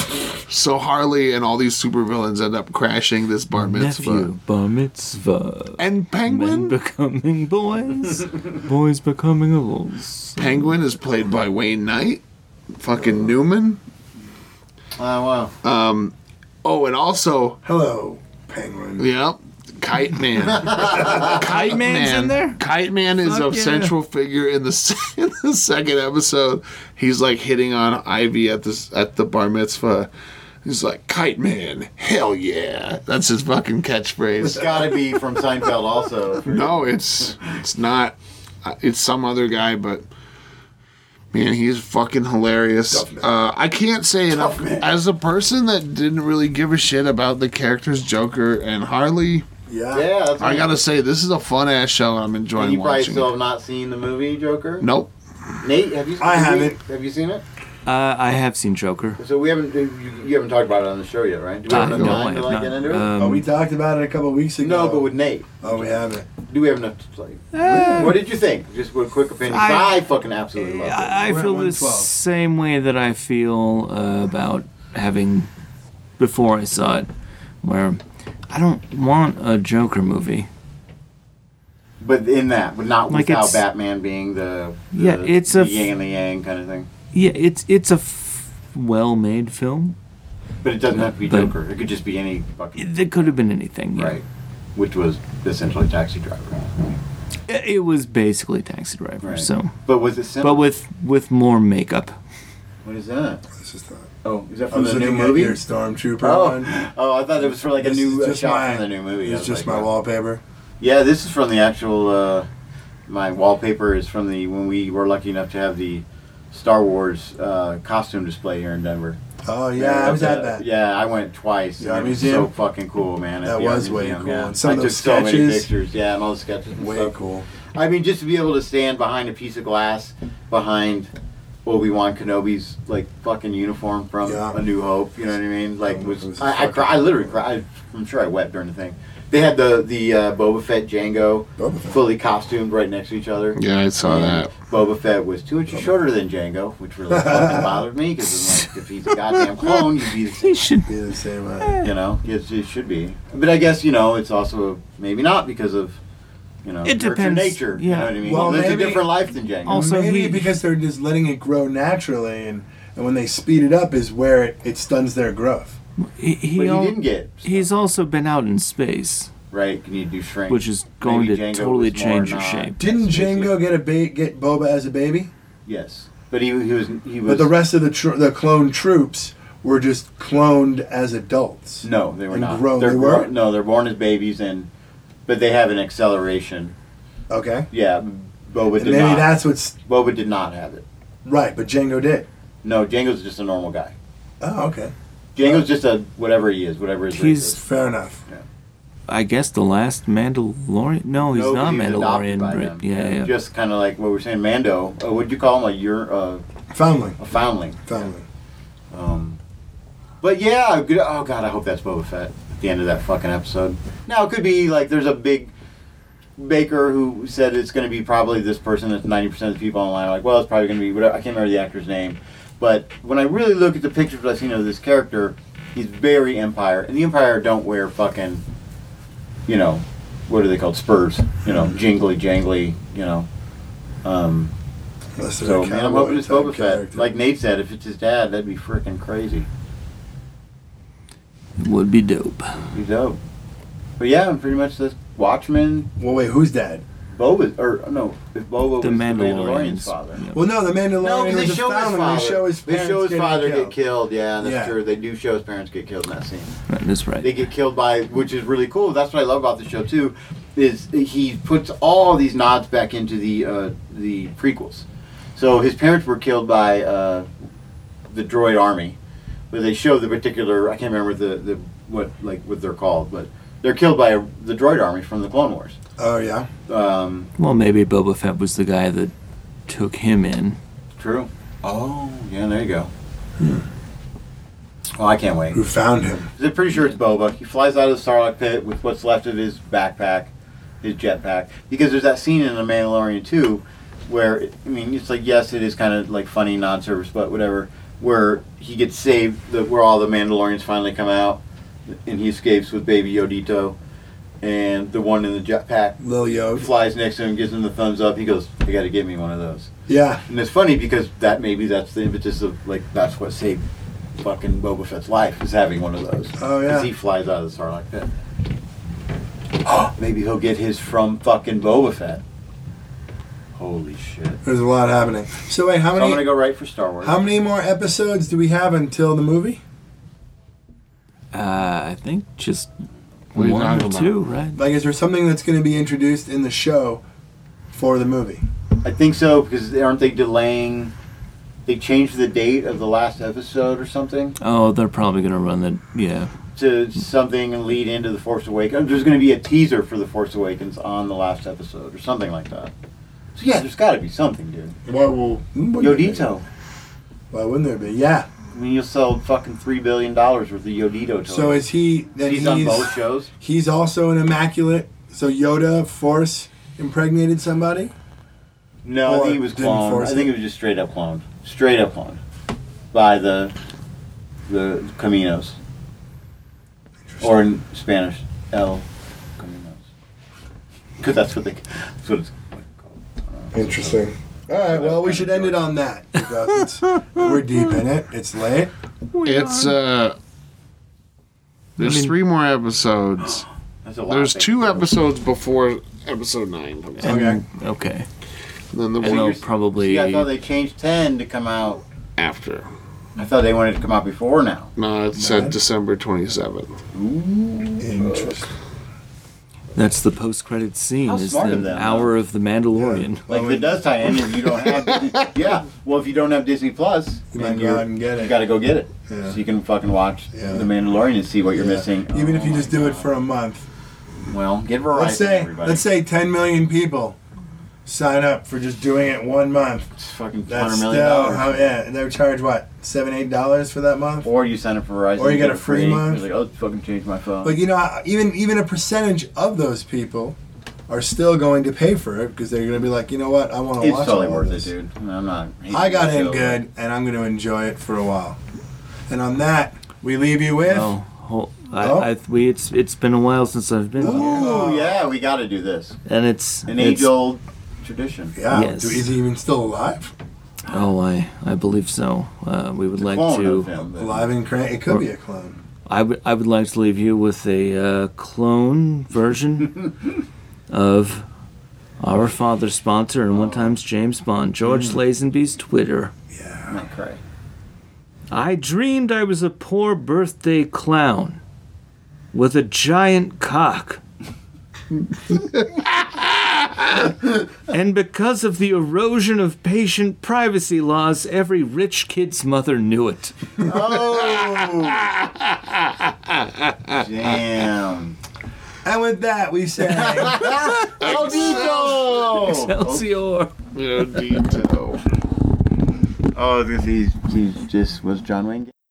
Speaker 6: So Harley and all these supervillains end up crashing this bar mitzvah.
Speaker 4: Nephew, bar mitzvah.
Speaker 6: And
Speaker 4: Men
Speaker 6: Penguin
Speaker 4: becoming boys, boys becoming adults.
Speaker 6: Penguin is played by Wayne Knight, fucking Newman.
Speaker 8: Oh wow.
Speaker 6: Oh, and also
Speaker 5: Hello, Penguin.
Speaker 6: Yep. Kite Man. Kite
Speaker 4: Man's in there?
Speaker 6: Kite Man is
Speaker 4: Fuck
Speaker 6: a
Speaker 4: yeah.
Speaker 6: central figure in the, se- in the second episode. He's like hitting on Ivy at this at the bar mitzvah. He's like Kite Man. Hell yeah! That's his fucking
Speaker 8: It's
Speaker 6: catchphrase.
Speaker 8: gotta be from Seinfeld also.
Speaker 6: no, it's it's not. Uh, It's some other guy, but. Man, he's fucking hilarious.
Speaker 5: Tough man.
Speaker 6: Uh, I can't say enough.
Speaker 5: man.
Speaker 6: As a person that didn't really give a shit about the characters Joker and Harley,
Speaker 5: Yeah.
Speaker 8: Yeah, that's
Speaker 6: I gotta say, this is a fun ass show, and I'm
Speaker 8: And
Speaker 6: enjoying
Speaker 8: you probably
Speaker 6: watching.
Speaker 8: still
Speaker 6: it.
Speaker 8: have not seen the movie Joker.
Speaker 6: Nope.
Speaker 8: Nate, have you?
Speaker 5: I
Speaker 8: have you-
Speaker 5: haven't.
Speaker 8: Have you seen it?
Speaker 4: Uh, I have seen Joker.
Speaker 8: So we haven't. You, you haven't talked about it on the show yet, right? Do we
Speaker 4: Uh,
Speaker 8: have enough
Speaker 4: no, I
Speaker 8: time to
Speaker 4: have
Speaker 8: like get into
Speaker 4: not.
Speaker 8: it?
Speaker 6: uh,
Speaker 5: oh, we
Speaker 4: Um,
Speaker 5: talked about it a couple weeks ago.
Speaker 8: no, but with Nate,
Speaker 5: oh, we haven't.
Speaker 8: do we have enough? To, like,
Speaker 6: Eh.
Speaker 8: what did you think? Just with a quick opinion. 'cause I,
Speaker 4: I-
Speaker 8: fucking absolutely loved it.
Speaker 4: I
Speaker 5: We're at
Speaker 4: feel the
Speaker 5: 112.
Speaker 4: same way that I feel uh, about having before I saw it, where I don't want a Joker movie.
Speaker 8: But in that, but not
Speaker 4: Like
Speaker 8: without
Speaker 4: it's-
Speaker 8: Batman being the, the
Speaker 4: Yeah, it's
Speaker 8: the
Speaker 4: a f-
Speaker 8: yin and the yang kind of thing.
Speaker 4: Yeah, it's it's a f- well-made film.
Speaker 8: But it doesn't have to be
Speaker 4: But-
Speaker 8: Joker. It could just be any fucking
Speaker 4: It, it could have been anything. yeah.
Speaker 8: right, which was essentially Taxi Driver. right?
Speaker 4: It, it was basically Taxi Driver.
Speaker 8: Right.
Speaker 4: So,
Speaker 8: But was it simple?
Speaker 4: but with with more makeup.
Speaker 8: what is that?
Speaker 5: This is not.
Speaker 8: Oh, is that
Speaker 5: I
Speaker 8: from
Speaker 5: was
Speaker 8: the new
Speaker 5: looking at
Speaker 8: movie?
Speaker 5: your Stormtrooper.
Speaker 8: Oh, oh, I thought it was for like a
Speaker 5: This
Speaker 8: new
Speaker 5: is
Speaker 8: uh,
Speaker 5: just
Speaker 8: shot
Speaker 5: my-
Speaker 8: from the new movie. I
Speaker 5: It's
Speaker 8: was
Speaker 5: just
Speaker 8: like,
Speaker 5: my
Speaker 8: oh.
Speaker 5: wallpaper.
Speaker 8: Yeah, this is from the actual. Uh, my wallpaper is from the when we were lucky enough to have the Star Wars uh, costume display here in Denver.
Speaker 5: Oh yeah, I was at that.
Speaker 8: Yeah, I went twice.
Speaker 5: The
Speaker 8: and
Speaker 5: art
Speaker 8: it was
Speaker 5: museum?
Speaker 8: so fucking cool, man. at
Speaker 5: That
Speaker 8: the art
Speaker 5: was way
Speaker 8: museum,
Speaker 5: cool.
Speaker 8: Yeah.
Speaker 5: And some
Speaker 8: I
Speaker 5: of
Speaker 8: took
Speaker 5: those
Speaker 8: so many
Speaker 5: sketches-
Speaker 8: pictures. Yeah, and all the sketches. and
Speaker 5: Way
Speaker 8: stuff.
Speaker 5: cool.
Speaker 8: I mean, just to be able to stand behind a piece of glass behind Obi Wan Kenobi's like fucking uniform from
Speaker 5: Yeah.
Speaker 8: A New Hope. You know what I mean? Like,
Speaker 5: It
Speaker 8: was
Speaker 5: was
Speaker 8: I, I,
Speaker 5: fucking-
Speaker 8: cry, I literally cried. I'm sure I wept during the thing. They had the the uh, Boba Fett Django
Speaker 5: Boba Fett.
Speaker 8: fully costumed right next to each other.
Speaker 6: Yeah, I saw
Speaker 8: And
Speaker 6: that.
Speaker 8: Boba Fett was two inches shorter than Django, which really fucking bothered me because like, if he's a goddamn clone, you'd be the same.
Speaker 4: He should.
Speaker 5: Be the same uh, way.
Speaker 8: You know, it, it should be. But I guess you know it's also maybe not because of you know
Speaker 4: It
Speaker 8: nurture
Speaker 4: depends.
Speaker 8: nature. You
Speaker 4: Yeah.
Speaker 8: know what I mean.
Speaker 5: Well,
Speaker 8: Well, lives a
Speaker 5: maybe-
Speaker 8: different life than Django.
Speaker 4: Also- So
Speaker 5: Maybe
Speaker 4: he-
Speaker 5: because they're just letting it grow naturally, and, and when they speed it up is where it, it stuns their growth.
Speaker 4: He,
Speaker 8: but
Speaker 4: he,
Speaker 8: he
Speaker 4: al-
Speaker 8: didn't get
Speaker 4: he's also been out in space.
Speaker 8: right? You need to do shrink,
Speaker 4: Which is going
Speaker 8: Maybe
Speaker 4: to
Speaker 8: Django
Speaker 4: totally
Speaker 8: was more
Speaker 4: change your
Speaker 8: not-
Speaker 4: shape.
Speaker 5: Didn't Django get a ba- get Boba as a baby?
Speaker 8: Yes, but he, he was he was.
Speaker 5: But the rest of the tr- the clone troops were just cloned as adults.
Speaker 8: No, they were
Speaker 5: And
Speaker 8: not.
Speaker 5: grown-
Speaker 8: They're
Speaker 5: they were?
Speaker 8: grown- No, they're born as babies, and but they have an acceleration.
Speaker 5: Okay.
Speaker 8: Yeah, Boba
Speaker 5: And
Speaker 8: did not.
Speaker 5: maybe that's what's
Speaker 8: Boba did not have it.
Speaker 5: right, but Django did.
Speaker 8: No, Django's just a normal guy.
Speaker 5: Oh, okay.
Speaker 8: Django's just a whatever he is, whatever his race
Speaker 4: He's-
Speaker 8: is.
Speaker 5: Fair enough.
Speaker 4: I guess the last Mandalorian. No, he's
Speaker 8: No,
Speaker 4: not
Speaker 8: but he was adopted
Speaker 4: Mandalorian.
Speaker 8: by
Speaker 4: Right?
Speaker 8: them.
Speaker 4: Yeah, yeah.
Speaker 8: Just kind of like what we were saying, Mando. Uh, what'd you call him? A year, uh,
Speaker 5: Foundling.
Speaker 8: a foundling.
Speaker 5: Foundling.
Speaker 8: Um, but yeah, good, oh god, I hope that's Boba Fett at the end of that fucking episode. Now it could be like there's a big baker who said it's going to be probably this person that's ninety percent of the people online are like, well, it's probably going to be whatever. I can't remember the actor's name, but when I really look at the pictures I've seen of this character, he's very Empire, and the Empire don't wear fucking, you know, what are they called? Spurs, you know, jingly jangly, you know. Um,
Speaker 5: Unless they're
Speaker 8: so
Speaker 5: a
Speaker 8: man, I'm
Speaker 5: cowboy
Speaker 8: hoping it's
Speaker 5: type
Speaker 8: Boba Fett.
Speaker 5: character.
Speaker 8: Like Nate said, if it's his dad, that'd be freaking crazy.
Speaker 4: Would be dope.
Speaker 8: Be dope. But yeah, I'm pretty much this Watchmen,
Speaker 5: well, wait, who's dad?
Speaker 8: Boba, or no, if Boba
Speaker 4: The
Speaker 8: was
Speaker 4: Mandalorians.
Speaker 8: the Mandalorian's father.
Speaker 4: Yeah.
Speaker 5: Well, no, the Mandalorian was a foundling. They show his
Speaker 8: They
Speaker 5: parents
Speaker 8: show his
Speaker 5: getting
Speaker 8: father
Speaker 5: killed.
Speaker 8: get killed. Yeah, that's
Speaker 5: Yeah.
Speaker 8: true. They do show his parents get killed in that scene.
Speaker 4: Right, That's right.
Speaker 8: They get killed by, which is really cool. That's what I love about the show too, is he puts all these nods back into the uh, the prequels. So his parents were killed by uh, the droid army, but they show the particular. I can't remember the, the what like what they're called, but they're killed by the droid army from the Clone Wars.
Speaker 5: Oh yeah.
Speaker 8: Um,
Speaker 4: well, maybe Boba Fett was the guy that took him in.
Speaker 8: true. Oh yeah, there you go. Oh, I can't wait.
Speaker 5: Who found him?
Speaker 8: They're pretty sure it's Boba. He flies out of the Sarlacc pit with what's left of his backpack, his jetpack. Because there's that scene in The Mandalorian too, where I mean, it's like yes, it is kind of like funny non-service, but whatever. Where he gets saved, the, where all the Mandalorians finally come out, and he escapes with Baby Yodito, and the one in the jetpack
Speaker 5: Lil Yod.
Speaker 8: flies next to him, gives him the thumbs up. He goes, "You got to give me one of those."
Speaker 5: Yeah.
Speaker 8: And it's funny because that maybe that's the impetus of like that's what saved fucking Boba Fett's life is having one of those.
Speaker 5: Oh, yeah.
Speaker 8: 'Cause he flies out of the Sarlacc pit. maybe he'll get his from fucking Boba Fett. Holy shit!
Speaker 5: There's a lot happening. So wait, how
Speaker 8: So I'm gonna
Speaker 5: many
Speaker 8: go right for Star Wars.
Speaker 5: how many more episodes do we have until the movie?
Speaker 4: Uh, I think just
Speaker 6: What are you
Speaker 4: one or
Speaker 6: talking about?
Speaker 4: two, right?
Speaker 5: Like, is there something that's going to be introduced in the show for the movie?
Speaker 8: I think so because they- aren't they delaying? They changed the date of the last episode or something
Speaker 4: Oh, they're probably gonna run the yeah.
Speaker 8: to something and lead into the Force Awakens. There's going to be a teaser for the Force Awakens on the last episode or something like that. So yeah, there's got to be something, dude.
Speaker 5: Why will
Speaker 8: Yodito.
Speaker 5: Why wouldn't there be? Yeah.
Speaker 8: I mean, you'll sell fucking three billion dollars worth of Yodito toys.
Speaker 5: So is he? Then
Speaker 8: Oh. he's,
Speaker 5: he's
Speaker 8: on both shows.
Speaker 5: he's also an immaculate. So Yoda Force impregnated somebody.
Speaker 8: No, I
Speaker 5: Or
Speaker 8: think he was
Speaker 5: didn't
Speaker 8: cloned.
Speaker 5: force
Speaker 8: I think
Speaker 5: it.
Speaker 8: it was just straight up cloned. Straight up cloned by the the Caminos, or in Spanish, El Caminos, because that's what they that's what it's called.
Speaker 5: Interesting. All right. Well, we should end it on that because it's, we're deep in it. It's late.
Speaker 6: It's uh there's three more episodes.
Speaker 8: That's a lot
Speaker 6: There's
Speaker 8: of
Speaker 6: two
Speaker 8: things.
Speaker 6: episodes before episode nine comes out.
Speaker 5: Okay.
Speaker 4: Okay.
Speaker 6: And then the
Speaker 4: And
Speaker 6: one
Speaker 4: they'll
Speaker 8: See,
Speaker 4: probably
Speaker 8: I thought they changed ten to come out.
Speaker 6: after.
Speaker 8: I thought they wanted it to come out before now.
Speaker 6: No, it said December twenty seventh.
Speaker 5: Interesting.
Speaker 4: that's the post credit scene
Speaker 8: How
Speaker 4: is
Speaker 8: smart of
Speaker 4: the
Speaker 8: them,
Speaker 4: hour of the Mandalorian.
Speaker 8: Like if it does tie in, and you don't have, yeah. Well, if you don't have Disney Plus,
Speaker 5: You
Speaker 8: then
Speaker 5: might go
Speaker 8: you're-
Speaker 5: out and get
Speaker 8: You
Speaker 5: it.
Speaker 8: gotta go get it.
Speaker 5: Yeah.
Speaker 8: So you can fucking watch
Speaker 5: Yeah.
Speaker 8: The Mandalorian and see what you're
Speaker 5: Yeah.
Speaker 8: missing.
Speaker 5: Even
Speaker 8: Oh
Speaker 5: if you
Speaker 8: my
Speaker 5: just do it
Speaker 8: God.
Speaker 5: for a month.
Speaker 8: Well, get Verizon,
Speaker 5: Let's say
Speaker 8: everybody.
Speaker 5: let's say 10 million people sign up for just doing it one month.
Speaker 8: It's fucking
Speaker 5: That's
Speaker 8: $100
Speaker 5: still
Speaker 8: million.
Speaker 5: how yeah. And they would charge what seven eight dollars for that month.
Speaker 8: Or you sign up for Verizon.
Speaker 5: Or you get
Speaker 8: it
Speaker 5: a free month.
Speaker 8: You're like, oh, fucking change my phone.
Speaker 5: But you know, I- even even a percentage of those people are still going to pay for it because they're going to be like, you know what, I want to
Speaker 8: it's
Speaker 5: watch
Speaker 8: totally
Speaker 5: all
Speaker 8: worth
Speaker 5: this.
Speaker 8: it, dude. I'm not.
Speaker 5: I got in
Speaker 8: hating the show,
Speaker 5: good, and I'm going to enjoy it for a while. And on that, we leave you with.
Speaker 4: Oh, hol- I,
Speaker 5: Oh.
Speaker 4: I, we, it's it's been a while since I've been
Speaker 8: but-
Speaker 4: here,
Speaker 8: Ooh, yeah, we gotta do this.
Speaker 4: and it's
Speaker 8: An
Speaker 4: it's-
Speaker 8: age old tradition.
Speaker 5: Yeah,
Speaker 4: Yes.
Speaker 5: do- is he even still alive?
Speaker 4: Oh, I I believe so. Uh, we would like
Speaker 8: Clone
Speaker 4: to.
Speaker 8: of him, but-
Speaker 5: Alive and crank? It could be a clone.
Speaker 4: I would I would like to leave you with a uh, clone version of our father sponsor and one time's James Bond, George Lazenby's Twitter.
Speaker 8: I'm gonna cry.
Speaker 4: I dreamed I was a poor birthday clown with a giant cock. and because of the erosion of patient privacy laws, every rich kid's mother knew it.
Speaker 8: Damn.
Speaker 5: And with that, we say.
Speaker 4: Excelsior!
Speaker 6: You know, Dito.
Speaker 8: Oh, I was gonna say he's, he's just was John Wayne.